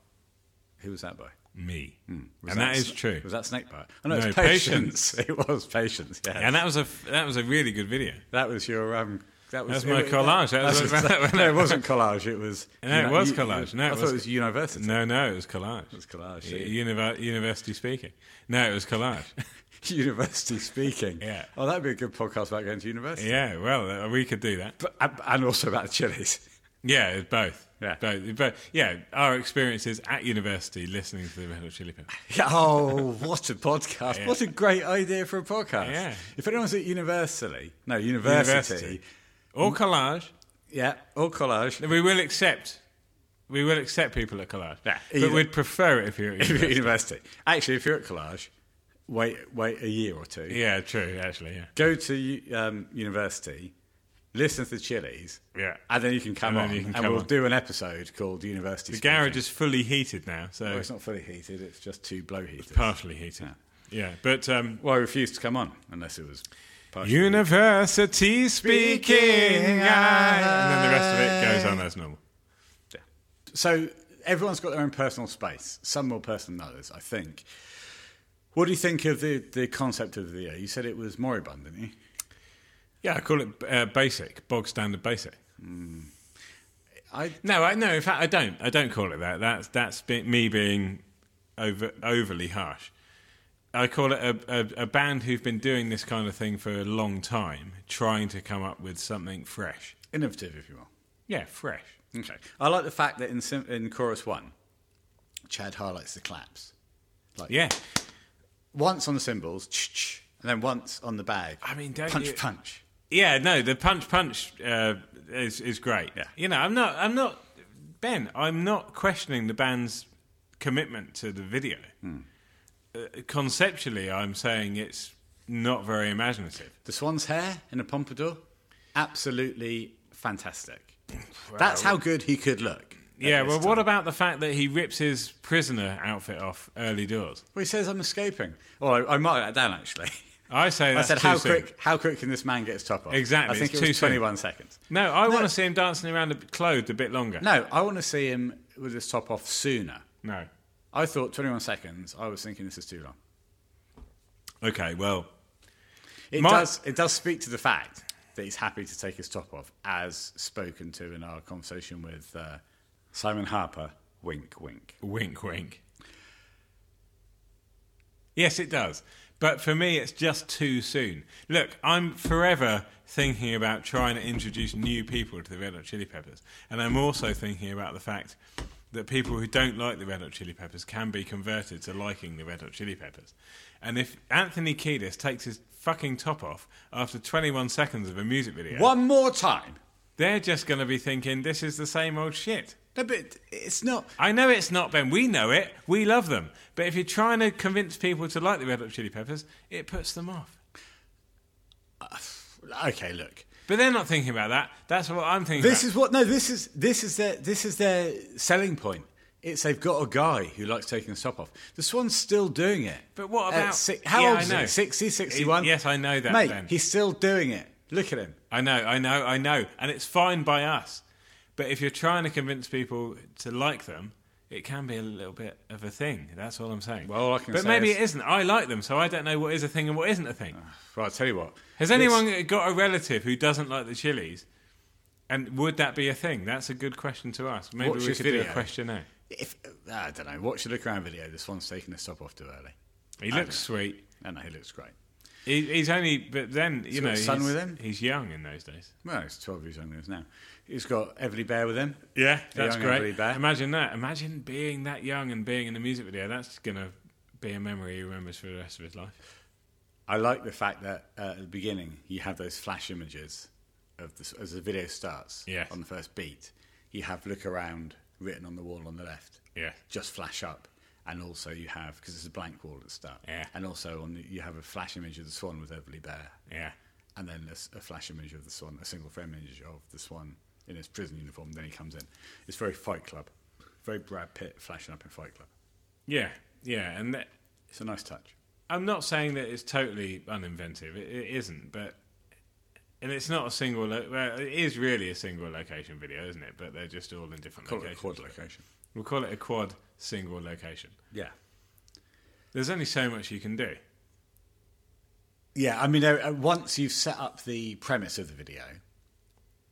[SPEAKER 1] Who was that by?
[SPEAKER 2] me,
[SPEAKER 1] Was
[SPEAKER 2] and that is
[SPEAKER 1] Sna-
[SPEAKER 2] true.
[SPEAKER 1] Was that Snakebite? Oh, no, it was
[SPEAKER 2] No,
[SPEAKER 1] Patience. it was Patience. Yeah,
[SPEAKER 2] and that was a f- that was a really good video.
[SPEAKER 1] that was your um. That was
[SPEAKER 2] That's my collage. That was-
[SPEAKER 1] that's-
[SPEAKER 2] that-
[SPEAKER 1] no, it wasn't collage. It was.
[SPEAKER 2] No, it
[SPEAKER 1] uni-
[SPEAKER 2] was
[SPEAKER 1] u-
[SPEAKER 2] collage. No,
[SPEAKER 1] I
[SPEAKER 2] it
[SPEAKER 1] thought
[SPEAKER 2] was-
[SPEAKER 1] it was university.
[SPEAKER 2] No, no, it was collage. It
[SPEAKER 1] was collage,
[SPEAKER 2] U-
[SPEAKER 1] yeah.
[SPEAKER 2] Uh, univer- university speaking. No, it was collage.
[SPEAKER 1] university speaking.
[SPEAKER 2] Yeah.
[SPEAKER 1] Oh, that'd be a good podcast about going to university.
[SPEAKER 2] yeah, well, uh, we could do that.
[SPEAKER 1] But, and- and also about the chilies.
[SPEAKER 2] Yeah, it was both.
[SPEAKER 1] Yeah.
[SPEAKER 2] both. But yeah, our experiences at university listening to the Red Hot Chili Peppers.
[SPEAKER 1] oh, what a podcast.
[SPEAKER 2] Yeah.
[SPEAKER 1] What a great idea for a podcast.
[SPEAKER 2] Yeah.
[SPEAKER 1] If anyone's at university, no, university,
[SPEAKER 2] University. Or collage.
[SPEAKER 1] yeah, or collage,
[SPEAKER 2] We will accept. We will accept people at collage.
[SPEAKER 1] Yeah,
[SPEAKER 2] but
[SPEAKER 1] either-
[SPEAKER 2] we'd prefer it if you're. At
[SPEAKER 1] if you're at
[SPEAKER 2] university.
[SPEAKER 1] university. Actually, if you're at collage, wait, wait a year or two.
[SPEAKER 2] yeah, true. Actually, yeah.
[SPEAKER 1] Go to um, university, listen to the chilies,
[SPEAKER 2] Yeah.
[SPEAKER 1] and then you can come
[SPEAKER 2] And then
[SPEAKER 1] on
[SPEAKER 2] you can
[SPEAKER 1] and
[SPEAKER 2] come
[SPEAKER 1] we'll
[SPEAKER 2] on.
[SPEAKER 1] do an episode called University
[SPEAKER 2] The
[SPEAKER 1] Speaking.
[SPEAKER 2] garage is fully heated now, so
[SPEAKER 1] Well, it's not fully heated, it's just two blow heaters.
[SPEAKER 2] partially heated. Yeah, but um,
[SPEAKER 1] Well, I refused to come on unless it was. partially-
[SPEAKER 2] University speaking, I, and then the rest of it goes on as normal.
[SPEAKER 1] So everyone's got their own personal space, some more personal than others, I think. What do you think of the, the concept of the year? You said it was moribund, didn't you?
[SPEAKER 2] Yeah, I call it uh, basic, bog standard basic.
[SPEAKER 1] I
[SPEAKER 2] No, I no. In fact, I don't. I don't call it that. That's that's be, me being over, overly harsh. I call it a, a, a band who've been doing this kind of thing for a long time, trying to come up with something fresh.
[SPEAKER 1] innovative, if you will.
[SPEAKER 2] Yeah, fresh.
[SPEAKER 1] Okay. I like the fact that in sim- in chorus one, Chad highlights the claps
[SPEAKER 2] Yeah,
[SPEAKER 1] once on the cymbals, ch-ch, And then once on the bag.
[SPEAKER 2] I mean, don't
[SPEAKER 1] punch,
[SPEAKER 2] you-
[SPEAKER 1] punch.
[SPEAKER 2] Yeah, no, the punch punch uh, is is great.
[SPEAKER 1] Yeah.
[SPEAKER 2] You know, I'm not I'm not Ben, I'm not questioning the band's commitment to the video.
[SPEAKER 1] Hmm.
[SPEAKER 2] Uh, conceptually, I'm saying it's not very imaginative.
[SPEAKER 1] The swan's hair in a pompadour, absolutely fantastic. That's how good he could look. at
[SPEAKER 2] yeah,
[SPEAKER 1] this
[SPEAKER 2] well, what
[SPEAKER 1] time.
[SPEAKER 2] about the fact that he rips his prisoner outfit off early doors?
[SPEAKER 1] Well, he says I'm escaping. Or I, I marked that down actually.
[SPEAKER 2] I say
[SPEAKER 1] I
[SPEAKER 2] that's
[SPEAKER 1] said,
[SPEAKER 2] too
[SPEAKER 1] how
[SPEAKER 2] soon.
[SPEAKER 1] quick? How quick can this man get his top off?
[SPEAKER 2] Exactly,
[SPEAKER 1] I think
[SPEAKER 2] it's
[SPEAKER 1] it
[SPEAKER 2] too
[SPEAKER 1] was
[SPEAKER 2] soon.
[SPEAKER 1] 21 seconds.
[SPEAKER 2] No, I want to see him dancing around a bit clothed a bit longer.
[SPEAKER 1] No, I want to see him with his top off sooner.
[SPEAKER 2] No.
[SPEAKER 1] I thought 21 seconds. I was thinking this is too long.
[SPEAKER 2] Okay, well,
[SPEAKER 1] It
[SPEAKER 2] My-
[SPEAKER 1] does. It does speak to the fact that he's happy to take his top off, as spoken to in our conversation with uh, Simon Harper. Wink, wink.
[SPEAKER 2] Wink, wink. Yes, it does. But for me, it's just too soon. Look, I'm forever thinking about trying to introduce new people to the Red Hot Chili Peppers. And I'm also thinking about the fact that people who don't like the Red Hot Chili Peppers can be converted to liking the Red Hot Chili Peppers. And if Anthony Kiedis takes his fucking top off after 21 seconds of a music video,
[SPEAKER 1] One more time.
[SPEAKER 2] they're just going to be thinking, this is the same old shit.
[SPEAKER 1] No, but it's not.
[SPEAKER 2] I know it's not Ben. We know it. We love them. But if you're trying to convince people to like the Red Hot Chili Peppers, it puts them off.
[SPEAKER 1] Okay, look.
[SPEAKER 2] But they're not thinking about that. That's what I'm thinking.
[SPEAKER 1] This
[SPEAKER 2] about.
[SPEAKER 1] is what. No, this is this is their this is their selling point. It's they've got a guy who likes taking his top off. The Swan's still doing it.
[SPEAKER 2] But what
[SPEAKER 1] At
[SPEAKER 2] about-
[SPEAKER 1] si- how
[SPEAKER 2] Yeah,
[SPEAKER 1] old
[SPEAKER 2] I
[SPEAKER 1] is
[SPEAKER 2] know.
[SPEAKER 1] he? 60, 61?
[SPEAKER 2] He- yes, I know that,
[SPEAKER 1] Mate,
[SPEAKER 2] Ben.
[SPEAKER 1] he's still doing it. Look at him.
[SPEAKER 2] I know, I know, I know, and it's fine by us. But if you're trying to convince people to like them, it can be a little bit of a thing. That's all I'm saying.
[SPEAKER 1] Well, all I can
[SPEAKER 2] but
[SPEAKER 1] say
[SPEAKER 2] maybe
[SPEAKER 1] is-
[SPEAKER 2] it isn't. I like them, so I don't know what is a thing and what isn't a thing.
[SPEAKER 1] Well, I'll tell you what.
[SPEAKER 2] Has
[SPEAKER 1] Let's-
[SPEAKER 2] anyone got a relative who doesn't like the chilies? And would that be a thing? That's a good question to ask. Maybe
[SPEAKER 1] Watch
[SPEAKER 2] we
[SPEAKER 1] this
[SPEAKER 2] could do
[SPEAKER 1] video.
[SPEAKER 2] a questionnaire.
[SPEAKER 1] If I don't know, watch the look around video. This one's taking his top off too early.
[SPEAKER 2] He looks sweet.
[SPEAKER 1] I know he looks great.
[SPEAKER 2] He, he's only, but then you
[SPEAKER 1] He's got
[SPEAKER 2] know,
[SPEAKER 1] his son
[SPEAKER 2] he's-
[SPEAKER 1] with him?
[SPEAKER 2] He's young in those days.
[SPEAKER 1] Well, he's twelve years younger than us now. He's got Everly Bear with him.
[SPEAKER 2] Yeah, that's
[SPEAKER 1] young
[SPEAKER 2] great.
[SPEAKER 1] Everly Bear.
[SPEAKER 2] Imagine that. Imagine being that young and being in a music video. That's gonna be a memory he remembers for the rest of his life.
[SPEAKER 1] I like the fact that uh, at the beginning you have those flash images of the, as the video starts.
[SPEAKER 2] Yes.
[SPEAKER 1] On the first beat, you have "Look Around" written on the wall on the left.
[SPEAKER 2] Yeah.
[SPEAKER 1] Just flash up, and also you have because it's a blank wall at the start.
[SPEAKER 2] Yeah.
[SPEAKER 1] And also on the, you have a flash image of the swan with Everly Bear.
[SPEAKER 2] Yeah,
[SPEAKER 1] and then a s- a, flash image of the swan, a single frame image of the swan in his prison uniform. Then he comes in. It's very Fight Club, very Brad Pitt flashing up in Fight Club.
[SPEAKER 2] yeah, yeah. And that,
[SPEAKER 1] It's a nice touch.
[SPEAKER 2] I'm not saying that it's totally uninventive. It, it isn't, but and it's not a single. Lo- well, it is really a single location video, isn't it? But they're just all in different
[SPEAKER 1] Call it a
[SPEAKER 2] locations.
[SPEAKER 1] quad location.
[SPEAKER 2] We'll call it a quad single location.
[SPEAKER 1] Yeah,
[SPEAKER 2] There's only so much you can do.
[SPEAKER 1] yeah. I mean, uh, uh, once you've set up the premise of the video,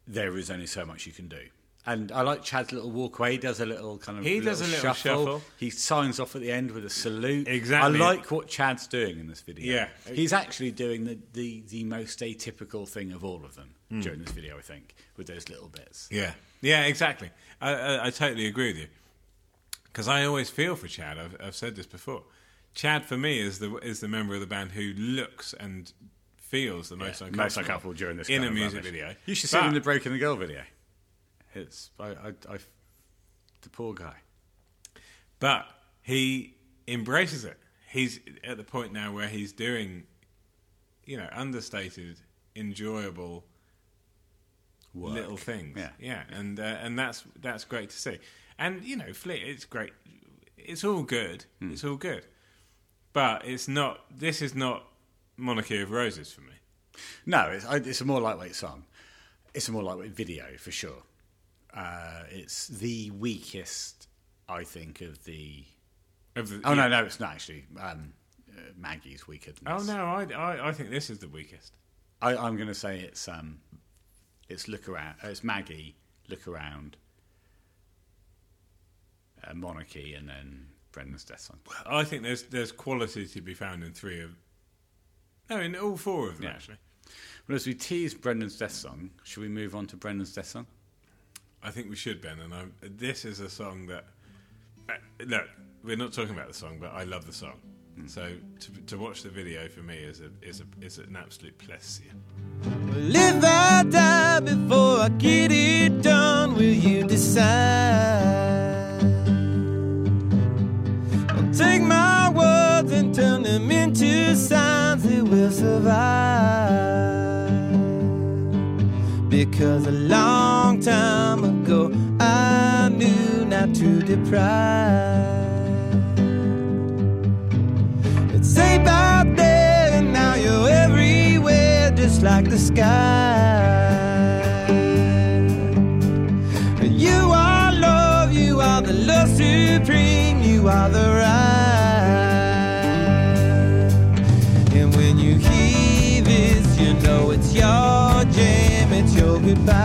[SPEAKER 1] there is only so much you can do. And I like Chad's little walkway. He does a little kind of
[SPEAKER 2] He does a little shuffle.
[SPEAKER 1] He signs off at the end with a salute.
[SPEAKER 2] Exactly.
[SPEAKER 1] I like what Chad's doing in this video.
[SPEAKER 2] Yeah.
[SPEAKER 1] he's actually doing the, the, the most atypical thing of all of them
[SPEAKER 2] Hmm.
[SPEAKER 1] during this video. I think with those little bits.
[SPEAKER 2] Yeah, yeah, exactly. I, I, I totally agree with you because I always feel for Chad. I've, I've said this before. Chad for me is the is the member of the band who looks and feels the most uncomfortable,
[SPEAKER 1] most uncomfortable during this
[SPEAKER 2] in
[SPEAKER 1] kind
[SPEAKER 2] a
[SPEAKER 1] of
[SPEAKER 2] music
[SPEAKER 1] rubbish.
[SPEAKER 2] video.
[SPEAKER 1] You should see
[SPEAKER 2] But-
[SPEAKER 1] him in the Broken the Girl video. It's I, I, I, the poor guy.
[SPEAKER 2] But he embraces it. He's at the point now where he's doing, you know, understated, enjoyable
[SPEAKER 1] Work.
[SPEAKER 2] little things.
[SPEAKER 1] Yeah.
[SPEAKER 2] yeah, and uh, and that's that's great to see. And you know, Fleet, it's great. It's all good.
[SPEAKER 1] Hmm.
[SPEAKER 2] It's all good. But it's not. This is not Monarchy of Roses for me.
[SPEAKER 1] No, it's, I, it's a more lightweight song. It's a more lightweight video for sure. Uh, it's the weakest, I think, of the.
[SPEAKER 2] Of the,
[SPEAKER 1] Oh no,
[SPEAKER 2] yeah.
[SPEAKER 1] no, it's not actually. Um, uh, Maggie's weaker than
[SPEAKER 2] Oh
[SPEAKER 1] this.
[SPEAKER 2] no! I, I I think this is the weakest.
[SPEAKER 1] I, I'm going to say it's um, it's look around. uh, It's Maggie, look around, uh, monarchy, and then Brendan's death song.
[SPEAKER 2] I think there's there's quality to be found in three of. No, in all four of them
[SPEAKER 1] Yeah.
[SPEAKER 2] actually.
[SPEAKER 1] Well, as we tease Brendan's death song, should we move on to Brendan's death song?
[SPEAKER 2] I think we should, Ben. And I'm, this is a song that. Uh, look, we're not talking about the song, but I love the song.
[SPEAKER 1] Mm.
[SPEAKER 2] So to, to watch the video for me is a is a is an absolute pleasure.
[SPEAKER 4] Well, if I die before I get it done, will you decide? I'll take my words and turn them into signs that will survive. Because a long time ago, I knew not to deprive. It's safe out there, and now you're everywhere, just like the sky. You are love, you are the love supreme, you are the right. And when you hear this, you know it's your jam, it's your goodbye.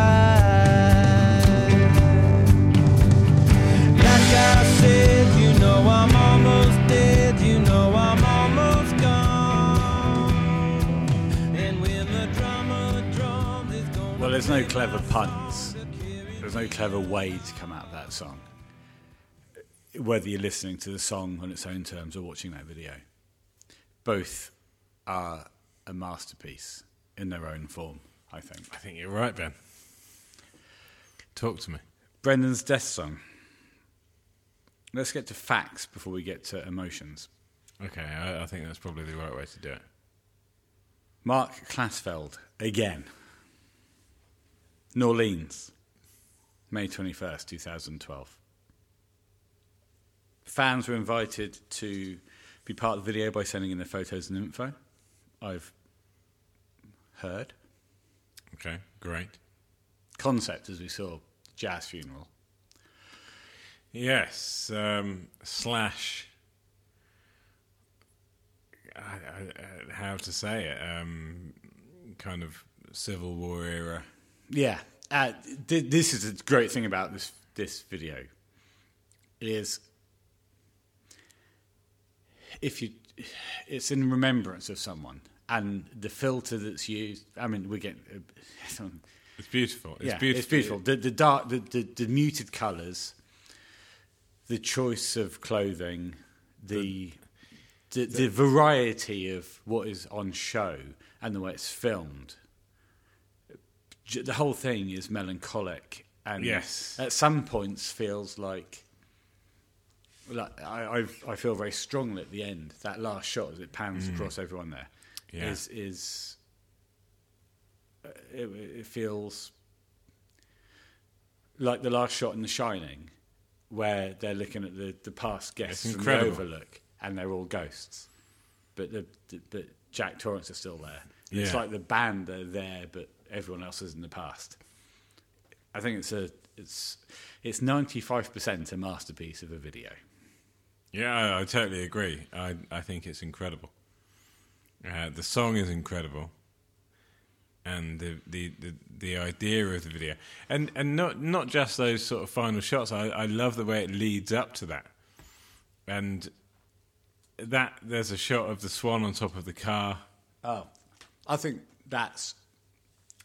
[SPEAKER 4] Like I said, you know I'm almost dead, you know I'm almost gone. And when the drama drums is gonna
[SPEAKER 1] Well, there's no clever puns. There's no clever way to come out of that song. Whether you're listening to the song on its own terms or watching that video, both are a masterpiece in their own form, I think.
[SPEAKER 2] I think you're right, Ben. Talk to me.
[SPEAKER 1] Brendan's death song. Let's get to facts before we get to emotions.
[SPEAKER 2] Okay, I, I think that's probably the right way to do it.
[SPEAKER 1] Mark Klasfeld again. New Orleans, May 21st, 2012. Fans were invited to be part of the video by sending in their photos and info. I've heard.
[SPEAKER 2] Okay, great.
[SPEAKER 1] Concept, as we saw, jazz funeral.
[SPEAKER 2] Yes, um, slash. I, I, I- how to say it? Um, kind of Civil War era.
[SPEAKER 1] Yeah, uh, th- this is the great thing about this this video is if you it's in remembrance of someone and the filter that's used. I mean, we get uh, it's, on,
[SPEAKER 2] It's beautiful. It's
[SPEAKER 1] yeah,
[SPEAKER 2] beautiful.
[SPEAKER 1] It's beautiful. The, the dark, the, the, the muted colours, the choice of clothing, the the, the, variety of what is on show and the way it's filmed. J- The whole thing is melancholic, and
[SPEAKER 2] Yes.
[SPEAKER 1] at some points feels like. Like, I, I've, I feel very strongly at the end. That last shot as it pans across everyone there is
[SPEAKER 2] Mm. Yeah.
[SPEAKER 1] is uh, it, it feels like the last shot in The Shining, where they're looking at the, the past guests
[SPEAKER 2] It's
[SPEAKER 1] from the
[SPEAKER 2] incredible.
[SPEAKER 1] Overlook, and they're all ghosts. But the, the but Jack Torrance is still there. It's
[SPEAKER 2] Yeah.
[SPEAKER 1] like the band are there, but everyone else is in the past. I think it's a it's it's ninety five percent a masterpiece of a video.
[SPEAKER 2] Yeah, I, I totally agree. I, I think it's incredible. Uh, the song is incredible, and the, the, the, the idea of the video, and and not not just those sort of final shots. I, I love the way it leads up to that, and that there's a shot of the swan on top of the car.
[SPEAKER 1] Oh, I think that's uh,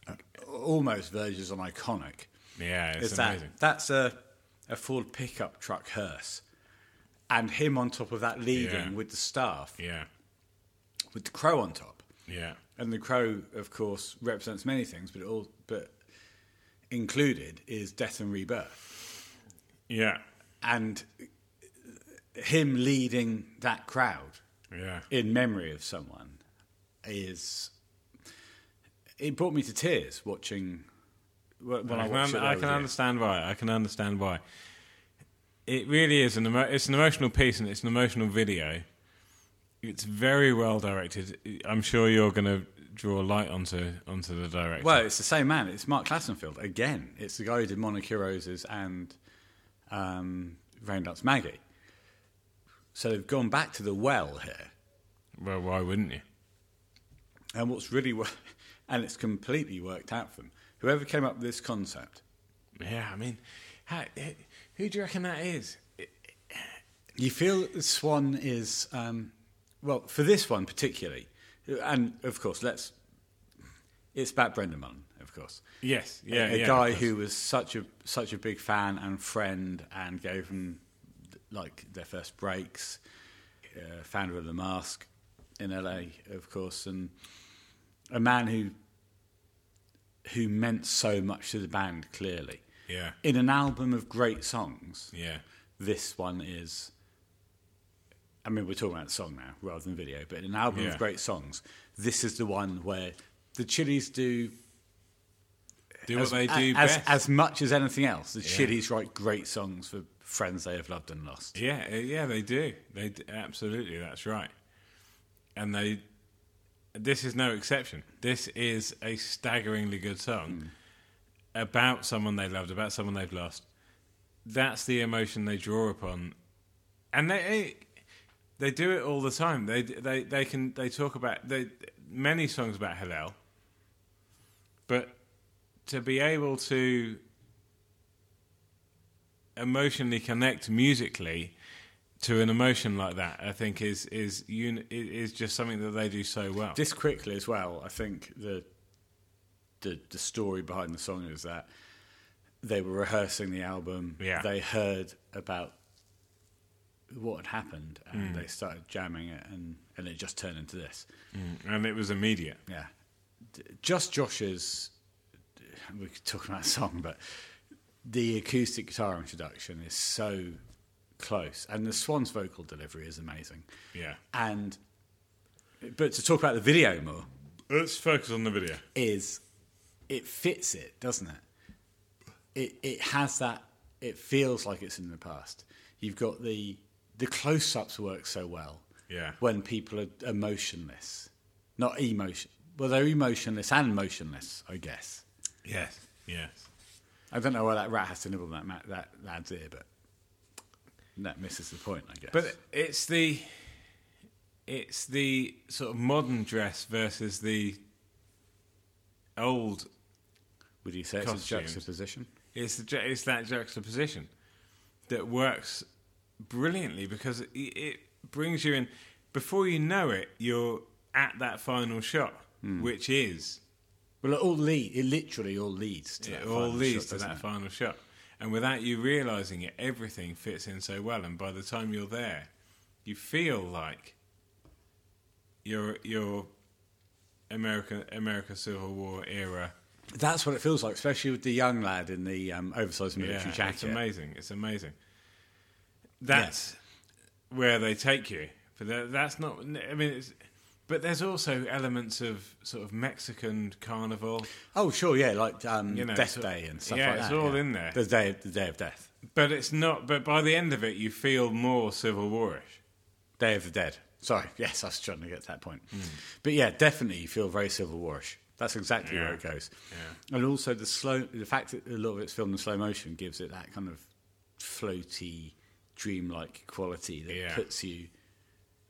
[SPEAKER 1] almost verges on iconic.
[SPEAKER 2] Yeah, it's
[SPEAKER 1] It's
[SPEAKER 2] amazing.
[SPEAKER 1] that that's a a Ford pickup truck hearse, and him on top of that leading
[SPEAKER 2] Yeah.
[SPEAKER 1] with the staff
[SPEAKER 2] Yeah,
[SPEAKER 1] with the crow on top,
[SPEAKER 2] yeah,
[SPEAKER 1] and the crow, of course, represents many things, but it all but included is death and rebirth,
[SPEAKER 2] yeah,
[SPEAKER 1] and him leading that crowd
[SPEAKER 2] yeah.
[SPEAKER 1] in memory of someone is it brought me to tears watching when I,
[SPEAKER 2] I can,
[SPEAKER 1] watched
[SPEAKER 2] un-
[SPEAKER 1] it. the
[SPEAKER 2] I can
[SPEAKER 1] other day.
[SPEAKER 2] understand why. I can understand why. It really is an emo- it's an emotional piece and it's an emotional video. It's very well directed. I'm sure you're going to draw light onto onto the director.
[SPEAKER 1] Well, it's the same man. It's Mark Klassenfeld again. It's the guy who did Monica Roses and um, Raindrops Maggie. So they've gone back to the well here.
[SPEAKER 2] well, why wouldn't you?
[SPEAKER 1] And what's really, wor- and it's completely worked out for them. Whoever came up with this concept,
[SPEAKER 2] Yeah, I mean, how, eh, who do you reckon that is?
[SPEAKER 1] you feel that the Swan is, um, well, for this one particularly, and of course, let's, it's about Brendan Mullen, of course.
[SPEAKER 2] Yes, yeah,
[SPEAKER 1] a
[SPEAKER 2] yeah,
[SPEAKER 1] guy
[SPEAKER 2] of course.
[SPEAKER 1] who was such a such a big fan and friend and gave them like their first breaks uh, founder of the Mask in LA, of course, and a man who who meant so much to the band. Clearly,
[SPEAKER 2] Yeah.
[SPEAKER 1] in an album of great songs,
[SPEAKER 2] Yeah.
[SPEAKER 1] this one is. I mean, we're talking about the song now rather than video, but in an album
[SPEAKER 2] Yeah.
[SPEAKER 1] of great songs, this is the one where the Chili's do
[SPEAKER 2] Do what they
[SPEAKER 1] as,
[SPEAKER 2] do best.
[SPEAKER 1] as much as anything else. The Chili's write great songs for friends they have loved and lost.
[SPEAKER 2] Yeah, uh, yeah, they do. They d- absolutely. That's right. And they, this is no exception. This is a staggeringly good song about someone they loved, about someone they've lost. That's the emotion they draw upon, and they eh, they do it all the time. They they they can they talk about they many songs about Hillel, but to be able to emotionally connect musically to an emotion like that, I think is is uni- i- is just something that they do so well.
[SPEAKER 1] Just quickly as well, I think the the the story behind the song is that they were rehearsing the album.
[SPEAKER 2] Yeah.
[SPEAKER 1] They heard about what had happened
[SPEAKER 2] Hmm.
[SPEAKER 1] and they started jamming it and, and it just turned into this.
[SPEAKER 2] and it was immediate.
[SPEAKER 1] Yeah. D- Just Josh's we could talk about a song, but the acoustic guitar introduction is so close. And the Swans vocal delivery is amazing.
[SPEAKER 2] Yeah.
[SPEAKER 1] And but to talk about the video more
[SPEAKER 2] Let's focus on the video.
[SPEAKER 1] is it fits it, doesn't it? It it has that. It feels like it's in the past. You've got the the close ups work so well.
[SPEAKER 2] Yeah.
[SPEAKER 1] When people are emotionless, not emotion. Well, they're emotionless and motionless, I guess.
[SPEAKER 2] Yes. Yes.
[SPEAKER 1] I don't know why that rat has to nibble that ma- that lad's ear, but that misses the point, I guess.
[SPEAKER 2] But it's the it's the sort of modern dress versus the old.
[SPEAKER 1] would you say it's a
[SPEAKER 2] Costumes.
[SPEAKER 1] juxtaposition?
[SPEAKER 2] It's the, ju- it's that juxtaposition that works brilliantly because it, it brings you in. Before you know it, you're at that final shot,
[SPEAKER 1] Hmm.
[SPEAKER 2] which is
[SPEAKER 1] Well, it all lead. It literally all leads to
[SPEAKER 2] it
[SPEAKER 1] that
[SPEAKER 2] all
[SPEAKER 1] final
[SPEAKER 2] leads
[SPEAKER 1] shot,
[SPEAKER 2] to
[SPEAKER 1] doesn't
[SPEAKER 2] that
[SPEAKER 1] it?
[SPEAKER 2] final shot. And without you realizing it, everything fits in so well. And by the time you're there, you feel like you're you're America America Civil War era.
[SPEAKER 1] That's what it feels like, especially with the young lad in the um, oversized military
[SPEAKER 2] Yeah, it's
[SPEAKER 1] jacket.
[SPEAKER 2] amazing. It's amazing. That's where they take you, but that, that's not. I mean, it's, but there's also elements of sort of Mexican carnival.
[SPEAKER 1] Oh, sure, yeah, like um,
[SPEAKER 2] You know,
[SPEAKER 1] Death
[SPEAKER 2] so-
[SPEAKER 1] Day and stuff
[SPEAKER 2] yeah,
[SPEAKER 1] like
[SPEAKER 2] it's
[SPEAKER 1] that.
[SPEAKER 2] all in there.
[SPEAKER 1] The day, the day of death,
[SPEAKER 2] But it's not. But by the end of it, you feel more Civil Warish.
[SPEAKER 1] Day of the Dead. Sorry, yes, I was trying to get to that point. But yeah, definitely, you feel very Civil Warish. That's exactly
[SPEAKER 2] Yeah.
[SPEAKER 1] where it goes.
[SPEAKER 2] Yeah.
[SPEAKER 1] And also the slow, the fact that a lot of it's filmed in slow motion gives it that kind of floaty, dreamlike quality that
[SPEAKER 2] Yeah.
[SPEAKER 1] puts you.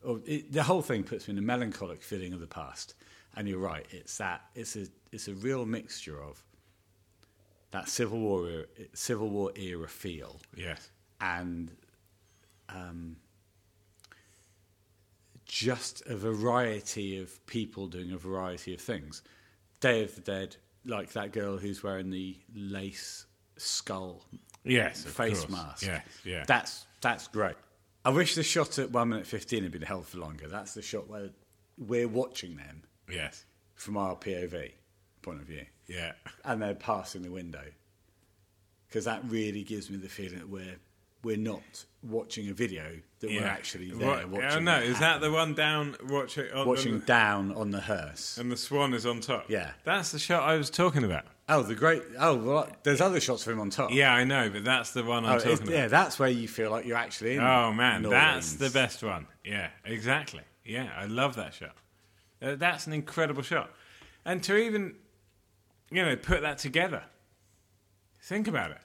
[SPEAKER 1] Or it, the whole thing puts me in a melancholic feeling of the past. And you're right, it's that. It's a it's a real mixture of that Civil War era, Civil War era feel
[SPEAKER 2] Yes.
[SPEAKER 1] and um, just a variety of people doing a variety of things. Day of the Dead, like that girl who's wearing the lace skull
[SPEAKER 2] Yes. of
[SPEAKER 1] face
[SPEAKER 2] course.
[SPEAKER 1] mask.
[SPEAKER 2] Yeah. Yeah.
[SPEAKER 1] That's that's great. I wish the shot at one minute fifteen had been held for longer. That's the shot where we're watching them
[SPEAKER 2] yes.
[SPEAKER 1] from our POV point of view
[SPEAKER 2] Yeah.
[SPEAKER 1] and they're passing the window because that really gives me the feeling that we're we're not watching a video that we're
[SPEAKER 2] Yeah.
[SPEAKER 1] actually there
[SPEAKER 2] What-
[SPEAKER 1] watching.
[SPEAKER 2] Oh no!
[SPEAKER 1] that
[SPEAKER 2] Is that
[SPEAKER 1] happen.
[SPEAKER 2] the one down watching? On
[SPEAKER 1] watching
[SPEAKER 2] the,
[SPEAKER 1] down on the hearse?
[SPEAKER 2] and the swan is on top.
[SPEAKER 1] Yeah.
[SPEAKER 2] That's the shot I was talking about.
[SPEAKER 1] Oh, the great! Oh, well, there's other shots of him on top.
[SPEAKER 2] Yeah, I know, but that's the one
[SPEAKER 1] Oh,
[SPEAKER 2] I'm
[SPEAKER 1] it's-
[SPEAKER 2] talking
[SPEAKER 1] yeah,
[SPEAKER 2] about.
[SPEAKER 1] that's where you feel like you're actually in.
[SPEAKER 2] Oh man,
[SPEAKER 1] New
[SPEAKER 2] that's the
[SPEAKER 1] Orleans.
[SPEAKER 2] best one. Yeah, exactly. Yeah, I love that shot. Uh, that's an incredible shot. And to even, you know, put that together, think about it.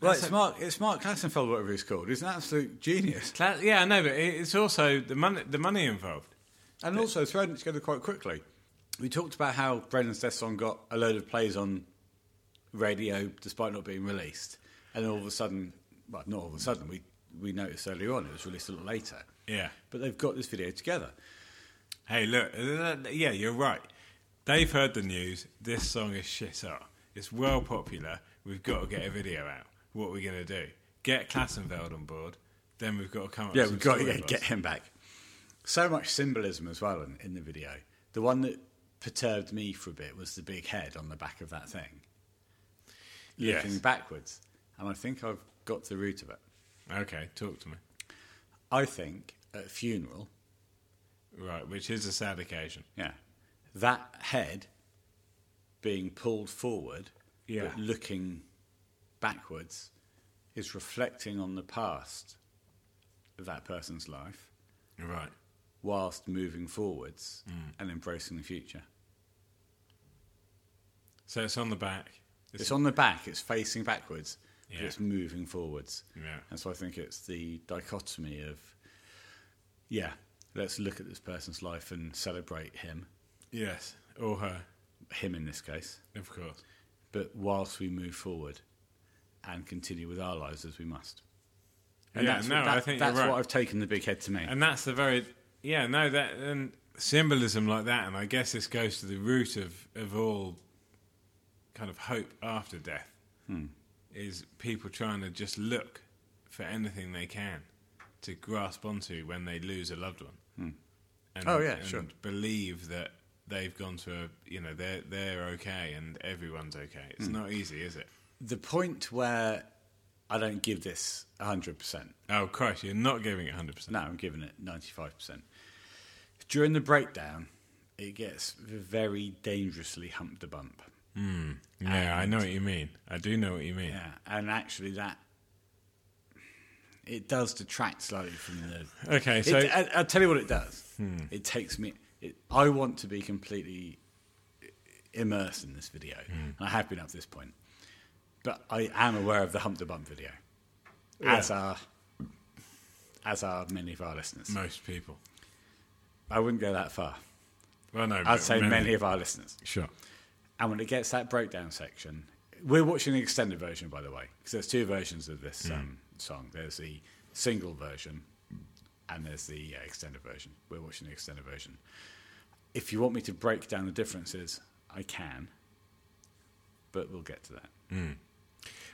[SPEAKER 1] Well, it's Mark. It's Mark Klassenfeld, whatever he's called. He's an absolute genius,
[SPEAKER 2] Cla- yeah, I know, but it- it's also the money, the money involved.
[SPEAKER 1] and also throwing it together quite quickly. We talked about how Brendan's Death Song got a load of plays on radio despite not being released. And all of a sudden, well, not all of a sudden, we, we noticed earlier on it was released a lot later.
[SPEAKER 2] Yeah.
[SPEAKER 1] But they've got this video together.
[SPEAKER 2] Hey, look, uh, yeah, you're right. They've heard the news. This song is shit up. It's well popular. We've got to get a video out. What are we going to do? Get Klassenfeld on board. Then we've got to come up
[SPEAKER 1] Yeah,
[SPEAKER 2] with
[SPEAKER 1] we've
[SPEAKER 2] some
[SPEAKER 1] got to get,
[SPEAKER 2] storyboards.
[SPEAKER 1] get him back. So much symbolism as well in, in the video. The one that perturbed me for a bit was the big head on the back of that thing,
[SPEAKER 2] Yes.
[SPEAKER 1] looking backwards. And I think I've got to the root of it.
[SPEAKER 2] Okay, talk to me.
[SPEAKER 1] I think at a funeral,
[SPEAKER 2] Right, which is a sad occasion.
[SPEAKER 1] yeah, that head being pulled forward,
[SPEAKER 2] Yeah.
[SPEAKER 1] but looking backwards, is reflecting on the past of that person's life
[SPEAKER 2] Right.
[SPEAKER 1] whilst moving forwards
[SPEAKER 2] Mm.
[SPEAKER 1] and embracing the future.
[SPEAKER 2] So it's on the back.
[SPEAKER 1] It's, on the back. It's facing backwards, but
[SPEAKER 2] Yeah.
[SPEAKER 1] it's moving forwards.
[SPEAKER 2] Yeah.
[SPEAKER 1] And so I think it's the dichotomy of, yeah, let's look at this person's life and celebrate him,
[SPEAKER 2] Yes, or her,
[SPEAKER 1] him in this case,
[SPEAKER 2] of course.
[SPEAKER 1] but whilst we move forward and continue with our lives as we must.
[SPEAKER 2] Yeah,
[SPEAKER 1] that's,
[SPEAKER 2] no,
[SPEAKER 1] what, that-
[SPEAKER 2] I think you're
[SPEAKER 1] that's
[SPEAKER 2] right.
[SPEAKER 1] what I've taken the big head to mean.
[SPEAKER 2] And that's the very yeah no that and symbolism like that, and I guess this goes to the root of of all kind of hope after death is people trying to just look for anything they can to grasp onto when they lose a loved one. And,
[SPEAKER 1] Oh, yeah,
[SPEAKER 2] and
[SPEAKER 1] sure.
[SPEAKER 2] Believe that they've gone to a you know they're they're okay and everyone's okay. It's not easy, is it?
[SPEAKER 1] the point where I don't give this 100%.
[SPEAKER 2] Oh Christ, you're not giving it hundred percent.
[SPEAKER 1] No, I'm giving it 95%. During the breakdown, it gets very dangerously humped a bump.
[SPEAKER 2] Yeah, I know what you mean. I do know what you mean.
[SPEAKER 1] Yeah, and actually that it does detract slightly from the.
[SPEAKER 2] Okay,
[SPEAKER 1] It-
[SPEAKER 2] so
[SPEAKER 1] I, I'll tell you what it does. It takes me. It, I want to be completely immersed in this video, and I have been up to this point. But I am aware of the hump the bump video, as are as are many of our listeners.
[SPEAKER 2] most people.
[SPEAKER 1] I wouldn't go that far.
[SPEAKER 2] Well, no,
[SPEAKER 1] I'd say many of our listeners.
[SPEAKER 2] Sure.
[SPEAKER 1] And when it gets that breakdown section, we're watching the extended version, by the way, because there's two versions of this
[SPEAKER 2] Hmm.
[SPEAKER 1] um, song. There's the single version, and there's the uh, extended version. We're watching the extended version. If you want me to break down the differences, I can, but we'll get to that.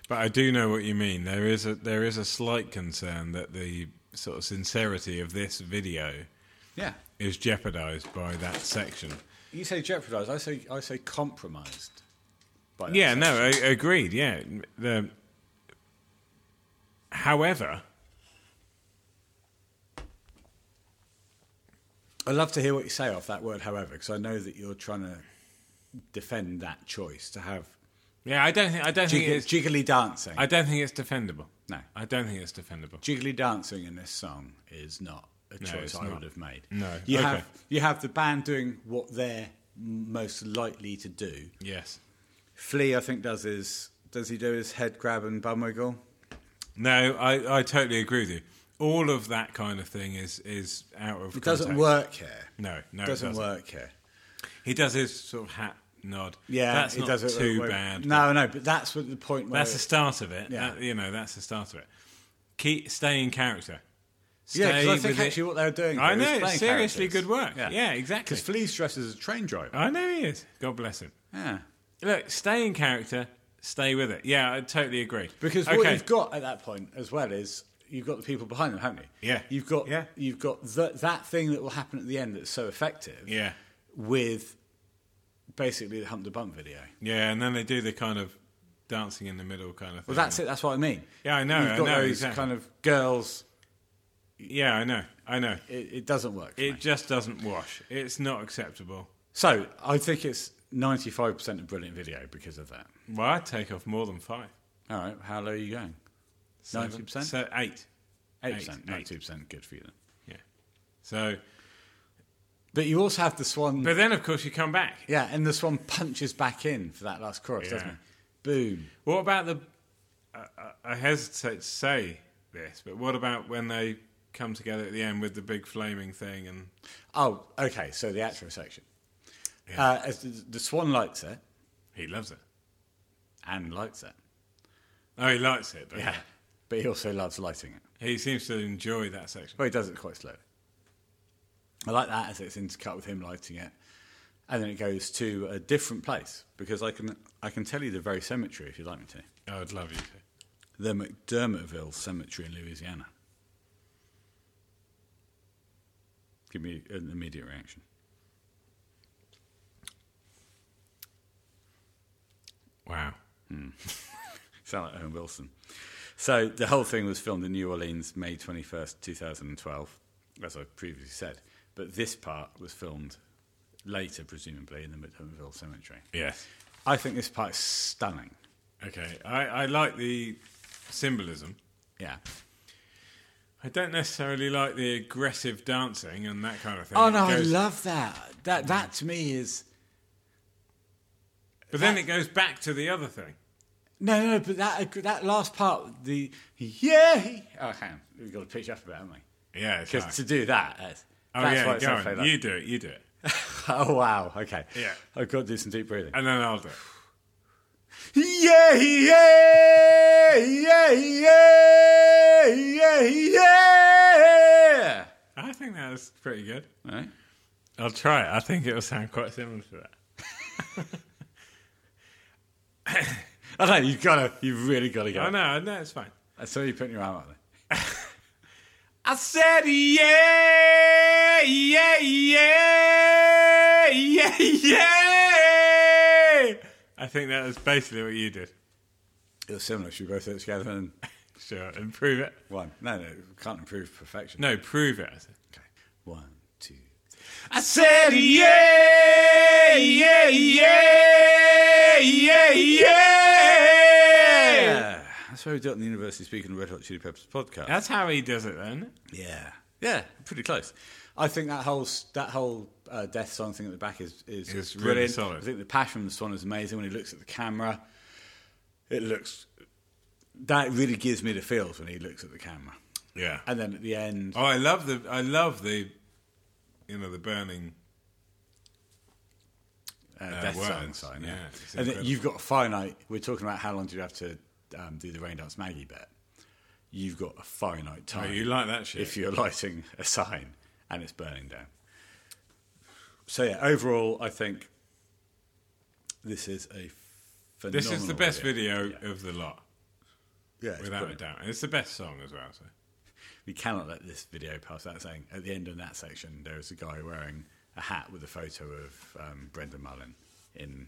[SPEAKER 2] But I do know what you mean. There is a there is a slight concern that the sort of sincerity of this video
[SPEAKER 1] Yeah,
[SPEAKER 2] is jeopardized by that section.
[SPEAKER 1] you say jeopardised. I say I say compromised. By that
[SPEAKER 2] Yeah,
[SPEAKER 1] section.
[SPEAKER 2] no, I, agreed. Yeah. The, however, uh,
[SPEAKER 1] I'd love to hear what you say off that word, however, because I know that you're trying to defend that choice to have
[SPEAKER 2] yeah, I don't think I don't think
[SPEAKER 1] jigg-
[SPEAKER 2] it's
[SPEAKER 1] jiggly dancing.
[SPEAKER 2] I don't think it's defendable.
[SPEAKER 1] No.
[SPEAKER 2] I don't think it's defendable.
[SPEAKER 1] jiggly dancing in this song is not a
[SPEAKER 2] No,
[SPEAKER 1] choice
[SPEAKER 2] it's
[SPEAKER 1] I
[SPEAKER 2] not.
[SPEAKER 1] would have made.
[SPEAKER 2] No,
[SPEAKER 1] you
[SPEAKER 2] okay.
[SPEAKER 1] have you have the band doing what they're most likely to do.
[SPEAKER 2] Yes.
[SPEAKER 1] Flea, I think, does his does he do his head grab and bum wiggle?
[SPEAKER 2] No, I, I totally agree with you. All of that kind of thing is is out of
[SPEAKER 1] It doesn't
[SPEAKER 2] context.
[SPEAKER 1] work here.
[SPEAKER 2] No, no, it
[SPEAKER 1] doesn't,
[SPEAKER 2] doesn't.
[SPEAKER 1] work here.
[SPEAKER 2] He does his sort of hat nod.
[SPEAKER 1] Yeah,
[SPEAKER 2] that's
[SPEAKER 1] it
[SPEAKER 2] not
[SPEAKER 1] doesn't
[SPEAKER 2] too
[SPEAKER 1] work.
[SPEAKER 2] bad.
[SPEAKER 1] No, no, but that's what the point. Where
[SPEAKER 2] That's the start of it.
[SPEAKER 1] Yeah.
[SPEAKER 2] That- you know, that's the start of it. Keep stay in character. Stay
[SPEAKER 1] yeah, because I think
[SPEAKER 2] with it.
[SPEAKER 1] actually what they were doing.
[SPEAKER 2] I
[SPEAKER 1] there was
[SPEAKER 2] know, it's
[SPEAKER 1] playing
[SPEAKER 2] seriously
[SPEAKER 1] characters.
[SPEAKER 2] good work. Yeah, exactly.
[SPEAKER 1] Because Flea's dressed as a train driver.
[SPEAKER 2] I know he is. God bless him.
[SPEAKER 1] yeah.
[SPEAKER 2] Look, stay in character. Stay with it. Yeah, I totally agree.
[SPEAKER 1] Because
[SPEAKER 2] okay,
[SPEAKER 1] what you've got at that point as well is you've got the people behind them, haven't you?
[SPEAKER 2] Yeah.
[SPEAKER 1] You've got
[SPEAKER 2] Yeah.
[SPEAKER 1] you've got th- that thing that will happen at the end that's so effective.
[SPEAKER 2] Yeah.
[SPEAKER 1] With basically the hump the bump video.
[SPEAKER 2] yeah, and then they do the kind of dancing in the middle kind of thing.
[SPEAKER 1] Well, that's it. That's what I mean.
[SPEAKER 2] Yeah, I know,
[SPEAKER 1] You've
[SPEAKER 2] I
[SPEAKER 1] got
[SPEAKER 2] know,
[SPEAKER 1] those
[SPEAKER 2] exactly.
[SPEAKER 1] kind of girls.
[SPEAKER 2] Yeah, I know. I know.
[SPEAKER 1] It, it doesn't work. for
[SPEAKER 2] It
[SPEAKER 1] me.
[SPEAKER 2] just doesn't wash. It's not acceptable.
[SPEAKER 1] So I think it's ninety-five percent a brilliant video because of that.
[SPEAKER 2] Well, I'd take off more than five.
[SPEAKER 1] All right. How low are you going? Ninety percent.
[SPEAKER 2] So eight.
[SPEAKER 1] Eight
[SPEAKER 2] eight,
[SPEAKER 1] percent.
[SPEAKER 2] eight.
[SPEAKER 1] Ninety-two percent. Good for you then.
[SPEAKER 2] Yeah. So,
[SPEAKER 1] But you also have the swan.
[SPEAKER 2] but then of course you come back.
[SPEAKER 1] yeah, and the swan punches back in for that last chorus, doesn't
[SPEAKER 2] Yeah.
[SPEAKER 1] it? Boom.
[SPEAKER 2] What about the? I, I- I hesitate to say this, but what about when they come together at the end with the big flaming thing and
[SPEAKER 1] Oh, okay. So the actual section.
[SPEAKER 2] Yeah.
[SPEAKER 1] Uh, as the, the swan lights it,
[SPEAKER 2] he loves it?
[SPEAKER 1] and lights it.
[SPEAKER 2] Oh, he likes it, but
[SPEAKER 1] But he also loves lighting it.
[SPEAKER 2] he seems to enjoy that section.
[SPEAKER 1] Well, he does it quite slowly. I like that as it's intercut with him lighting it. And then it goes to a different place because I can, I can tell you the very cemetery if you'd like me to.
[SPEAKER 2] I would love you to.
[SPEAKER 1] The McDermottville Cemetery in Louisiana. Give me an immediate reaction.
[SPEAKER 2] Wow.
[SPEAKER 1] Sound like Owen Wilson. So the whole thing was filmed in New Orleans, May 21st, 2012, as I previously said. But this part was filmed later, presumably, in the McDermottville Cemetery.
[SPEAKER 2] Yes.
[SPEAKER 1] I think this part is stunning.
[SPEAKER 2] Okay. I, I like the symbolism.
[SPEAKER 1] Yeah.
[SPEAKER 2] I don't necessarily like the aggressive dancing and that kind of thing.
[SPEAKER 1] Oh
[SPEAKER 2] It
[SPEAKER 1] no, I
[SPEAKER 2] goes-
[SPEAKER 1] love that. That that to me is
[SPEAKER 2] But then it goes back to the other thing.
[SPEAKER 1] no, no. But that that last part, the yeah. Oh, hang on, we've got to pitch up a bit, haven't we?
[SPEAKER 2] Yeah. It's
[SPEAKER 1] Because
[SPEAKER 2] like-
[SPEAKER 1] to do that, that's,
[SPEAKER 2] oh
[SPEAKER 1] that's why
[SPEAKER 2] yeah.
[SPEAKER 1] it's
[SPEAKER 2] Go
[SPEAKER 1] not
[SPEAKER 2] on.
[SPEAKER 1] fair, like-
[SPEAKER 2] You do it. You do it.
[SPEAKER 1] Oh wow, okay.
[SPEAKER 2] Yeah.
[SPEAKER 1] I've got to do some deep breathing.
[SPEAKER 2] And then I'll do it.
[SPEAKER 1] Yeah, yeah, yeah, yeah, yeah, yeah.
[SPEAKER 2] I think that was pretty good.
[SPEAKER 1] Right.
[SPEAKER 2] I'll try it. I think it'll sound quite similar to that.
[SPEAKER 1] I know you've got to, you've really got to go.
[SPEAKER 2] Oh no, no, it's fine.
[SPEAKER 1] I saw you putting your arm out there.
[SPEAKER 2] I said yeah, yeah, yeah, yeah, yeah. I think that was basically what you did.
[SPEAKER 1] It was similar. Should we both do it together and
[SPEAKER 2] Sure, improve it.
[SPEAKER 1] one? No, no, can't improve perfection.
[SPEAKER 2] No, prove it. I said.
[SPEAKER 1] Okay. One, two.
[SPEAKER 2] I said yeah, yeah, yeah, yeah, yeah.
[SPEAKER 1] Yeah. That's why we do it on the University Speaking Red Hot Chili Peppers podcast.
[SPEAKER 2] That's how he does it then.
[SPEAKER 1] Yeah, yeah, pretty close. I think that whole s- that whole uh, death song thing at the back is is
[SPEAKER 2] It's really
[SPEAKER 1] brilliant.
[SPEAKER 2] solid.
[SPEAKER 1] I think the passion from the swan is amazing. When he looks at the camera, it looks that really gives me the feels when he looks at the camera.
[SPEAKER 2] Yeah.
[SPEAKER 1] And then at the end,
[SPEAKER 2] Oh, I love the I love the you know the burning
[SPEAKER 1] uh, death song
[SPEAKER 2] Oh, words,
[SPEAKER 1] sign.
[SPEAKER 2] yeah,
[SPEAKER 1] Yeah,
[SPEAKER 2] it's
[SPEAKER 1] and then
[SPEAKER 2] incredible.
[SPEAKER 1] you've got a finite. We're talking about how long do you have to um, do the rain dance Maggie bit? You've got a finite
[SPEAKER 2] Oh,
[SPEAKER 1] time.
[SPEAKER 2] you like that shit?
[SPEAKER 1] if you're lighting a sign and it's burning down. So yeah, overall, I think this is a phenomenal.
[SPEAKER 2] this is the best video of the lot,
[SPEAKER 1] Yeah, it's
[SPEAKER 2] without a
[SPEAKER 1] brilliant.
[SPEAKER 2] doubt. And it's the best song as well. So
[SPEAKER 1] We cannot let this video pass without saying. At the end of that section, there is a guy wearing a hat with a photo of um, Brendan Mullen in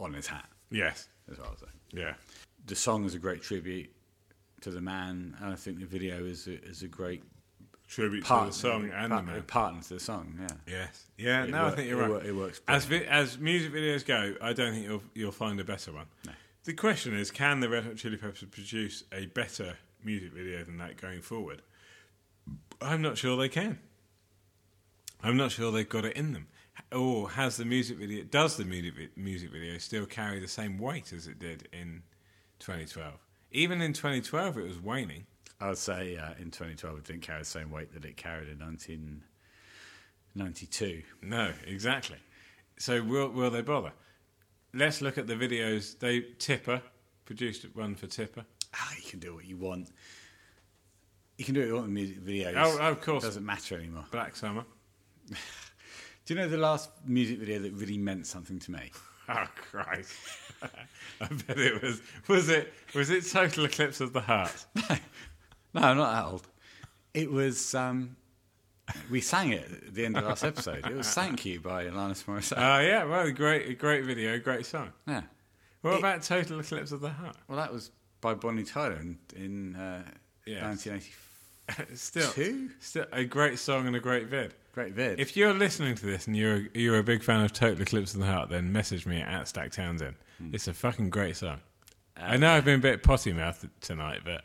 [SPEAKER 1] on his hat
[SPEAKER 2] yes,
[SPEAKER 1] as well. So
[SPEAKER 2] yeah,
[SPEAKER 1] the song is a great tribute to the man, and I think the video is a, is a great
[SPEAKER 2] tribute
[SPEAKER 1] part
[SPEAKER 2] to the song and
[SPEAKER 1] part,
[SPEAKER 2] the man.
[SPEAKER 1] partner to the song. Yeah.
[SPEAKER 2] Yes, yeah.
[SPEAKER 1] It
[SPEAKER 2] no,
[SPEAKER 1] work-
[SPEAKER 2] I think you're
[SPEAKER 1] it
[SPEAKER 2] right.
[SPEAKER 1] wor- it works
[SPEAKER 2] as vi- as music videos go. I don't think you'll you'll find a better one. The question is, can the Red Hot Chili Peppers produce a better music video than that going forward? I'm not sure they can. I'm not sure they've got it in them. Or has the music video? Does the music vi- music video still carry the same weight as it did in 2012? Even in 2012, it was waning.
[SPEAKER 1] I would say uh, in 2012 it didn't carry the same weight that it carried in 1992.
[SPEAKER 2] No, exactly. So will will they bother? Let's look at the videos. They Tipper produced one for Tipper.
[SPEAKER 1] Ah, you can do what you want. You can do what you want with music videos.
[SPEAKER 2] Oh, of course.
[SPEAKER 1] It doesn't matter anymore.
[SPEAKER 2] Black Summer.
[SPEAKER 1] Do you know the last music video that really meant something to me?
[SPEAKER 2] Oh Christ! I bet it was. Was it? Was it Total Eclipse of the Heart?
[SPEAKER 1] No, I'm not that old. It was. Um, we sang it at the end of last episode. It was "Thank You" by Alanis Morissette.
[SPEAKER 2] Oh yeah, well, great, great video, great song.
[SPEAKER 1] yeah.
[SPEAKER 2] What about Total Eclipse of the Heart?
[SPEAKER 1] Well, that was by Bonnie Tyler in, in uh,
[SPEAKER 2] Yes.
[SPEAKER 1] 1984.
[SPEAKER 2] Still,
[SPEAKER 1] Two?
[SPEAKER 2] still a great song and a great vid.
[SPEAKER 1] Great vid.
[SPEAKER 2] If you're listening to this and you're you're a big fan of Total Eclipse of the Heart, then message me at Stack Townsend.
[SPEAKER 1] Hmm.
[SPEAKER 2] It's a fucking great song. I know I've been a bit potty mouthed tonight, but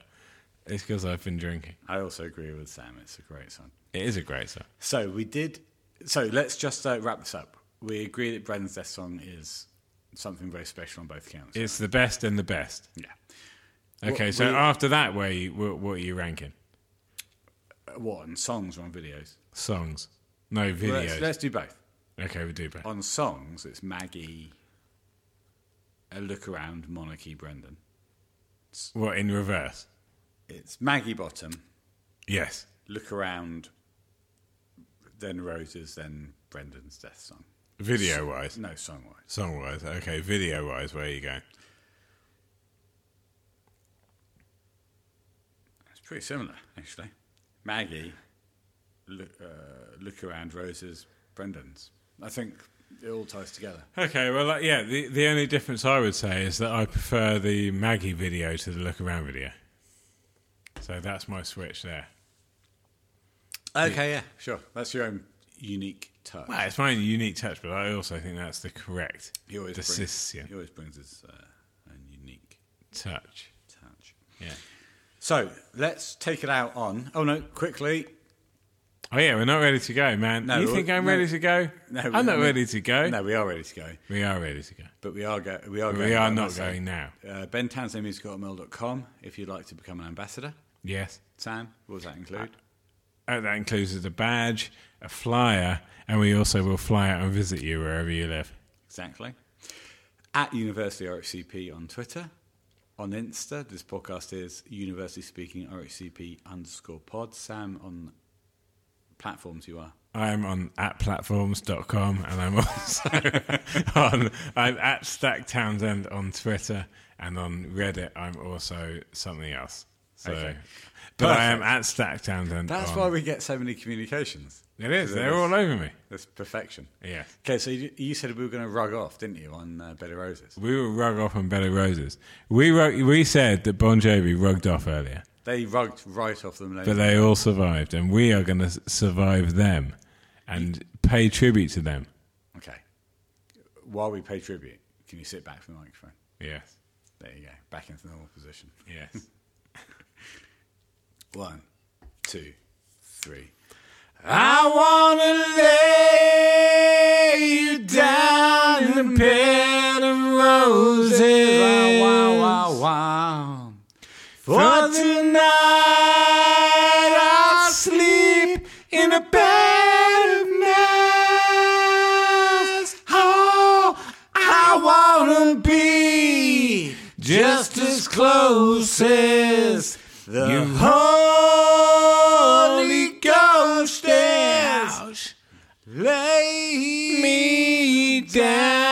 [SPEAKER 2] it's because I've been drinking.
[SPEAKER 1] I also agree with Sam. It's a great song.
[SPEAKER 2] It is a great song.
[SPEAKER 1] So we did. So let's just uh, wrap this up. We agree that Brendan's death song is something very special on both counts.
[SPEAKER 2] It's the best and the best.
[SPEAKER 1] yeah.
[SPEAKER 2] Okay,
[SPEAKER 1] What-
[SPEAKER 2] so
[SPEAKER 1] we-
[SPEAKER 2] after that, where you, what, what are you ranking?
[SPEAKER 1] What on songs or on videos?
[SPEAKER 2] Songs, no videos.
[SPEAKER 1] Well, Let's, let's do both.
[SPEAKER 2] okay, we do both.
[SPEAKER 1] On songs, it's Maggie, a look around, Monarchy, Brendan.
[SPEAKER 2] What in reverse?
[SPEAKER 1] It's Maggie Bottom,
[SPEAKER 2] Yes.
[SPEAKER 1] look around, then Roses, then Brendan's death song.
[SPEAKER 2] Video wise,
[SPEAKER 1] No song wise.
[SPEAKER 2] song wise. Okay, video wise, where are you going?
[SPEAKER 1] It's pretty similar actually. Maggie, look, uh, look around Rose's Brendan's. I think it all ties together.
[SPEAKER 2] Okay, well, like, yeah. The the only difference I would say is that I prefer the Maggie video to the look around video. So that's my switch there.
[SPEAKER 1] Okay, yeah, sure. That's your own unique touch.
[SPEAKER 2] Well, it's my unique touch, but I also think that's the correct
[SPEAKER 1] he always brings,
[SPEAKER 2] decision
[SPEAKER 1] he always brings his uh, own unique
[SPEAKER 2] touch.
[SPEAKER 1] touch.
[SPEAKER 2] Yeah.
[SPEAKER 1] So let's take it out on. Oh no, quickly.
[SPEAKER 2] Oh yeah, we're not ready to go, man.
[SPEAKER 1] No,
[SPEAKER 2] you
[SPEAKER 1] we-
[SPEAKER 2] think I'm
[SPEAKER 1] no.
[SPEAKER 2] ready to go?
[SPEAKER 1] No,
[SPEAKER 2] I'm
[SPEAKER 1] we-
[SPEAKER 2] not
[SPEAKER 1] we-
[SPEAKER 2] ready to go.
[SPEAKER 1] No, we are ready to go,
[SPEAKER 2] We are ready to go.
[SPEAKER 1] but we are go- we are going
[SPEAKER 2] we are
[SPEAKER 1] now,
[SPEAKER 2] not
[SPEAKER 1] so-
[SPEAKER 2] going now.
[SPEAKER 1] Uh, ben Townsend Musical at mail.com if you'd like to become an ambassador.
[SPEAKER 2] Yes.
[SPEAKER 1] Sam, what does that include?
[SPEAKER 2] Uh, that includes a badge, a flyer, and we also will fly out and visit you wherever you live.
[SPEAKER 1] Exactly. At University RHCP on Twitter. On Insta, this podcast is University Speaking RHCP underscore pod. Sam on platforms you are.
[SPEAKER 2] I'm on at platforms.com and I'm also on I'm at Stack Townsend on Twitter and on Reddit I'm also something else. So
[SPEAKER 1] Okay.
[SPEAKER 2] but I am at Stack Townsend.
[SPEAKER 1] That's
[SPEAKER 2] on-
[SPEAKER 1] why we get so many communications.
[SPEAKER 2] Um, It is, they're
[SPEAKER 1] That's-
[SPEAKER 2] all over me.
[SPEAKER 1] That's perfection.
[SPEAKER 2] Yeah.
[SPEAKER 1] Okay, so you, you said we were going to rug off, didn't you, on uh, Better Roses?
[SPEAKER 2] We were rug off on Better Roses. We rug, we said that Bon Jovi rugged off earlier.
[SPEAKER 1] They rugged right off the
[SPEAKER 2] But
[SPEAKER 1] millennium.
[SPEAKER 2] they all survived and we are gonna s- survive them and pay tribute to them.
[SPEAKER 1] Okay. While we pay tribute, can you sit back from the microphone?
[SPEAKER 2] Yes.
[SPEAKER 1] There you go. Back into the normal position.
[SPEAKER 2] Yes.
[SPEAKER 1] One, two, three.
[SPEAKER 2] I wanna lay you down in a bed of roses.
[SPEAKER 1] Wow, wow, wow, wow.
[SPEAKER 2] For tonight I'll sleep in a bed of mist. Oh, I wanna be just as close as the Holy Ghost is. Lay me down.